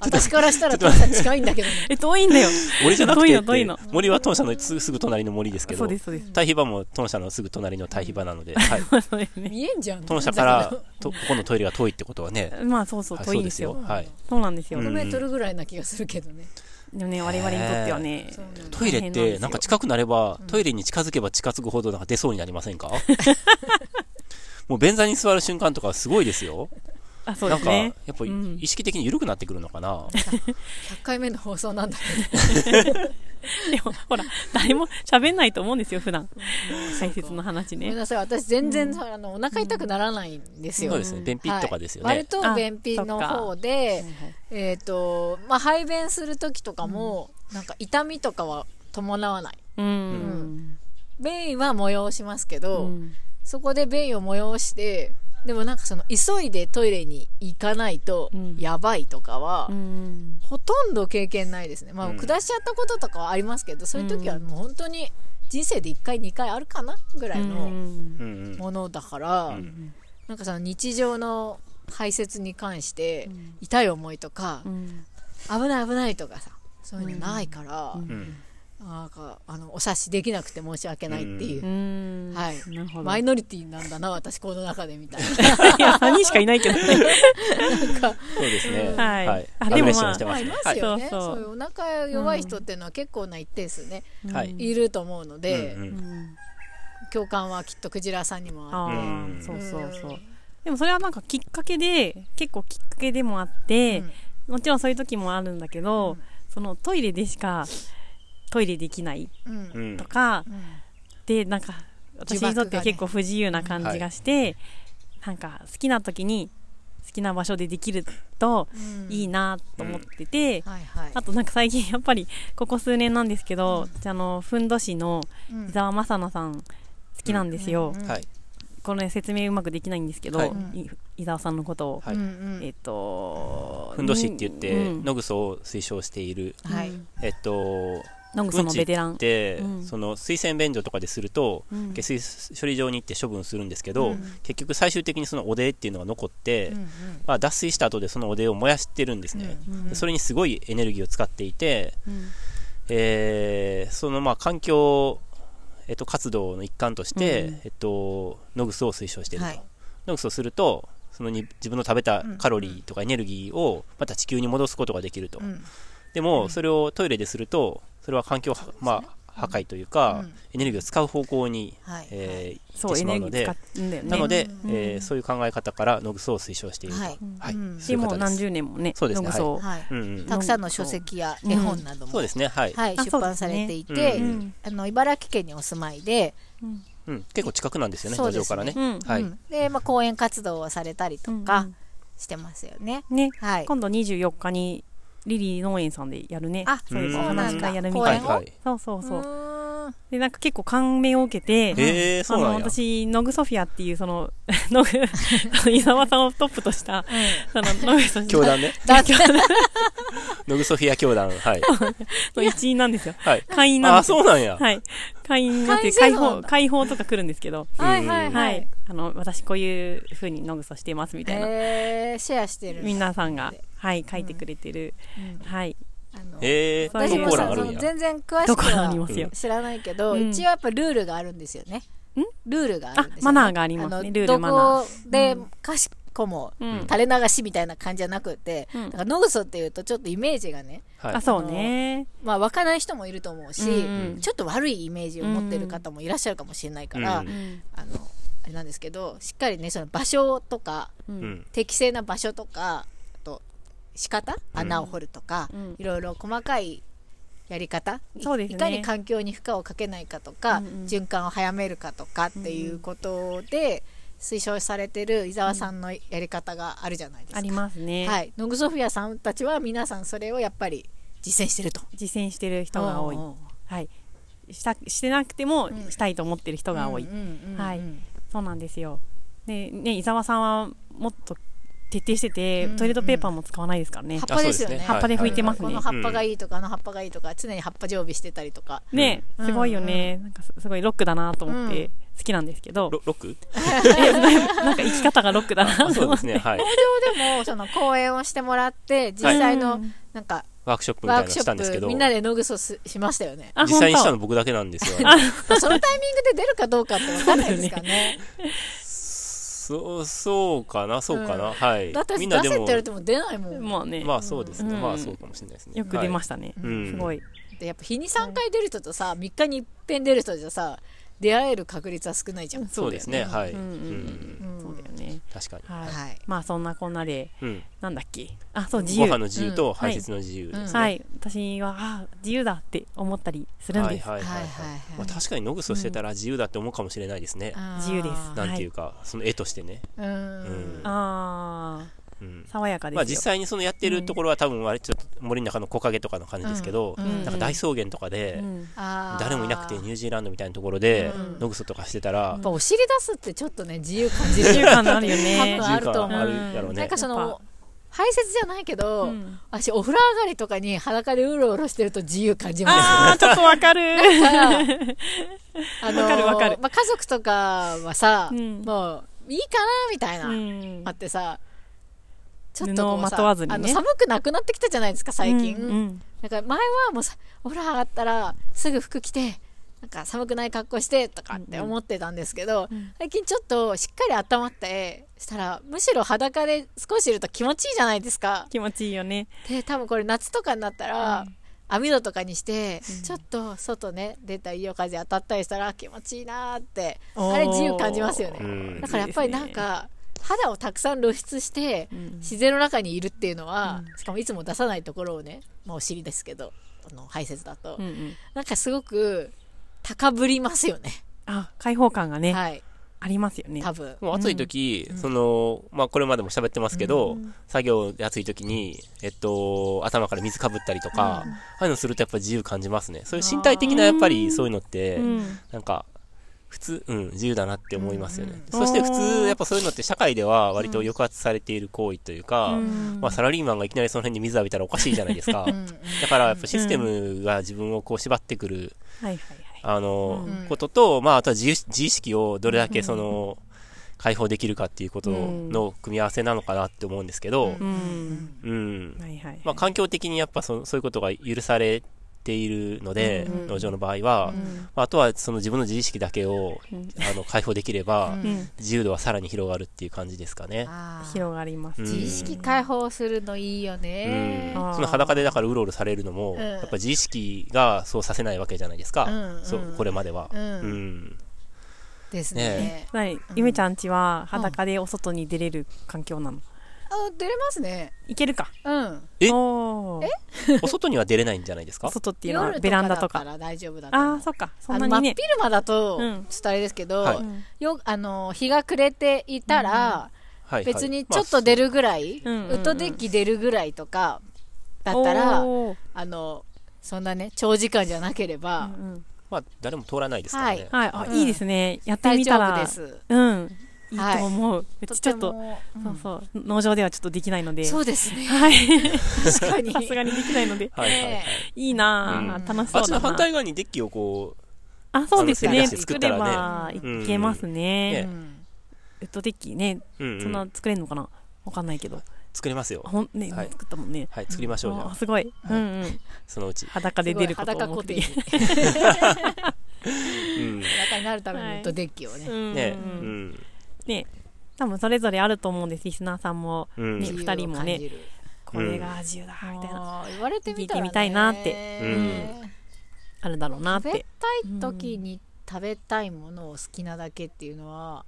Speaker 3: 私からしたら父さん近いんだけどね
Speaker 2: え、遠いんだよ。
Speaker 1: 俺じゃなく
Speaker 2: 遠い
Speaker 1: て
Speaker 2: の遠いの
Speaker 1: って森は当社のすすぐ隣の森ですけ
Speaker 2: そ
Speaker 1: ど
Speaker 2: う、です、そうです。
Speaker 1: 対比場も当社のすぐ隣の対比場なので、はい、
Speaker 2: そうですね。
Speaker 3: 見えんじゃん
Speaker 1: 当社 からとここのトイレが遠いってことはね、
Speaker 2: まあ、そうそう、
Speaker 1: はい
Speaker 2: 遠いんですよ。
Speaker 1: はい。
Speaker 2: そうなんですよ。
Speaker 1: うん
Speaker 3: 5メートルぐらいな気がするけどね、
Speaker 2: でもね、我々にとってはね、
Speaker 3: そうなんだ
Speaker 1: トイレっ
Speaker 2: 大変なんです
Speaker 1: て
Speaker 2: よ
Speaker 1: なんか近くなれば、トイレに近づけば近づくほどなんか出そうになりませんか もう便座に座る瞬間とかすごいですよ。
Speaker 2: あ、そうです
Speaker 1: なん
Speaker 2: ね
Speaker 1: か。、やっぱ
Speaker 2: うん
Speaker 1: 意識的に緩くなってくるのかな。
Speaker 3: 100回目の放送なんだけ
Speaker 2: でも、ほら、誰も喋んないと思うんですよ、普段。大切な話
Speaker 3: どごめん
Speaker 2: ね。
Speaker 3: なさい私全然、あのお腹痛くならないんですよ、
Speaker 1: そうですね、便秘とかですよね。
Speaker 3: はい、割と便秘の方で、えっ、と、まあ、排便する時とかも、なんか痛みとかは伴わない。
Speaker 2: うん。
Speaker 3: 便意は催しますけど、
Speaker 2: うん
Speaker 3: そこで便意を催して、でもなんかその急いでトイレに行かないと
Speaker 2: うん
Speaker 3: やばいとかは、
Speaker 2: うん
Speaker 3: ほとんど経験ないですね。まあ、
Speaker 1: うん
Speaker 3: 下しちゃったこととかはありますけど、そういう時はもう本当に人生で1回2回あるかなぐらいの
Speaker 1: うんうん
Speaker 3: ものだから、
Speaker 1: うん
Speaker 3: なんかその日常の排泄に関して痛い思いとか、
Speaker 2: うん
Speaker 3: 危ない危ないとかさそういうのないから、
Speaker 1: う
Speaker 2: うん
Speaker 1: ん
Speaker 3: なんかあのお察しできなくて申し訳ないっていう、
Speaker 2: うん
Speaker 3: はい
Speaker 2: なるほど。
Speaker 3: マイノリティなんだな私この中でみたい
Speaker 2: いや、3人しかいないけどね。
Speaker 1: そうですね。
Speaker 2: はいあ
Speaker 1: ア
Speaker 2: で
Speaker 1: グレッ
Speaker 2: もまあ
Speaker 1: ションして
Speaker 3: な、
Speaker 1: ま
Speaker 3: ま あ、
Speaker 1: す
Speaker 3: い
Speaker 1: ね
Speaker 3: ま。
Speaker 1: はい。
Speaker 3: すよね、
Speaker 2: そうそ
Speaker 3: そうういうお腹弱い人っていうのは結構な一定数ね、
Speaker 1: はい
Speaker 2: うん
Speaker 3: いると思うので、
Speaker 1: うんう
Speaker 2: うんん
Speaker 3: 共感はきっとクジラさんにも
Speaker 2: あ
Speaker 3: あって
Speaker 1: う
Speaker 2: あ、
Speaker 1: ん
Speaker 2: そうそうそう。でもそれはなんかきっかけで、結構きっかけでもあって、
Speaker 3: うん
Speaker 2: もちろんそういう時もあるんだけど、そのトイレでしかトイレできない
Speaker 3: うんうん
Speaker 1: うん
Speaker 2: とか、
Speaker 3: うん
Speaker 2: でなんか私にとっては結構不自由な感じがして、なんか好きな時に好きな場所でできると
Speaker 3: うん
Speaker 2: いいなと思ってて、
Speaker 3: はいはい
Speaker 2: あとなんか最近やっぱりここ数年なんですけど、じゃああのふんどしの
Speaker 3: うん
Speaker 2: 伊沢雅奈さん好きなんですよ、
Speaker 3: うん
Speaker 1: はい。
Speaker 2: この説明うまくできないんですけど、
Speaker 1: はい
Speaker 2: い伊沢さんのことを、
Speaker 1: はい
Speaker 3: うん
Speaker 2: えっ、と
Speaker 1: ふんどしって言って
Speaker 2: う、ん
Speaker 1: 野草を推奨している、
Speaker 3: うんはい
Speaker 1: えっと、
Speaker 2: ノグソのベテラン
Speaker 1: うんちって
Speaker 2: うん
Speaker 1: その水洗便所とかですると、
Speaker 2: うん
Speaker 1: 下水処理場に行って処分するんですけど、
Speaker 3: うん
Speaker 1: 結局最終的にそのおでっていうのが残って、
Speaker 3: うんうん
Speaker 1: まあ、脱水した後でそのおでを燃やしてるんですね、
Speaker 2: うん
Speaker 1: でそれにすごいエネルギーを使っていて、
Speaker 2: うん
Speaker 1: えーそのまあ環境、えっと、活動の一環として、
Speaker 2: うん
Speaker 1: えっと、ノグスを推奨していると、
Speaker 3: はい
Speaker 1: ノグスをするとそのに自分の食べたカロリーとかエネルギーをまた地球に戻すことができると、
Speaker 3: うん
Speaker 1: でもそれをトイレでするとそれは環境は、まあ、破壊というか、
Speaker 3: うん
Speaker 1: エネルギーを使う方向に、
Speaker 3: はい
Speaker 1: えー行
Speaker 2: そ
Speaker 1: っ
Speaker 2: う
Speaker 1: て
Speaker 2: エ
Speaker 1: しま
Speaker 2: ネ
Speaker 1: う
Speaker 2: ル
Speaker 1: の
Speaker 2: ギー
Speaker 1: で
Speaker 2: 使うんだよね
Speaker 1: なので、
Speaker 2: うん
Speaker 1: えーそういう考え方からノグスを推奨していると、
Speaker 3: は
Speaker 1: はいい
Speaker 3: うん
Speaker 1: そう
Speaker 2: で
Speaker 1: いう
Speaker 2: も
Speaker 1: 方
Speaker 2: う
Speaker 1: で
Speaker 2: 何
Speaker 1: す
Speaker 2: 十年もね
Speaker 1: そうです
Speaker 2: ノ
Speaker 1: ね
Speaker 2: グソを
Speaker 3: はい
Speaker 1: うんうん
Speaker 3: たくさんの書籍や絵本なども
Speaker 1: そうですねはい、
Speaker 3: はい、
Speaker 2: あ
Speaker 3: 出版されてい
Speaker 1: そうです
Speaker 3: て、
Speaker 1: ね
Speaker 2: うん
Speaker 3: あの茨城県にお住まいで、
Speaker 2: うん
Speaker 1: うん、結構近くなんですよね、
Speaker 3: そう
Speaker 1: 土
Speaker 3: で
Speaker 1: 壌
Speaker 3: す
Speaker 1: からね。
Speaker 2: うん
Speaker 1: はい、
Speaker 3: うんで、まあ、講演活動をされたりと
Speaker 2: う
Speaker 3: か
Speaker 2: ん
Speaker 3: してますよね。
Speaker 2: ね、
Speaker 3: はい。
Speaker 2: 今度24日にリリー農園さんでやるね。
Speaker 3: あ、
Speaker 1: そ
Speaker 3: そうう
Speaker 1: です
Speaker 3: なんだ。
Speaker 2: 話がやるみ
Speaker 3: 講
Speaker 2: た
Speaker 1: はい、
Speaker 3: 演を。
Speaker 1: はい。
Speaker 2: そうそうそうう。
Speaker 3: ーん
Speaker 2: で、なんか結構感銘を受けて、
Speaker 1: えー、そ
Speaker 2: あ
Speaker 1: う
Speaker 2: の
Speaker 1: なんや。
Speaker 2: 私、ノグソフィアっていう、その、 ノグ、その伊沢さんをトップとした、その、ノグソフィ
Speaker 1: 教団ね。
Speaker 3: だって、
Speaker 1: ノグソフィア教団。 はい。
Speaker 2: アの一員なんですよ。
Speaker 1: はい。
Speaker 2: 会員なん
Speaker 1: あ、
Speaker 2: ですよ。
Speaker 1: そうなんや。
Speaker 2: はい。会員になって、
Speaker 3: 会
Speaker 2: 解
Speaker 3: 員制度なん
Speaker 2: 放、
Speaker 3: だ
Speaker 2: 解放とか来るんですけど、
Speaker 3: はいはい
Speaker 2: は
Speaker 3: はいい。。
Speaker 2: あの、私こういう風にノグソしてますみたいな、
Speaker 3: えー、シェアしてる。
Speaker 2: みんなさんが
Speaker 3: で、
Speaker 2: はい、書いてくれてる、
Speaker 3: うん
Speaker 2: はい。
Speaker 3: あの
Speaker 1: えー、
Speaker 2: そういう
Speaker 3: 私
Speaker 1: ど
Speaker 3: も
Speaker 1: こら
Speaker 3: さ
Speaker 1: あ
Speaker 3: そ
Speaker 1: るん
Speaker 3: の
Speaker 1: や。
Speaker 3: 全然詳し
Speaker 2: と
Speaker 3: く
Speaker 2: ころにい
Speaker 3: は
Speaker 2: ますよ。
Speaker 3: 知らないけど、
Speaker 2: うん
Speaker 3: 一応やっぱルールがあるんですよね。
Speaker 2: ん
Speaker 3: ルールがあるんですよ、ね。
Speaker 2: あマナーがありますね
Speaker 3: の
Speaker 2: ルールマナー
Speaker 3: どこで、かしこも、
Speaker 2: うん。
Speaker 3: 垂れ流しみたいな感じじゃなくて、
Speaker 2: うん
Speaker 3: なんかノグソっていうとちょっとイメージがね、
Speaker 1: はい
Speaker 2: あ、。そうね。
Speaker 3: まあ湧かない人もいると思うし、
Speaker 2: うん
Speaker 3: ちょっと悪いイメージを持ってる方もいらっしゃるかもしれないから、
Speaker 1: うん
Speaker 2: うん
Speaker 3: あの、あれなんですけど、しっかりね、その場所とか、
Speaker 2: う。
Speaker 1: うんん。
Speaker 3: 適正な場所とか、あと、仕方
Speaker 1: ん
Speaker 3: 穴を掘るとか、
Speaker 2: うん
Speaker 3: いろいろ細かいやり方、い
Speaker 2: そうですね
Speaker 3: いかに環境に負荷をかけないかとか、
Speaker 2: うんうん
Speaker 3: 循環を早めるかとかっていうことで、推奨されてる伊沢さんのやり方があるじゃないですか。
Speaker 2: ありますね。
Speaker 3: はい、ノグソフィアさんたちは皆さんそれをやっぱり実践してると。
Speaker 2: 実践してる人が多い。
Speaker 3: うん
Speaker 2: はい。した、してなくても
Speaker 3: う、ん
Speaker 2: したいと思ってる人が多い。
Speaker 3: うんうんうんうん
Speaker 2: はいそうなんですよ。で、ね、伊沢さんはもっと徹底してて、
Speaker 3: うん
Speaker 2: トイレットペーパーも使わないですからね
Speaker 3: 葉っ。ぱですよね。
Speaker 1: あそうですね
Speaker 2: 葉っぱで拭いてますね
Speaker 3: この葉っぱがいいとか、あの葉っぱがいいとか、常に葉っぱ常備してたりとか。
Speaker 2: ね、
Speaker 3: うん
Speaker 2: すごいよね。なんかすすごいロックだなと思っ
Speaker 3: う
Speaker 2: て好きなんですけど、
Speaker 1: ロロック
Speaker 2: なんか生き方がロックだな
Speaker 1: あ
Speaker 2: と
Speaker 1: そう
Speaker 2: 思
Speaker 1: です
Speaker 2: っ て。
Speaker 1: ね。はい。
Speaker 3: 東京でも、その講演をしてもらって、実際
Speaker 2: う
Speaker 3: の
Speaker 2: ん、
Speaker 3: なんか、
Speaker 1: ワークショップみたい
Speaker 3: ワ
Speaker 1: なの
Speaker 3: ークシ
Speaker 1: し
Speaker 3: ョ
Speaker 1: たんですけ
Speaker 3: ップ、
Speaker 1: ど、
Speaker 3: みんなでノグソすしましたよね。
Speaker 2: あ
Speaker 1: 実際にしたの
Speaker 2: 本
Speaker 1: 僕だけなんですよ。あれ
Speaker 3: そのタイミングで出るかどうかって分かんないですかね。
Speaker 1: そう、そうかな、そうか
Speaker 3: う
Speaker 1: な。はい
Speaker 3: だって。
Speaker 1: み
Speaker 3: 出
Speaker 1: ん
Speaker 3: せ
Speaker 1: なでも
Speaker 3: って言わ、れても出ないも
Speaker 2: 当
Speaker 3: ん。
Speaker 2: まあね、
Speaker 1: まあそうですね。
Speaker 2: うん
Speaker 1: まあそうかもしれないですね。
Speaker 2: よく出ま
Speaker 1: し
Speaker 2: したね。
Speaker 1: た。うん。
Speaker 2: すごい。
Speaker 3: で、やっぱ日に3回出る人とさ、3日に一遍出る人じゃさ、出会える確率は少ないじゃん。
Speaker 1: そうですね。はい。
Speaker 2: う
Speaker 1: うんん
Speaker 2: うんうん
Speaker 1: うん
Speaker 3: うん
Speaker 2: そうだよね。
Speaker 1: 確かに。
Speaker 2: はい。
Speaker 3: はい。
Speaker 2: まあそんなこんなで、
Speaker 1: うん。
Speaker 2: なんだっけ。あ、そう、自
Speaker 1: ご
Speaker 2: 由。
Speaker 1: 飯の自由
Speaker 3: う
Speaker 1: と
Speaker 3: ん
Speaker 1: 排泄の自由ですね。
Speaker 3: うん
Speaker 2: はい。私は、あ自由だって思ったりするん
Speaker 1: は
Speaker 2: で
Speaker 1: い
Speaker 2: す。
Speaker 1: はいはい
Speaker 3: はいはい
Speaker 1: は
Speaker 3: はいい。
Speaker 1: まあ確かにノグソしてたら自由だって思うかもしれないですね。
Speaker 3: あー
Speaker 2: 自由です
Speaker 1: なんていうか、その絵としてね。
Speaker 3: うー
Speaker 1: うん
Speaker 3: ん。
Speaker 2: あ
Speaker 1: うん
Speaker 2: あ、爽やかですよ。
Speaker 1: まあ実際にそのやってるところは多分あれちょっと森の中の木陰とかの感じですけど、
Speaker 3: うんうん
Speaker 1: なんか大草原とかで
Speaker 2: うん
Speaker 3: あー
Speaker 1: 誰もいなくてニュージーランドみたいなところで
Speaker 3: うん
Speaker 1: ノグソとかしてたら
Speaker 3: やっぱお尻出すってちょっとね自由感じ
Speaker 2: 自由
Speaker 3: る
Speaker 2: 感あるよね
Speaker 3: 多分。
Speaker 1: 自
Speaker 3: あ
Speaker 1: 由
Speaker 3: ると思
Speaker 1: 感
Speaker 3: う
Speaker 1: あるやろう
Speaker 3: なん
Speaker 1: ね
Speaker 3: か。そ
Speaker 2: やっぱ
Speaker 3: の排泄じゃないけど、
Speaker 2: うん
Speaker 3: 私お風呂上がりとかに裸でうろうろしてると自由感じます
Speaker 2: ああ、ちょっと わかる。
Speaker 3: あのー
Speaker 2: わかるわかる
Speaker 3: まあ、家族とかはさ、
Speaker 2: うん
Speaker 3: もういいかなみたいな、
Speaker 2: うん
Speaker 3: あってさちょっとこうさ
Speaker 2: 布をまとわずにね
Speaker 3: あの寒くなくなってきたじゃないですか最近、
Speaker 2: うんうん
Speaker 3: なんか前はもうさお風呂上がったらすぐ服着てなんか寒くない格好してとかって思ってたんですけど、
Speaker 2: うん
Speaker 3: 最近ちょっとしっかり温まってしたらむしろ裸で少しいると気持ちいいじゃないですか
Speaker 2: 気持ちいいよね。
Speaker 3: で多分これ夏とかになったら、網戸とかにして、ちょっと外ね出た夜風当たったりしたら気持ちいいなーってあれ自由感じますよ
Speaker 1: う
Speaker 3: ね
Speaker 1: ん
Speaker 3: だからやっぱりなんか肌をたくさん露出して、
Speaker 2: ん
Speaker 3: 自然の中にいるっていうのは、しかもいつも出さないところをね、まあ、お尻ですけどあの排泄だと、
Speaker 2: うんうん
Speaker 3: なんかすごく高ぶりますよね
Speaker 2: あ、開放感がね、
Speaker 3: はい
Speaker 2: ありますよね。
Speaker 3: 多分
Speaker 1: もう暑い時、その、まあこれまでも喋ってますけど、作業で暑い時に、えっと、頭から水かぶったりとか、ああいうのするとやっぱ自由感じますね。そういう身体的なやっぱりそういうのって、
Speaker 2: うん
Speaker 1: なんか、普通、うん、自由だなって思いますよね。そして普通、やっぱそういうのって社会では割と抑圧されている行為というか、
Speaker 2: うん
Speaker 1: まあサラリーマンがいきなりその辺に水浴びたらおかしいじゃないですか。
Speaker 3: うん
Speaker 1: だからやっぱシステムが自分をこう縛ってくる、
Speaker 2: はいはいはい。
Speaker 1: あの、
Speaker 3: うん
Speaker 1: ことと、まああとは自由自意識をどれだけその、解放できるかっていうことの組み合わせなのかなって思うんですけど、
Speaker 2: う。
Speaker 3: うんん
Speaker 1: うん。
Speaker 2: はいはい。
Speaker 1: まあ環境的にやっぱそそういうことが許されているので、
Speaker 2: うん
Speaker 1: 農場の場合は、
Speaker 2: うん
Speaker 1: まああとはその自分の自意識だけを
Speaker 2: うん
Speaker 1: あの解放できれば、
Speaker 3: うん
Speaker 2: うん
Speaker 1: 自由度はさらに広がるっていう感じですかね。
Speaker 3: あー
Speaker 2: 広がります。
Speaker 1: うん
Speaker 3: 自意識解放するのいいよね、
Speaker 2: あー
Speaker 1: その裸でだからうろうろされるのも、
Speaker 3: うん
Speaker 1: やっぱ自意識がそうさせないわけじゃないですか、
Speaker 3: うんうん
Speaker 1: そうこれまでは。
Speaker 3: うん
Speaker 1: うん
Speaker 3: です
Speaker 1: ね
Speaker 3: ね
Speaker 2: はい。ゆめちゃんちは裸でお外に出れる環境なの。
Speaker 3: あ出れますね
Speaker 2: いけるか。
Speaker 3: うん
Speaker 1: え
Speaker 2: おー
Speaker 1: お外には出れないんじゃないですか
Speaker 2: 外っていうの
Speaker 3: 夜
Speaker 2: は
Speaker 3: と
Speaker 2: ベランダと
Speaker 3: だ
Speaker 2: か。
Speaker 3: ら大丈夫だと
Speaker 2: あ
Speaker 3: 思
Speaker 2: あ
Speaker 3: う
Speaker 2: ー、そっか。そ
Speaker 3: あ
Speaker 2: ん
Speaker 3: の
Speaker 2: な
Speaker 3: 真
Speaker 2: に
Speaker 3: っ
Speaker 2: ね。
Speaker 3: 昼間だと
Speaker 2: う
Speaker 3: ちょ
Speaker 2: ん
Speaker 3: っとあれですけど、
Speaker 1: はい
Speaker 2: うん
Speaker 3: よあの日が暮れていたら、
Speaker 1: はい
Speaker 3: 別にちょっと出るぐらい、
Speaker 2: うんうんうん
Speaker 3: ウッドデッキ出るぐらいとかだったら、
Speaker 2: おー
Speaker 3: あのそんなね長時間じゃなけれ
Speaker 2: う
Speaker 3: ば
Speaker 2: んうん
Speaker 1: まあ、誰も通らないですからね。
Speaker 2: はい、あ
Speaker 3: うん
Speaker 2: いいですね。やって
Speaker 3: 大
Speaker 2: み
Speaker 3: 丈
Speaker 2: た
Speaker 3: 夫
Speaker 2: ら
Speaker 3: で。す。
Speaker 2: うん。いい
Speaker 3: はい
Speaker 2: と思う。うちちょっと、
Speaker 3: とてもうん
Speaker 2: そうそう、農場ではちょっとできないので。
Speaker 3: そうですね。
Speaker 2: はい。
Speaker 3: 確か に。
Speaker 2: さすがにできないので。
Speaker 1: はいはいはい。
Speaker 2: いいな
Speaker 3: うん
Speaker 2: ぁ。楽し
Speaker 1: あ
Speaker 2: そうだな。
Speaker 1: っちの反対側にデッキをこ
Speaker 2: あ、そうです
Speaker 3: あの
Speaker 2: ね。
Speaker 3: セリアス
Speaker 1: 作
Speaker 2: 作
Speaker 1: った
Speaker 2: れ
Speaker 1: らね
Speaker 2: ばいけます
Speaker 3: う
Speaker 2: ね。
Speaker 3: ん
Speaker 2: ウッドデッキね、
Speaker 1: う、うんうん
Speaker 2: そんな作れるのかなわかんないけど。
Speaker 1: 作れますよ
Speaker 2: あ。ほん、ね、
Speaker 1: はい
Speaker 2: 作ったもんね。
Speaker 1: はい、作りましょうじゃ
Speaker 2: あ
Speaker 1: あ、
Speaker 2: すごい。うんうん。
Speaker 1: そのうち。
Speaker 2: 裸です
Speaker 3: ごい
Speaker 2: 出ることを
Speaker 3: 裸
Speaker 2: 目
Speaker 3: コテ
Speaker 2: 的
Speaker 3: ー
Speaker 2: に。
Speaker 3: ジ。
Speaker 1: うん。
Speaker 3: 裸になるためのウ
Speaker 2: はい
Speaker 3: ッドデッキをね。
Speaker 2: うん
Speaker 1: ね、
Speaker 2: う
Speaker 1: うんん。
Speaker 2: ね多分それぞれあると思うんです、リスナーさんも。
Speaker 1: うん。
Speaker 2: ね二人もね
Speaker 3: 自由を感じる。
Speaker 2: これが自由だ、みたいな。
Speaker 3: あー言われてみた
Speaker 2: 聞
Speaker 3: ら、ね、
Speaker 2: いてみたいなって
Speaker 1: うん
Speaker 2: あるだろうなっ
Speaker 3: 食べ
Speaker 2: て。
Speaker 3: たい時に食べたいものを好きなだけっていうのは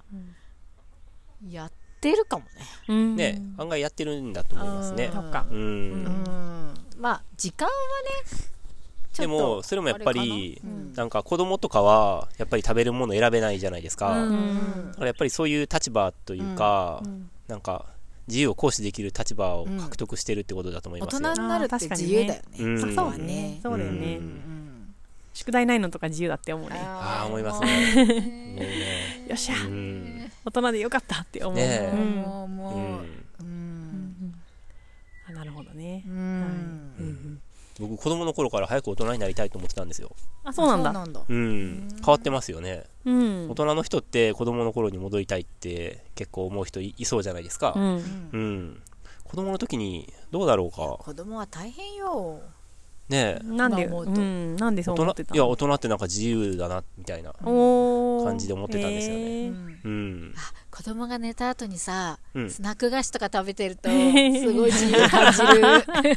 Speaker 3: やってるかもね。
Speaker 2: うん
Speaker 1: ね、案外やってるんだと思いますね
Speaker 2: そ。っか
Speaker 1: う。
Speaker 3: うん
Speaker 1: ん。
Speaker 3: まあ時間はねちょ
Speaker 1: で
Speaker 3: っと
Speaker 1: も、それもやっぱり
Speaker 3: あれ、かなうん
Speaker 1: なんか子供とかは、やっぱり食べるもの選べないじゃないですか。
Speaker 2: う
Speaker 1: だ
Speaker 2: ん
Speaker 1: からやっぱりそういう立場というか、なんか、自由を行使できる立場を獲得してるってことだと思い
Speaker 3: 大
Speaker 1: ま
Speaker 3: 人
Speaker 1: す
Speaker 3: に
Speaker 1: よ。
Speaker 3: なるって自由だよね。
Speaker 1: うん
Speaker 2: あ
Speaker 1: ん
Speaker 2: そうね。そうだよね
Speaker 1: う。ん
Speaker 2: 宿題ないのとか自由だって思うね。
Speaker 1: ああ、思いますね。
Speaker 3: ね。
Speaker 1: もうね
Speaker 2: よっしゃ、
Speaker 1: うん。
Speaker 2: 大人でよかったって思う。
Speaker 1: ね
Speaker 2: う
Speaker 1: え
Speaker 2: ん
Speaker 3: もう
Speaker 1: う
Speaker 3: も
Speaker 1: ん。
Speaker 3: う。うん
Speaker 2: あなるほどね
Speaker 3: う。
Speaker 2: ん
Speaker 3: ん
Speaker 1: 僕子供の頃から早く大人になりたいと思ってたんですよ、
Speaker 2: あ、そうなん
Speaker 3: そう
Speaker 2: だ。
Speaker 3: なんだ。
Speaker 1: うん、変わってますよね、
Speaker 2: うん
Speaker 1: 大。人の人って子供の頃に戻りたいって結構思う人いいそうじゃないですか
Speaker 2: う。
Speaker 3: うんん
Speaker 1: うん、子供の時にどうだろうか
Speaker 3: 子供は大変よ。
Speaker 1: ねえ
Speaker 2: なんで、
Speaker 3: 今思う
Speaker 2: う
Speaker 3: と
Speaker 2: ん、なんでそう思
Speaker 1: 大
Speaker 2: って
Speaker 1: 人
Speaker 2: た
Speaker 1: いや大人ってなんか自由だなみたいな
Speaker 2: おー
Speaker 1: 感じで思ってたんですよね
Speaker 2: へー
Speaker 3: うん
Speaker 1: うん
Speaker 3: あ子供が寝た後にさ、
Speaker 1: うん
Speaker 3: スナック菓子とか食べて ると
Speaker 2: ー
Speaker 3: すごい自 由感じる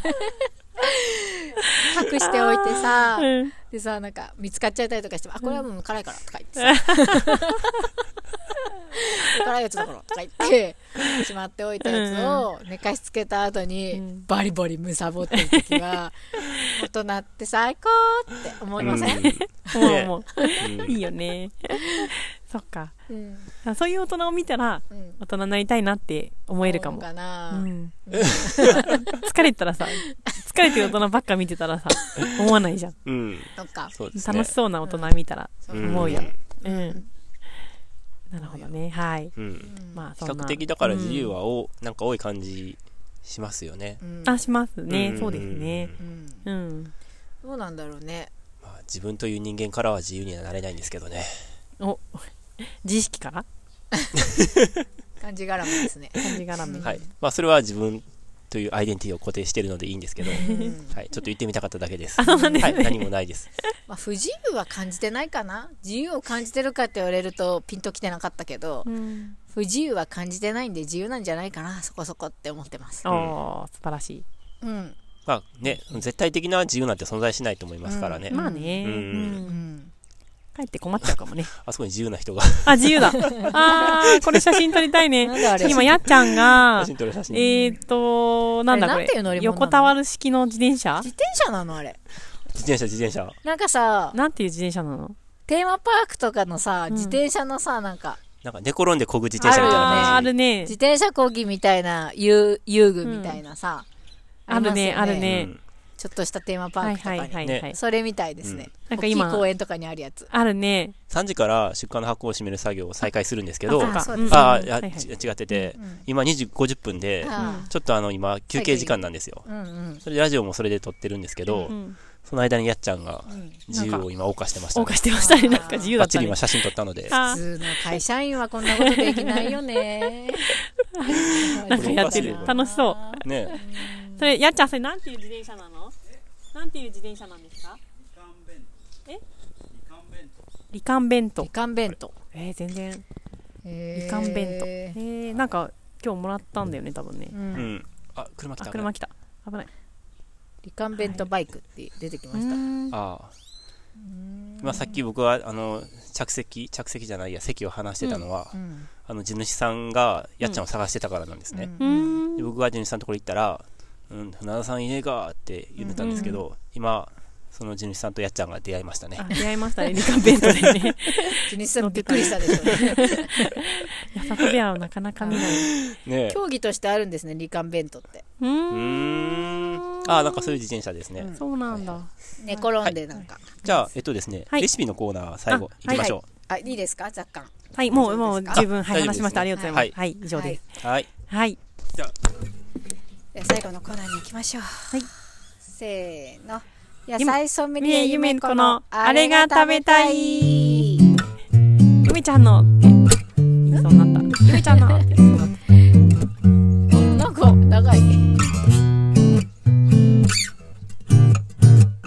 Speaker 3: 隠しておいてさ
Speaker 2: うん
Speaker 3: でさなんか見つかっちゃったりとかしても「あこれはもう辛いから」とか言ってさ 辛いやつだから」とか言ってしまっておいたやつを寝かしつけた後
Speaker 2: う
Speaker 3: に
Speaker 2: ん
Speaker 3: バリバリむさぼってる時 は大人って最高って思いません、
Speaker 2: 思う思
Speaker 1: うん
Speaker 2: う。いいよね。 そっか。
Speaker 3: うん
Speaker 2: あそういう大人を見たら、
Speaker 3: うん
Speaker 2: 大人になりたいなって思えるかも
Speaker 3: 思う。かな、
Speaker 2: うん、疲れてたらさ、疲れてる大人ばっか見てたらさ、思わないじゃん。
Speaker 1: うん
Speaker 3: とか
Speaker 1: そうですね
Speaker 2: 楽しそうな大人見たら、
Speaker 3: うん
Speaker 2: 思うよ。うん。なるほどね。はい。
Speaker 1: うん、
Speaker 2: まあ、
Speaker 1: 比
Speaker 2: そんな。
Speaker 1: 較的だから自由はお、なんか多い感じしますよね、
Speaker 3: うん
Speaker 2: うん。あ、しますね。
Speaker 1: ん
Speaker 2: そうですね。う
Speaker 3: うん
Speaker 2: ん。
Speaker 3: どうなんだろうね。
Speaker 1: まあ、自分という人間からは自由にはなれないんですけどね
Speaker 2: お、自意識から
Speaker 3: 感じ絡みで すね。
Speaker 2: 感じ絡み。
Speaker 1: はいまあ、それは自分というアイデンティティを固定しているのでいいんですけど、
Speaker 3: うん
Speaker 1: はい、ちょっと言ってみたかっただけです。はい、何もないです。
Speaker 3: まあ、不自由は感じてないかな。自由を感じてるかって言われるとピンときてなかったけど、
Speaker 2: うん。
Speaker 3: 不自由は感じてないんで自由なんじゃないかな。そこそこって思ってます。
Speaker 2: おー、素晴らし
Speaker 3: うん。
Speaker 1: まあね、絶対的な自由なんて存在しないと思いますからね。
Speaker 2: い。まあね。
Speaker 1: う
Speaker 2: うんん。
Speaker 3: ん。
Speaker 2: 帰って困っちゃうかもね。
Speaker 1: あそこに自由な人が
Speaker 2: あ、自由だ。 あー、これ写真撮りたいね
Speaker 3: なんであ。れ
Speaker 2: 今、やっちゃんが
Speaker 1: 写、真撮る写真。
Speaker 2: えーと、なんだ
Speaker 3: あ
Speaker 2: こ
Speaker 3: れ
Speaker 2: れ
Speaker 3: なんていう乗り。物なの
Speaker 2: 横たわる式の自転車
Speaker 3: 自転車なのあれ。
Speaker 1: 自転車、自転車。
Speaker 3: なんかさ、
Speaker 2: なんていう自転車なの
Speaker 3: テーマパークとかのさ、自転車のさ、なんか、
Speaker 1: なんか寝転んでこぐ自転車みたいな
Speaker 2: あーあ
Speaker 1: 感じ。
Speaker 2: るね
Speaker 3: 自。転車講義みたいな遊遊具みたいなさ、
Speaker 2: あるね、あ
Speaker 3: りますよ
Speaker 2: るね。
Speaker 3: ちょっとしたテーマパ
Speaker 2: は
Speaker 3: ー
Speaker 2: い
Speaker 3: クとか
Speaker 2: は
Speaker 3: に。
Speaker 2: いはい
Speaker 1: ね
Speaker 2: はい。
Speaker 3: それみたいですね。
Speaker 2: うんなんか
Speaker 3: 大きい
Speaker 2: 今
Speaker 3: 公園とかにあるやつ。
Speaker 2: あるね。
Speaker 1: 3時から出荷の箱を閉める作業を再開するんですけど、
Speaker 2: あそうか
Speaker 1: あ
Speaker 3: そう
Speaker 2: うん
Speaker 3: です
Speaker 1: あ、
Speaker 2: うん
Speaker 1: い
Speaker 2: は
Speaker 1: や
Speaker 2: いはい
Speaker 1: ち違ってて
Speaker 3: うん、
Speaker 1: 今2時50分で、
Speaker 3: あ
Speaker 1: ちょっとあの今休憩時間なんですよ
Speaker 3: あ。うんうん。
Speaker 1: それでラジオもそれで撮ってるんですけど
Speaker 2: う、ん。
Speaker 1: その間にやっちゃんが
Speaker 3: ん
Speaker 1: 自由を今謳歌してました
Speaker 2: 謳
Speaker 1: ね。
Speaker 2: 歌してましたね。なんか自由
Speaker 1: バ
Speaker 2: だ
Speaker 1: ッ
Speaker 2: っ
Speaker 1: チ
Speaker 2: た
Speaker 1: リ
Speaker 2: ね
Speaker 1: 今。写真撮ったので。
Speaker 2: あ
Speaker 3: 普通の会社員はこんなことできないよね。
Speaker 2: なんかやって
Speaker 1: こ
Speaker 2: る
Speaker 1: れ。
Speaker 2: 楽しそう。
Speaker 1: ね。
Speaker 2: それ、やっちゃん、それなんていう自転車なのなんていう自転車なんですかえみかん弁当
Speaker 3: み。かん弁当。
Speaker 2: えー、全然。
Speaker 3: み
Speaker 2: みかん弁当。えー、なんか今日もらったんだよね、多分ね
Speaker 3: う。。
Speaker 1: うんん。あ、車来
Speaker 2: あ、
Speaker 1: た。
Speaker 2: 車来た。危ない。
Speaker 3: みかん弁当バイクって出てきました。
Speaker 2: ん。
Speaker 1: ああ。まあ、さっき僕はあの着席着席じゃないや席を話してたのは、
Speaker 3: うん
Speaker 1: あの地主さんがやっちゃんを探してたからなんですね、
Speaker 2: う
Speaker 1: で
Speaker 2: ん。
Speaker 1: 僕が地主さんのところ行ったら「うん船田さんいねえか」って言ってたんですけど、今その地主さんとやっちゃんが出会いましたね
Speaker 2: あ、出会いましたね、リカベントでね。
Speaker 3: ジュニスさんびっくりしたでしょうね
Speaker 2: いや、サトベアはなかなか見ない。
Speaker 1: ねえ
Speaker 3: 競技としてあるんですねリカンベントって
Speaker 2: う
Speaker 1: うー
Speaker 2: ー
Speaker 1: んあなんかそういう自転車ですね、
Speaker 3: うん
Speaker 2: そうなんだ。
Speaker 3: 寝転んでなんか、
Speaker 1: じゃあえっとですね、
Speaker 2: はい
Speaker 1: レシピのコーナー最後
Speaker 2: あ
Speaker 1: 行きましょ
Speaker 3: あいいですか雑感
Speaker 2: はい、もう、も
Speaker 3: そう
Speaker 2: う
Speaker 3: ですか
Speaker 2: 十分、
Speaker 1: あ
Speaker 2: は
Speaker 1: 大丈夫
Speaker 2: い、
Speaker 1: で
Speaker 2: 話
Speaker 1: す
Speaker 2: し
Speaker 1: ね
Speaker 2: ました。ありがとうございます。はい、以上です。
Speaker 1: うはい
Speaker 2: はい。
Speaker 1: じゃあ
Speaker 3: では最後のコーナーに行きましょう。
Speaker 2: い
Speaker 3: せーの。野菜ソムリエ
Speaker 2: ゆめ
Speaker 3: 夢
Speaker 2: ゆめ
Speaker 3: 子
Speaker 2: こ
Speaker 3: の
Speaker 2: の
Speaker 3: あれが食べたい。
Speaker 2: ゆめちゃんの、えそうなった。ゆめちゃんの、そうなっ
Speaker 3: なんか長い。
Speaker 1: 違う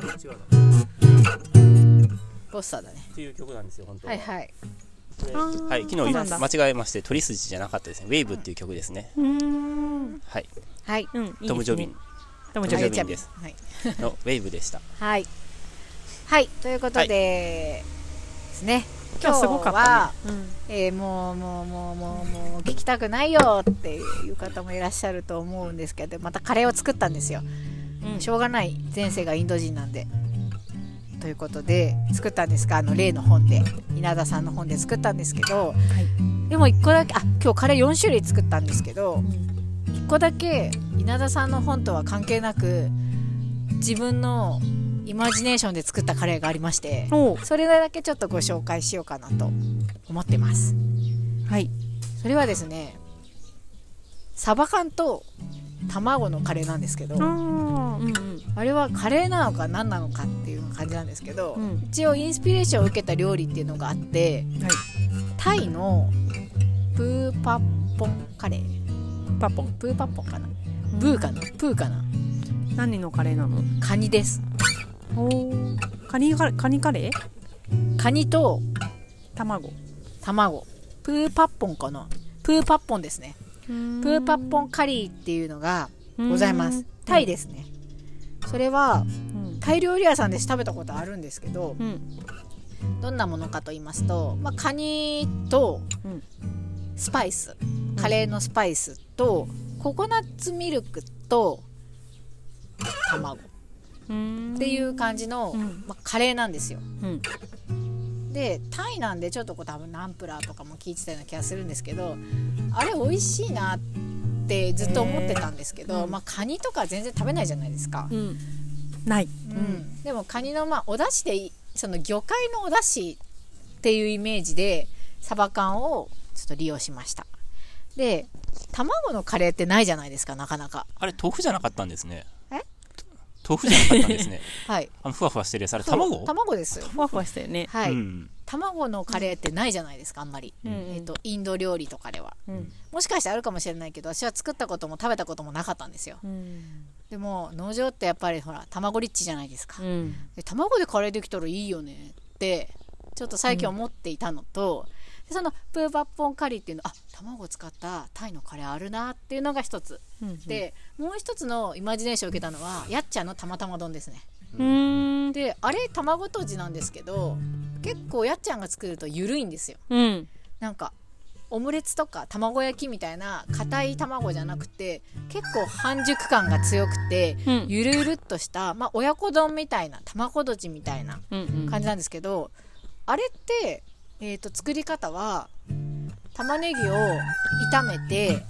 Speaker 1: なっ
Speaker 3: ボッサーだね。
Speaker 1: ていう曲なんですよ本当
Speaker 3: はいはい。
Speaker 2: ー
Speaker 1: はい、昨
Speaker 2: そう
Speaker 1: 日
Speaker 2: なんだ
Speaker 1: 間違えまして鳥筋じゃなかったですね「ウェイブ」っていう曲ですね、
Speaker 2: た。うーん。
Speaker 1: はい
Speaker 3: はい。
Speaker 2: うん、いいですね
Speaker 1: トム・ジョビン。
Speaker 2: トム・ジ
Speaker 1: ジ
Speaker 2: ョ
Speaker 1: ョ
Speaker 2: ビ
Speaker 1: ビ
Speaker 2: ン
Speaker 1: ン。
Speaker 3: はい
Speaker 1: です
Speaker 3: はい。
Speaker 1: の「ウェイブ」でした
Speaker 3: はい。はい。ということで、ですね。
Speaker 2: 今
Speaker 3: 今
Speaker 2: 日
Speaker 3: 日
Speaker 2: すごか
Speaker 3: は、
Speaker 2: ったね。うん。
Speaker 3: えーもうもうもうもうもう聞きたくないよっていう方もいらっしゃると思うんですけどまたカレーを作ったんですよ、
Speaker 2: うん
Speaker 3: しょうがない前世がインド人なんでということで作ったんですがあの例の本で稲田さんの本で作ったんですけど、でも1個だけあ今日カレー4種類作ったんですけど1個だけ稲田さんの本とは関係なく自分のイマジネーションで作ったカレーがありまして
Speaker 2: おう
Speaker 3: それだけちょっとご紹介しようかなと思ってます
Speaker 2: はい。
Speaker 3: それはですねサバ缶と卵のカレーなんですけど
Speaker 2: あーうんうん
Speaker 3: あれはカレーなのか何なのかっていう感じなんですけど、
Speaker 2: うん
Speaker 3: 一応インスピレーションを受けた料理っていうのがあって
Speaker 2: はい。
Speaker 3: タイのプーパッポンカレー
Speaker 2: パポン。
Speaker 3: プーパッポンかなブーかなプーかな
Speaker 2: 何のカレーなの
Speaker 3: カニです
Speaker 2: おーカニカレーカニカレー
Speaker 3: カニと
Speaker 2: 卵。
Speaker 3: 卵プーパッポンかなプーパッポンですね
Speaker 2: プ
Speaker 3: プー
Speaker 2: ー
Speaker 3: パッポンカリーっていうのがございますタイですねそれは
Speaker 2: うん。
Speaker 3: タイ料理屋さんで食べたことあるんですけど
Speaker 2: うん。
Speaker 3: どんなものかと言いますと、まあ、カニと
Speaker 2: うん
Speaker 3: スパイスカレーのスパイスとココナッツミルクと卵っ
Speaker 2: うん。
Speaker 3: ていう感じの、
Speaker 2: うん
Speaker 3: まあ、カレーなんですよ
Speaker 2: うん。
Speaker 3: でタイなんでちょっとこう多分ナンプラーとかも効いてたような気がするんですけどあれ美味しいなってずっと思ってたんですけ
Speaker 2: へー
Speaker 3: ど、
Speaker 2: うん
Speaker 3: まあ、カニとか全然食べないじゃないですか、
Speaker 2: うん。ない。
Speaker 3: うん、でもカニのまあお出汁でいその魚介のお出汁っていうイメージでサバ缶をちょっと利用しましたで卵のカレーってないじゃないですかなかなか
Speaker 1: あれ豆腐じゃなかったんですね
Speaker 3: え
Speaker 1: 豆腐じゃなかったんですね
Speaker 3: はい
Speaker 1: あのふわふわしてるやつあれ卵
Speaker 3: 卵ですよ
Speaker 2: ふわふわしたよね。
Speaker 3: はい、
Speaker 1: うん、
Speaker 3: 卵のカレーってないじゃないですかあんまり、
Speaker 2: うんうん
Speaker 3: えっとインド料理とかでは
Speaker 2: うん。
Speaker 3: もしかしてあるかもしれないけど私は作ったことも食べたこともなかったんですよ
Speaker 2: うん。
Speaker 3: でも農場ってやっぱりほら卵リッチじゃないですか、
Speaker 2: うん。
Speaker 3: で卵でカレーできたらいいよねってちょっと最近思っていたのと、でそのプーバッポンカリーっていうのあ卵使ったタイのカレーあるなっていうのが一つ、
Speaker 2: うん。
Speaker 3: でもう一つのイマジネーションを受けたのはやっちゃんのたまたま丼ですね
Speaker 2: うん。
Speaker 3: であれ卵とじなんですけど結構やっちゃんが作ると緩いんですよ
Speaker 2: うん。
Speaker 3: なんかオムレツとか卵焼きみたいな硬い卵じゃなくて結構半熟感が強くて
Speaker 2: うん
Speaker 3: ゆるゆるっとした、まあ、親子丼みたいな卵どちみたいな
Speaker 2: うん。うん。
Speaker 3: 感じなんですけど、あれって、えー、と作り方は玉ねぎを炒めて、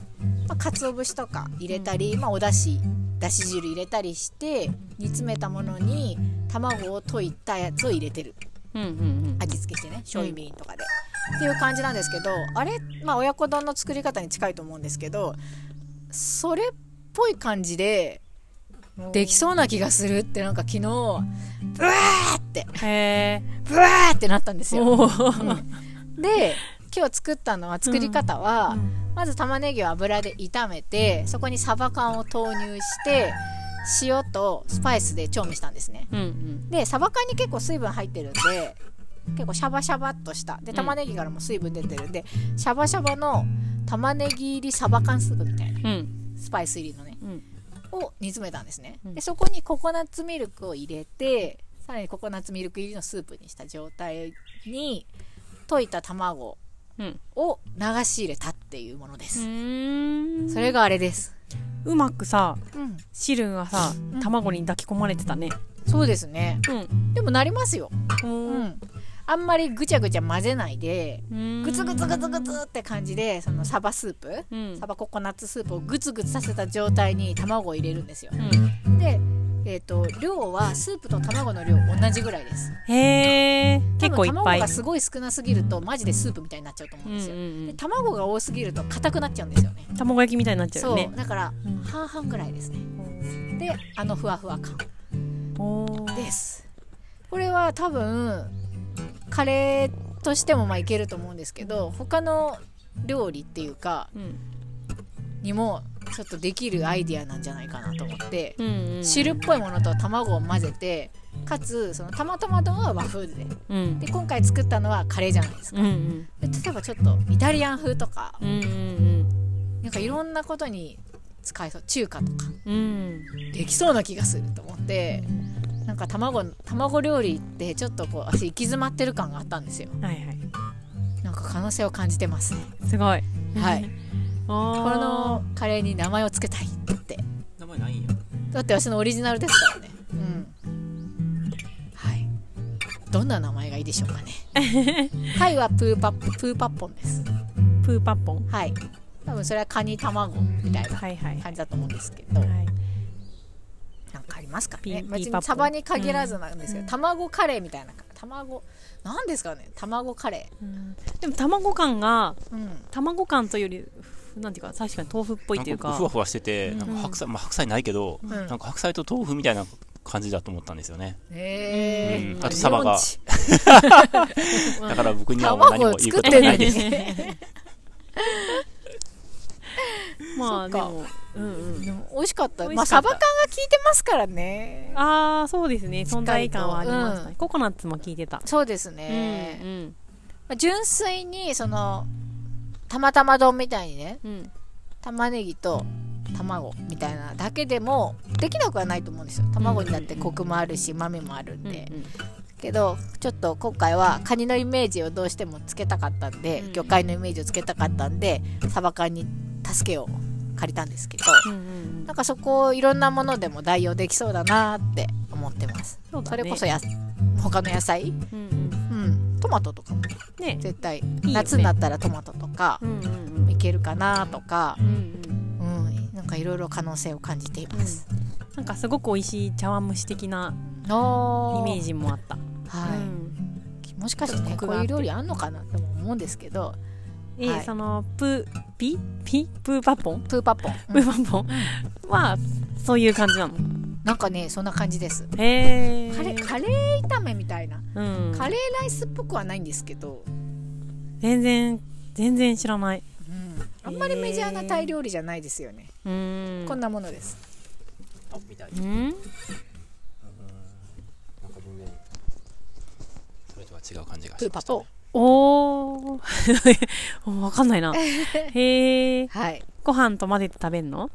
Speaker 3: まあ、鰹節とか入れたり、まあ、おだしだし汁入れたりして煮詰めたものに卵を溶いたやつを入れてる
Speaker 2: うん。うん。
Speaker 3: 味付けしてね醤油みりんとかで、っていう感じなんですけどあれ、まあ、親子丼の作り方に近いと思うんですけどそれっぽい感じでできそうな気がするってなんか昨日ブワーって
Speaker 2: うん。へ
Speaker 3: ブワーってなったんです
Speaker 2: え。
Speaker 3: よ、
Speaker 2: おー
Speaker 3: うんで今日作ったのは作り方は、まず玉ねぎを油で炒めてそこにサバ缶を投入して塩とスパイスで調味したんですね
Speaker 2: うん。うん。
Speaker 3: でサバ缶に結構水分入ってるんで結構シャバシャバっとしたで玉ねぎからも水分出てるんで、シャバシャバの玉ねぎ入りサバ缶スープみたいな
Speaker 2: うん。
Speaker 3: スパイス入りのね
Speaker 2: うん。
Speaker 3: を煮詰めたんですね、
Speaker 2: うん
Speaker 3: でそこにココナッツミルクを入れてさらにココナッツミルク入りのスープにした状態に溶いた卵
Speaker 2: うん
Speaker 3: を流し入れたっていうもので
Speaker 2: う
Speaker 3: す、
Speaker 2: ーん
Speaker 3: それがあれです、
Speaker 2: うまくさ
Speaker 3: うん、
Speaker 2: 汁がさ
Speaker 3: ん
Speaker 2: 卵に抱き込まれてたね
Speaker 3: そうですね
Speaker 2: うん
Speaker 3: でもなりますよ、
Speaker 2: うん
Speaker 3: うん、あんまりぐちゃぐちゃ混ぜないでグツグツグツグツって感じでそのサバスープ
Speaker 2: うん
Speaker 3: サバココナッツスープをグツグツさせた状態に卵を入れるんですよ
Speaker 2: う
Speaker 3: で、えー、と量はスープと卵の量同じぐらいです
Speaker 2: んへえ結構いっ
Speaker 3: 多分
Speaker 2: ぱ
Speaker 3: 卵
Speaker 2: い
Speaker 3: がすごい少なすぎるとマジでスープみたいになっちゃうと思
Speaker 2: う
Speaker 3: うん
Speaker 2: んう
Speaker 3: ですよ、
Speaker 2: んう
Speaker 3: で
Speaker 2: ん
Speaker 3: 卵が多すぎると硬くなっちゃうんですよね
Speaker 2: 卵焼きみたいになっちゃう
Speaker 3: そ
Speaker 2: よ
Speaker 3: う
Speaker 2: ね
Speaker 3: だから
Speaker 2: うん
Speaker 3: 半々ぐらいですねであのふわふわ感
Speaker 2: おー
Speaker 3: ですこれは多分カレーとしてもまあいけると思うんですけど他の料理っていうか
Speaker 2: うん
Speaker 3: にもちょっとできるアイディアなんじゃないかなと思って
Speaker 2: うんうん
Speaker 3: 汁っぽいものと卵を混ぜてかつそのたまたまとは和風で
Speaker 2: うん
Speaker 3: で今回作ったのはカレーじゃないですか
Speaker 2: うんうん
Speaker 3: で例えばちょっとイタリアン風とか
Speaker 2: うんうん
Speaker 3: なんかいろんなことに使えそう中華とか
Speaker 2: うんうん
Speaker 3: できそうな気がすると思ってなんか卵卵料理ってちょっとこう私行き詰まってる感があったんですよ
Speaker 2: はいはい
Speaker 3: なんか可能性を感じてますね
Speaker 2: すごい
Speaker 3: はい
Speaker 2: あ
Speaker 3: こ
Speaker 2: ー
Speaker 3: のカレーに名前を付けたいって
Speaker 1: 名前ないんや。
Speaker 3: だって私のオリジナルですからねうんはいどんな名前がいいでしょうかね タイはプーパッププーパッポンです
Speaker 2: プーパッポン
Speaker 3: はい多分それはカニ卵みたいな
Speaker 2: はいはいは
Speaker 3: 感じだと思うんですけど、
Speaker 2: い
Speaker 3: なんかありますか
Speaker 2: ピ
Speaker 3: ね
Speaker 2: ンピ
Speaker 3: 別
Speaker 2: ンパッポ
Speaker 3: にサバに限らずなんですけど、卵カレーみたいな卵なんですかね卵カレ
Speaker 2: うんでも卵感が
Speaker 3: ーうん
Speaker 2: 卵感というよりふなんていうか確かに豆腐っぽいっていうか
Speaker 1: なんふわふわしてて、なんか白菜、まあ白菜ないけど、
Speaker 3: ん
Speaker 1: なんか白菜と豆腐みたいな感じだと思ったんですよね。
Speaker 3: へー
Speaker 1: うんあとサバが
Speaker 3: レモンチ
Speaker 1: だから僕にはもう何
Speaker 3: 卵
Speaker 1: も
Speaker 3: を
Speaker 1: 言う
Speaker 3: 作
Speaker 1: こ
Speaker 3: っ
Speaker 1: と
Speaker 3: て
Speaker 1: が
Speaker 3: な
Speaker 1: ないい
Speaker 3: で
Speaker 1: です す。
Speaker 3: ね
Speaker 2: まあ
Speaker 3: そ
Speaker 2: で
Speaker 3: っか
Speaker 2: もうんうん
Speaker 3: でも美味しかった
Speaker 2: 美味しかった
Speaker 3: まあサバ缶が効いてますからね
Speaker 2: ああそうですね存在感はありましたね、
Speaker 3: うん
Speaker 2: ココナッツも効いてた、
Speaker 3: そうですね、
Speaker 2: うんうん
Speaker 3: まあ純粋にそのたまたま丼みたいにね
Speaker 2: うん
Speaker 3: 玉ねぎと卵みたいなだけでもできなくはないと思うんですよ卵にだってコクもあるし豆もあるん
Speaker 2: う
Speaker 3: で、
Speaker 2: んうん
Speaker 3: けどちょっと今回はカニのイメージをどうしてもつけたかったんで、
Speaker 2: うん
Speaker 3: 魚介のイメージをつけたかったんでサバ缶に助けを借りたんですけど
Speaker 2: うんうん
Speaker 3: なんかそこをいろんなものでも代用できそうだなって思ってます
Speaker 2: そうだ
Speaker 3: そ
Speaker 2: ね
Speaker 3: れこそや他の野菜、
Speaker 2: うんうん
Speaker 3: うん、トマトとかも
Speaker 2: ね
Speaker 3: 絶対
Speaker 2: ね
Speaker 3: 夏になったらトマトとか
Speaker 2: うんうん
Speaker 3: いけるかなとか
Speaker 2: う、んうん
Speaker 3: うん、なんかいろいろ可能性を感じています。
Speaker 2: なんかすごく美味しい茶碗蒸し的なイ
Speaker 3: の
Speaker 2: メージもあった、
Speaker 3: は
Speaker 2: うん
Speaker 3: い、もしかして
Speaker 2: ちょ
Speaker 3: ね
Speaker 2: っとコ
Speaker 3: こ
Speaker 2: クがあ
Speaker 3: うい
Speaker 2: っ
Speaker 3: う
Speaker 2: て
Speaker 3: 料理あんのかなとも思うんですけど
Speaker 2: え
Speaker 3: はい
Speaker 2: そのプピピプーパッポン
Speaker 3: プーパッポン、
Speaker 2: プーパッポンはそういう感じなの
Speaker 3: なんかねそんな感じです。
Speaker 2: へえ
Speaker 3: カレーカレー炒めみたいな
Speaker 2: うん、
Speaker 3: カレーライスっぽくはないんですけど、
Speaker 2: 全然全然知らない
Speaker 3: うん、あんまりメジャーなタイ料理じゃないですよね、
Speaker 2: うーん
Speaker 3: こんなものです。
Speaker 1: みたい
Speaker 2: うん
Speaker 1: なんか全然それとは違う感じが
Speaker 3: プ
Speaker 1: し
Speaker 3: ー
Speaker 1: ま
Speaker 3: パ
Speaker 1: し
Speaker 3: ッ
Speaker 1: た
Speaker 3: ポン
Speaker 1: ね。
Speaker 2: おー わかんない なへえ
Speaker 3: はい
Speaker 2: ご飯と混ぜて食べんの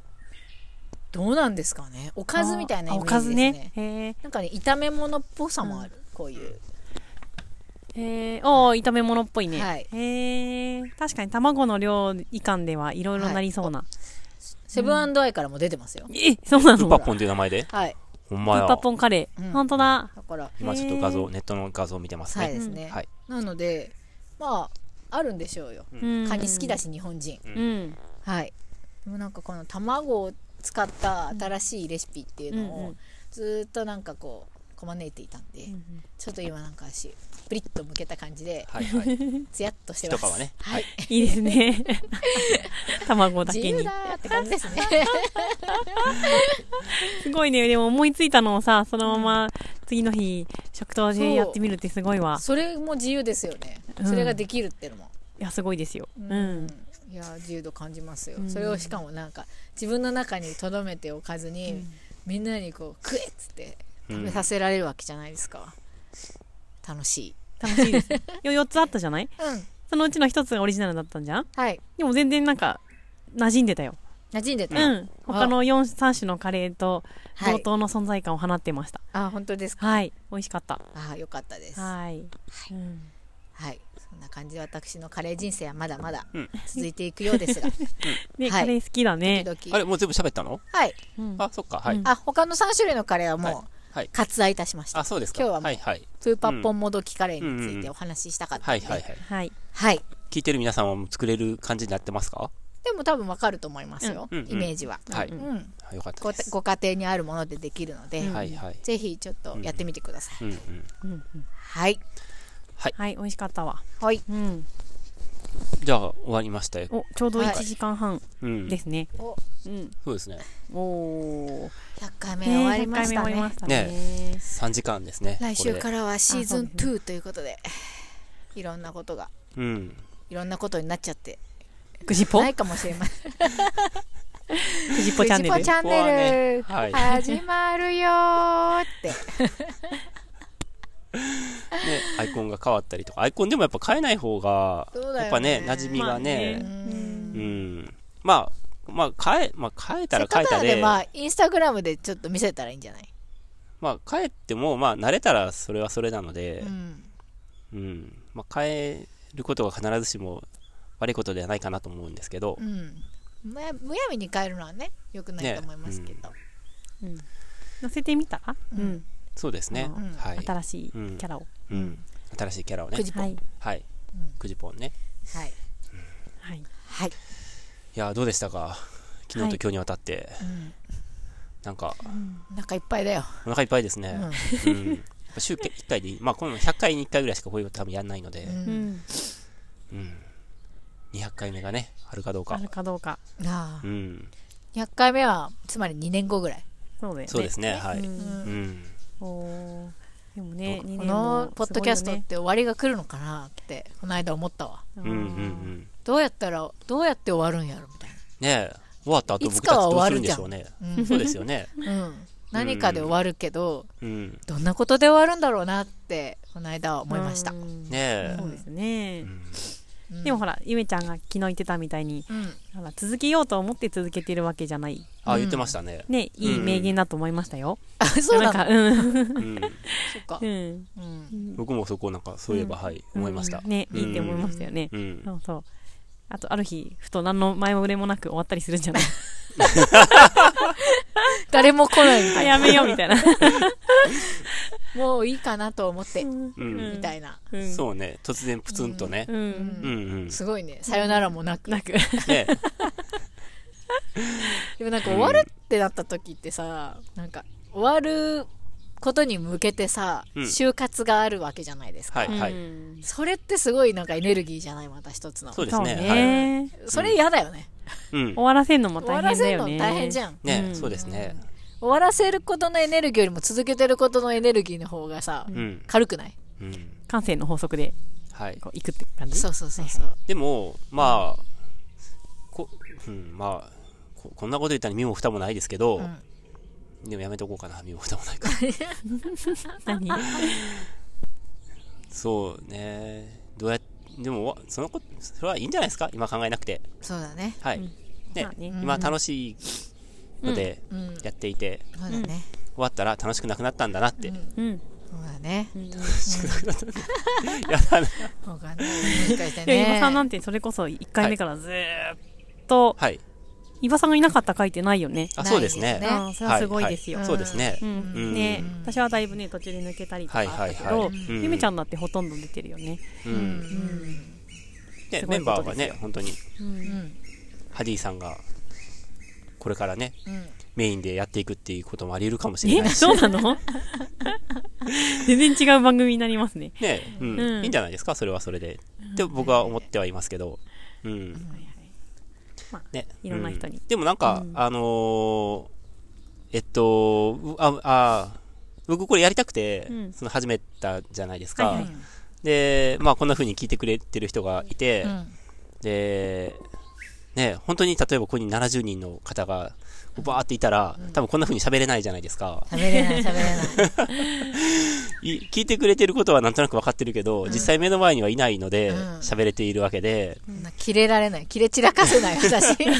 Speaker 3: どうなんですかねお
Speaker 2: お
Speaker 3: かずみたいなイメ
Speaker 2: お
Speaker 3: ー
Speaker 2: か
Speaker 3: ジ
Speaker 2: ずね
Speaker 3: ですね。
Speaker 2: へえ
Speaker 3: なんかね炒め物っぽさもある、こういう
Speaker 2: へえおー炒め物っぽいね、
Speaker 3: はい
Speaker 2: へえ確かに卵の量以下ではいろいろなりそうな、
Speaker 3: セブンアイからも出てますよ、
Speaker 2: えそうな
Speaker 1: プ
Speaker 2: の
Speaker 1: ーパッポンっていう名前で
Speaker 3: はい
Speaker 1: ほん
Speaker 2: プ
Speaker 1: ま
Speaker 2: ーパッ
Speaker 1: や。
Speaker 2: ポンカレー、
Speaker 3: うん
Speaker 2: ほんとだ
Speaker 3: だから
Speaker 1: 今ちょっと画像、ネットの画像見てます
Speaker 3: はい
Speaker 1: ね。
Speaker 3: ですね、
Speaker 1: はい。
Speaker 3: なのでまああるんでしょうよ
Speaker 2: うん
Speaker 3: カニ好きだし日本人、
Speaker 2: うん
Speaker 3: はいでもなんかこの卵を使った新しいレシピっていうの
Speaker 2: うんう
Speaker 3: を
Speaker 2: ん
Speaker 3: ずーっとなんかこうこまねいていたんで、ちょっと今なんか足プリッと向けた感じで
Speaker 1: はいはい。
Speaker 3: ツヤっとしてます
Speaker 1: 一皮ね
Speaker 3: はい、
Speaker 2: いいです ね卵だ
Speaker 3: 自
Speaker 2: け
Speaker 3: 由
Speaker 2: に
Speaker 3: だーって感じですね
Speaker 2: すごいねでも思いついたのをさそのまま次の日食堂でやってみるってすごいわ
Speaker 3: それも自由ですよね、
Speaker 2: うん
Speaker 3: それができるってのも
Speaker 2: いやすごいですようん、
Speaker 3: いや自由度感じますよ、
Speaker 2: うん
Speaker 3: それをしかもなんか自分の中にとどめておかずに、みんなにこう食えっつって
Speaker 1: うん
Speaker 3: 食べさせられるわけじゃないですか、楽しい
Speaker 2: 楽しいですねよ4つあったじゃない
Speaker 3: うん
Speaker 2: そのうちの1つがオリジナルだったんじゃん
Speaker 3: はい
Speaker 2: でも全然なんか馴染んでたよ
Speaker 3: 馴染んでた、
Speaker 2: うん。他の4、3種のカレーと
Speaker 3: は
Speaker 2: 同
Speaker 3: い、
Speaker 2: 等の存在感を放ってました。
Speaker 3: あ本当ですか
Speaker 2: はい。美味しかった。
Speaker 3: あよかったですは
Speaker 2: はい。うん
Speaker 3: いそんな感じで私のカレー人生はまだまだ
Speaker 1: うん
Speaker 3: 続いていくようですが
Speaker 2: ね、
Speaker 3: はい
Speaker 2: カレー好きだね。
Speaker 3: 時
Speaker 1: あ
Speaker 3: 々
Speaker 1: れ、もう全部喋ったの
Speaker 3: はい
Speaker 2: うん
Speaker 1: あ、そっか、はい。
Speaker 2: うん
Speaker 3: あ他の3種類のカレーはも
Speaker 1: は
Speaker 3: う
Speaker 1: い。
Speaker 3: 割愛いたしました
Speaker 1: あ、そうですか。
Speaker 3: 今日はもう
Speaker 1: はいはい。
Speaker 3: プーパッポンもどきカレーについ
Speaker 1: うん
Speaker 3: てお話ししたかった
Speaker 1: は
Speaker 3: の
Speaker 1: い
Speaker 3: で、
Speaker 1: はいはい。
Speaker 2: はい。
Speaker 3: はい
Speaker 1: 聞いてる皆さんはもう作れる感じになってますか
Speaker 3: でも多分わかると思いますよ、
Speaker 1: うんうんうん
Speaker 3: イメージは、
Speaker 1: はい
Speaker 3: うん
Speaker 1: あよかった
Speaker 3: ご
Speaker 1: です。
Speaker 3: ご家庭にあるものでできるので、
Speaker 2: うん
Speaker 1: はいはい。
Speaker 3: ぜひちょっとやってみてください、
Speaker 1: うんうん。
Speaker 2: うんうん
Speaker 3: はい
Speaker 2: はい、美味しかったわ。
Speaker 3: はい
Speaker 2: うん。
Speaker 1: じゃあ、終わりましたよ。
Speaker 2: お、ちょうど
Speaker 3: はい
Speaker 2: 1時間半
Speaker 1: うん
Speaker 2: で。すね。
Speaker 3: お
Speaker 2: うん。
Speaker 1: そうですね。
Speaker 2: おー。
Speaker 3: 100回目終わりました
Speaker 2: ね100回目終わり
Speaker 3: ね
Speaker 2: ましたね。
Speaker 1: 3時間ですね。
Speaker 3: 来週
Speaker 1: これで
Speaker 3: からはシーズン
Speaker 2: あそ
Speaker 3: 2ということでいろんなことが
Speaker 1: うん。
Speaker 3: いろんなことになっちゃって
Speaker 2: くじぽ
Speaker 3: ないかもしれません
Speaker 2: くじ
Speaker 3: 「フ
Speaker 2: ぽチャ
Speaker 3: ジ
Speaker 2: ンネ
Speaker 3: ポ
Speaker 2: ル
Speaker 3: チ。ャンネル」
Speaker 1: ここはね
Speaker 3: 始まるよーって
Speaker 1: ね、アイコンが変わったりとか、アイコンでもやっぱ変えない方が、
Speaker 3: そうだよね
Speaker 1: やっぱね、馴染みがね、
Speaker 2: まあ
Speaker 3: う
Speaker 1: うんん。まあ、まあ、変え、まあ、変えた
Speaker 3: せっ
Speaker 1: ら
Speaker 3: か
Speaker 1: 変え
Speaker 3: く
Speaker 1: た
Speaker 3: なので
Speaker 1: で、
Speaker 3: ま
Speaker 1: ま
Speaker 3: あインスタグラムでちょっと見せたらいいんじゃない、
Speaker 1: あ、変えても、まあ、慣れたらそれはそれなので
Speaker 3: う、ん、
Speaker 1: うん。まあ、変えることが必ずしも悪いことではないかなと思うんですけど
Speaker 3: う、ん、むやむやみに変えるのはねよくないと思いますけど、
Speaker 2: うん乗せてみたら
Speaker 3: う
Speaker 2: うんん。
Speaker 1: そうですね
Speaker 3: うん。
Speaker 1: はい。
Speaker 2: 新しいキャラを。
Speaker 1: うん。新しいキャラをね
Speaker 3: く。じぽん、
Speaker 2: は
Speaker 3: はいい。
Speaker 1: はい
Speaker 3: うん。
Speaker 1: くじぽんね。
Speaker 3: はい
Speaker 2: はい。
Speaker 3: はい、
Speaker 1: いやー、どうでしたか昨日と今日にわたって。
Speaker 3: う
Speaker 1: なんか、
Speaker 3: ん、なんかいっぱいだよ、
Speaker 1: お腹いっぱいです
Speaker 3: う
Speaker 1: ね。
Speaker 3: ん
Speaker 1: うん。やっぱ週1回でいい。まあ、この100回に1回ぐらいしかこういうこと多分やんないので。
Speaker 3: う
Speaker 2: うんん。
Speaker 1: うん、200回目がね、あるかどう
Speaker 2: あ
Speaker 1: か
Speaker 2: る。かどうか。
Speaker 3: あ
Speaker 1: う
Speaker 3: あ
Speaker 1: ん、
Speaker 3: 100回目はつまり2年後ぐらい、
Speaker 2: そうだよね。
Speaker 1: そうですね、はい。
Speaker 2: う
Speaker 1: うん
Speaker 3: うん
Speaker 1: ん、
Speaker 2: おーでもね、2
Speaker 3: こ
Speaker 2: 年も
Speaker 3: のポッドキャストっ
Speaker 2: す
Speaker 3: て終わりが来るのかなってこの間思ったわ
Speaker 2: ご
Speaker 1: う
Speaker 2: い
Speaker 1: ん、う
Speaker 2: よ
Speaker 1: ん、う
Speaker 2: ね
Speaker 1: ん。
Speaker 3: どうやったらどうやって終わるんやろみたい
Speaker 1: ねえ、終わった後
Speaker 3: いつ
Speaker 1: 僕た
Speaker 3: か
Speaker 1: ち
Speaker 3: は
Speaker 1: どうす
Speaker 3: 終わ
Speaker 1: る
Speaker 3: る
Speaker 1: んで
Speaker 3: じゃ
Speaker 1: し
Speaker 3: ん
Speaker 1: ょうね。
Speaker 3: な、うん
Speaker 1: そうですよね。
Speaker 3: うん何かで終わるけど
Speaker 1: うん。ね
Speaker 3: どんなことで終わるんだろうなってこの間は思いました、
Speaker 2: うん
Speaker 1: え
Speaker 2: そ。うです
Speaker 1: うん
Speaker 2: ね。
Speaker 3: うん
Speaker 2: でもほら、ゆめちゃんが昨日言ってたみたいに、
Speaker 3: うん
Speaker 2: ほら続けようと思って続けてるわけじゃない。
Speaker 1: あ、言ってましたね。
Speaker 2: ね、いい名言だと思いましたよ。
Speaker 3: あそうなの
Speaker 2: か、うん。
Speaker 1: うん、
Speaker 3: そっか
Speaker 2: う、ん。
Speaker 3: うん
Speaker 1: 僕もそこなんか、そういえば、はい、思いました
Speaker 2: うん。ね、いいって思いましたよね。
Speaker 1: うん。
Speaker 2: そうそう。あと、ある日、ふと何の前も触れもなく終わったりするんじゃない
Speaker 3: 誰も来ないみ
Speaker 2: あ、
Speaker 3: たい
Speaker 2: や
Speaker 3: な
Speaker 2: めようみたいな。
Speaker 3: もういいかなと思って
Speaker 1: うん
Speaker 3: みたいな、
Speaker 2: うん
Speaker 1: そうね、突然プツンとね。
Speaker 2: う。
Speaker 3: うん
Speaker 1: うんん、うん。ね
Speaker 3: すごいねさよならもなく
Speaker 2: なく。
Speaker 1: え。
Speaker 3: でもなんか終わるってなった時ってさなんか終わることに向けてさ、
Speaker 1: うん
Speaker 3: 就活があるわけじゃないですか、
Speaker 1: はい、はい。
Speaker 2: うん
Speaker 3: それってすごいなんかエネルギーじゃないまた一つの
Speaker 1: そ
Speaker 3: そう
Speaker 1: です
Speaker 2: そう
Speaker 1: ね。
Speaker 2: ね。
Speaker 3: れ嫌だよね、
Speaker 1: はい。うん
Speaker 2: 終。わらせんのも
Speaker 3: 終わ
Speaker 2: 大
Speaker 3: ら
Speaker 2: 変だ
Speaker 3: せ
Speaker 2: よ
Speaker 3: るの
Speaker 2: ね。
Speaker 3: 大変じゃん
Speaker 1: ね
Speaker 2: う
Speaker 1: え、
Speaker 2: ん
Speaker 1: そうですね。
Speaker 3: 終わらせることのエネルギーよりも続けてることのエネルギーの方がさ、
Speaker 1: うん。
Speaker 3: 軽くない
Speaker 1: うん。
Speaker 2: 感性の法則で、
Speaker 1: はい。
Speaker 2: こう、いくって感じ。
Speaker 3: そうそうそうそう
Speaker 1: でも、まあ、こ、うん、まあ、ここんなこと言ったら身も蓋もないですけど、
Speaker 3: うん
Speaker 1: でもやめとこうかな、身も蓋もない から。
Speaker 2: 何
Speaker 1: そうね。どうやっでも、わそのこと、それはいいんじゃないですか今考えなくて。
Speaker 3: そうだね
Speaker 1: はい。
Speaker 2: うん
Speaker 1: ね、
Speaker 2: まあね
Speaker 1: 今楽しいので
Speaker 3: うんそう
Speaker 1: やっていて、
Speaker 3: だね、
Speaker 1: 終わったら楽しくなくなったんだなって。
Speaker 3: うん
Speaker 2: うん。
Speaker 3: そうだね
Speaker 2: うん
Speaker 1: やだな。
Speaker 3: わかんないもしかして
Speaker 2: いや、伊庭
Speaker 3: ね
Speaker 2: さんなんてそれこそ1回目からずーっと、
Speaker 1: はい。
Speaker 2: 伊庭さんがいなかった回ってないよね。
Speaker 1: あ、そうですね。
Speaker 3: ない
Speaker 2: うん、それはすごいですよ。
Speaker 1: ははそうですね
Speaker 2: う。
Speaker 1: うん
Speaker 2: ん、ね私はだいぶね途中で抜けたりとかあったけ
Speaker 1: はいは
Speaker 2: ど
Speaker 1: いはい
Speaker 2: ゆめちゃんだってほとんど出てるよね
Speaker 1: う。
Speaker 3: うんん
Speaker 1: ね、
Speaker 2: すご
Speaker 1: メ
Speaker 2: い
Speaker 1: ン
Speaker 2: こ
Speaker 1: バ
Speaker 2: と
Speaker 1: ーは
Speaker 2: ですよ
Speaker 1: ね、本当に、
Speaker 2: うん
Speaker 3: うんうん
Speaker 1: ハディさんが、これからね、
Speaker 3: うん
Speaker 1: メインでやっていくっていうこともあり得るかもしれな
Speaker 2: え
Speaker 1: いし。
Speaker 2: そうなの 全然違う番組になりますね
Speaker 1: ね、うん、
Speaker 2: うん
Speaker 1: いいんじゃないですか、それはそれで。って僕は思ってはいますけど。うん。
Speaker 2: はいはい
Speaker 1: ね。
Speaker 2: いろんな人に
Speaker 1: うでもなんか、
Speaker 2: うん
Speaker 1: あのーえっと、うあ、あ、僕これやりたくて、
Speaker 2: うん
Speaker 1: その始めたじゃないですか。
Speaker 2: はいはい
Speaker 1: で、まあこんな風に聞いてくれてる人がいて、
Speaker 3: うん
Speaker 1: で、ね、本当に例えばここに70人の方がバーっていたら、多分こんな風に喋れないじゃないですか。
Speaker 3: 食べれない食べれない
Speaker 1: い聞いてくれてることはなんとなく分かってるけど、実際目の前にはいないので
Speaker 3: うん
Speaker 1: 喋、れているわけで,、
Speaker 3: そんな切れられない切れ散らかせない私
Speaker 1: ね、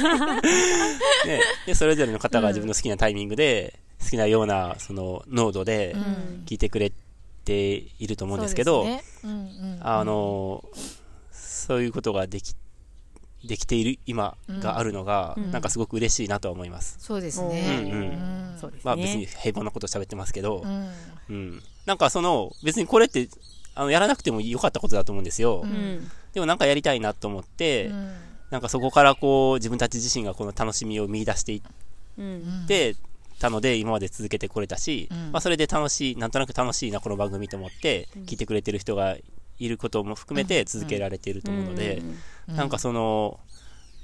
Speaker 1: でそれぞれの方が自分の好きなタイミングで、好きなようなその濃度で
Speaker 3: ん
Speaker 1: 聞いてくれていると思うんですけど、
Speaker 3: そうですねうんうん
Speaker 1: あのそういうことができできている今があるのが、
Speaker 2: うん
Speaker 1: なんかすごく嬉しいなとは思います。
Speaker 3: そうです
Speaker 1: うんうん
Speaker 3: ねん
Speaker 2: そうですね。
Speaker 1: まあ別に平凡なこと喋ってますけど、
Speaker 3: うん
Speaker 1: うん、なんかその別にこれってあのやらなくても良かったことだと思うんですよ、
Speaker 3: う
Speaker 2: うん。
Speaker 1: でもなんかやりたいなと思って、
Speaker 3: うん
Speaker 1: なんかそこからこう自分たち自身がこの楽しみを見出していっ
Speaker 2: うん。
Speaker 1: てたので今まで続けてこれたし、
Speaker 3: うん
Speaker 1: まあ、それで楽しいなんとなく楽しいなこの番組と思って聞いてくれてる人がいることも含めて続けられていると思うので、なんかその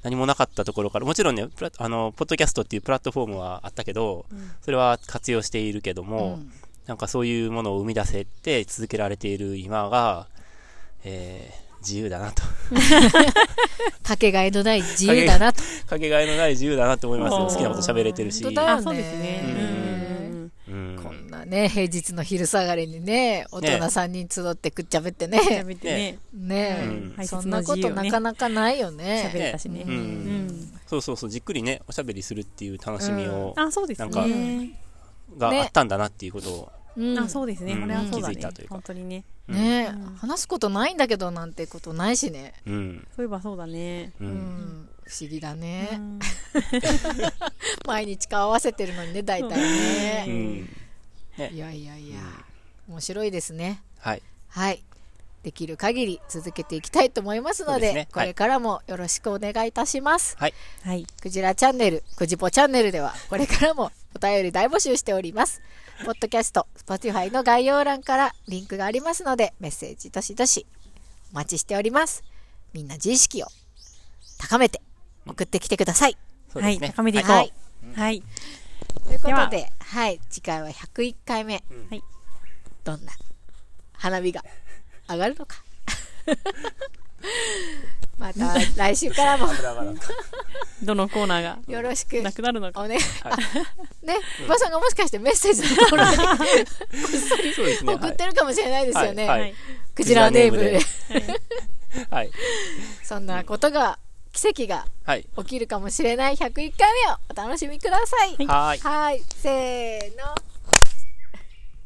Speaker 1: 何もなかったところからもちろんねプラあのポッドキャストっていうプラットフォームはあったけどそれは活用しているけども、
Speaker 3: うん
Speaker 1: なんかそういうものを生み出せて続けられている今が、えー自由だなと。
Speaker 3: かけがえのない自由だなと
Speaker 1: かけがえのない自由だなって思いますよ。
Speaker 2: おー
Speaker 1: 好きなこと喋れてるし。
Speaker 3: 本当だ
Speaker 2: あ、そうですね。うん
Speaker 1: うん
Speaker 3: こんなね平日の昼下がりにね大人
Speaker 1: ね
Speaker 3: 3人集ってくっちゃべって
Speaker 2: うん。
Speaker 3: ね
Speaker 2: 喋ってね。
Speaker 3: ね
Speaker 1: うん
Speaker 3: そんなことなかなかないよ
Speaker 2: 喋
Speaker 3: ね
Speaker 2: れたしね
Speaker 1: う。
Speaker 2: うんん。
Speaker 1: そうそうそう、じっくりね、おしゃべりするっていう楽しみを、
Speaker 2: あ、そうですね。
Speaker 1: が
Speaker 3: ね
Speaker 1: あったんだなっていうことを、
Speaker 3: うん
Speaker 2: あ、そうですね。これはそうだ
Speaker 1: うん気づいたとい
Speaker 2: ね
Speaker 1: う。か
Speaker 2: 本当にね。
Speaker 1: うん
Speaker 3: ね
Speaker 2: うん
Speaker 3: 話すことないんだけどなんてことないしね
Speaker 1: うん、
Speaker 2: そういえばそうだね。
Speaker 1: う、
Speaker 3: うんん不思議だ
Speaker 2: う
Speaker 3: ね
Speaker 2: ん
Speaker 3: 毎日顔合わせてるのにね大
Speaker 1: う
Speaker 3: 体ね
Speaker 1: ん。
Speaker 3: いやいやいや面白いですね
Speaker 1: はい。
Speaker 3: はい。できる限り続けていきたいと思いますの
Speaker 1: そう
Speaker 3: で、
Speaker 1: ですね
Speaker 3: これからもよろしくお願いいたします。
Speaker 1: はい。
Speaker 2: はい。
Speaker 3: クジラチャンネル、クジポチャンネルでは、これからもお便り大募集しております。ポッドキャスト、Spotify の概要欄からリンクがありますので、メッセージどしどしお待ちしております。みんな自意識を高めて送ってきてください。
Speaker 1: そう
Speaker 2: は
Speaker 1: です
Speaker 2: い。
Speaker 1: ね。
Speaker 2: 高めていこ。
Speaker 3: はいう
Speaker 2: はい。
Speaker 3: ということ
Speaker 2: で
Speaker 3: で、はい、次回は101回目。
Speaker 2: はい
Speaker 3: どんな花火が上がるのか。 また来週からも
Speaker 1: 油がなんか
Speaker 2: どのコーナーが
Speaker 3: よろしく
Speaker 2: なくなるの
Speaker 3: お
Speaker 2: か。
Speaker 3: 願い。あね、おばさんがもしかしてメッセージのところに
Speaker 1: そうですね。
Speaker 3: 送ってるかもしれないですよね。
Speaker 1: はい
Speaker 2: はい。
Speaker 3: クジラネーム
Speaker 1: クジラネ
Speaker 3: で
Speaker 1: ー。はい。
Speaker 3: そんなことが、奇跡が
Speaker 1: はい。
Speaker 3: 起きるかもしれない101回目をお楽しみください。
Speaker 1: はい
Speaker 3: はい、せーの。